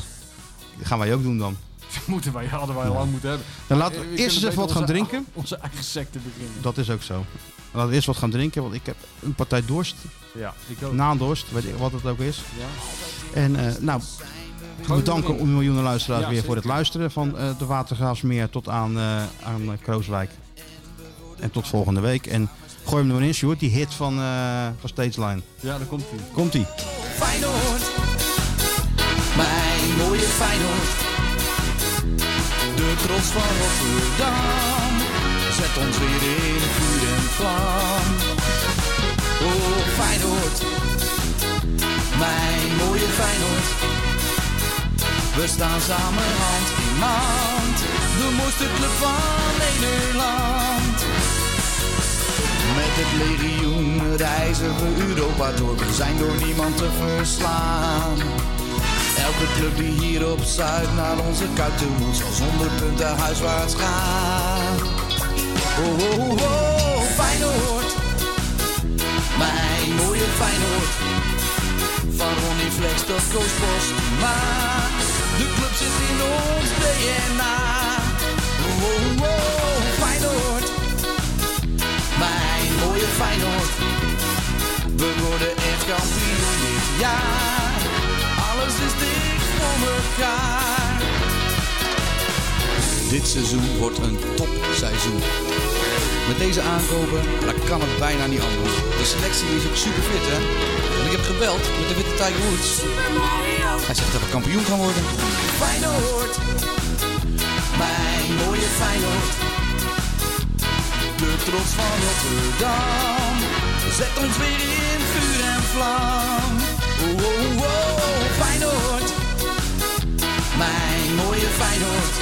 Speaker 3: Dat gaan wij ook doen dan.
Speaker 4: Moeten wij, hadden wij al lang moeten hebben.
Speaker 3: Dan laten
Speaker 4: Eh,
Speaker 3: we
Speaker 4: kunnen
Speaker 3: eerst eens even
Speaker 4: beter
Speaker 3: wat gaan
Speaker 4: onze-
Speaker 3: drinken.
Speaker 4: Onze eigen secte beginnen.
Speaker 3: Dat is ook zo. Laten we eerst wat gaan drinken, want ik heb een partij dorst.
Speaker 4: Ja, ik ook.
Speaker 3: Naandorst, weet ik wat het ook is.
Speaker 4: Ja.
Speaker 3: En eh, nou, we danken om miljoenen luisteraars
Speaker 4: Ja,
Speaker 3: weer voor
Speaker 4: zeker.
Speaker 3: het luisteren van eh, de Watergraafsmeer tot aan, eh aan eh, Krooswijk. En tot volgende week. En gooi hem er maar in, Sjoerd, die hit van, eh van Stageline.
Speaker 4: Ja, daar komt ie.
Speaker 3: Komt-ie.
Speaker 2: Feyenoord, mijn mooie Feyenoord. De trots van Rotterdam zet ons weer in vuur en vlam. Oh Feyenoord, mijn mooie Feyenoord. We staan samen hand in hand, de mooiste club van Nederland. Met het legioen reizen we Europa door, we zijn door niemand te verslaan. Elke club die hier op Zuid naar onze kuiten moet, zal zonder punten huiswaarts gaan. Oh, oh, oh, oh, Feyenoord, mijn mooie Feyenoord. Van Ronnie Flex tot Koos Post, maar de club zit in ons DNA. Oh, oh, oh, Feyenoord mijn mooie Feyenoord. We worden echt kampioen dit jaar. Alles is dicht voor elkaar. Dit seizoen wordt een topseizoen. Met deze aankopen, dan kan het bijna niet anders. De selectie is ook super fit, hè? En ik heb gebeld met de witte Tiger Woods. Hij zegt dat we kampioen gaan worden. Feyenoord, mijn mooie Feyenoord. De trots van Rotterdam zet ons weer in vuur en vlam. Oh, oh, oh, Feyenoord, mijn mooie Feyenoord.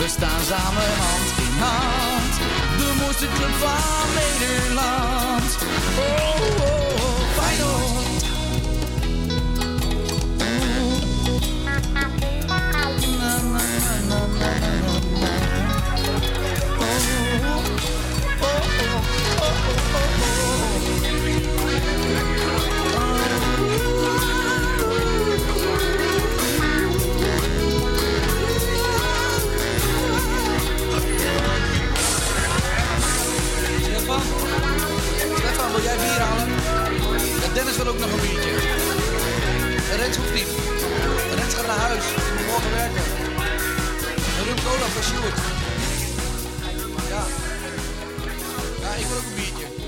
Speaker 2: We staan samen hand in hand, de mooiste club van Nederland. Oh, oh, oh Feyenoord. Stefan? Stefan, wil jij bier halen? Ja, Dennis wil ook nog een biertje. En Rens hoeft niet. Rens gaat naar huis. Die moet morgen werken. En Ruud Cola voor Sjoerd. Ja. Tá, ook een biertje.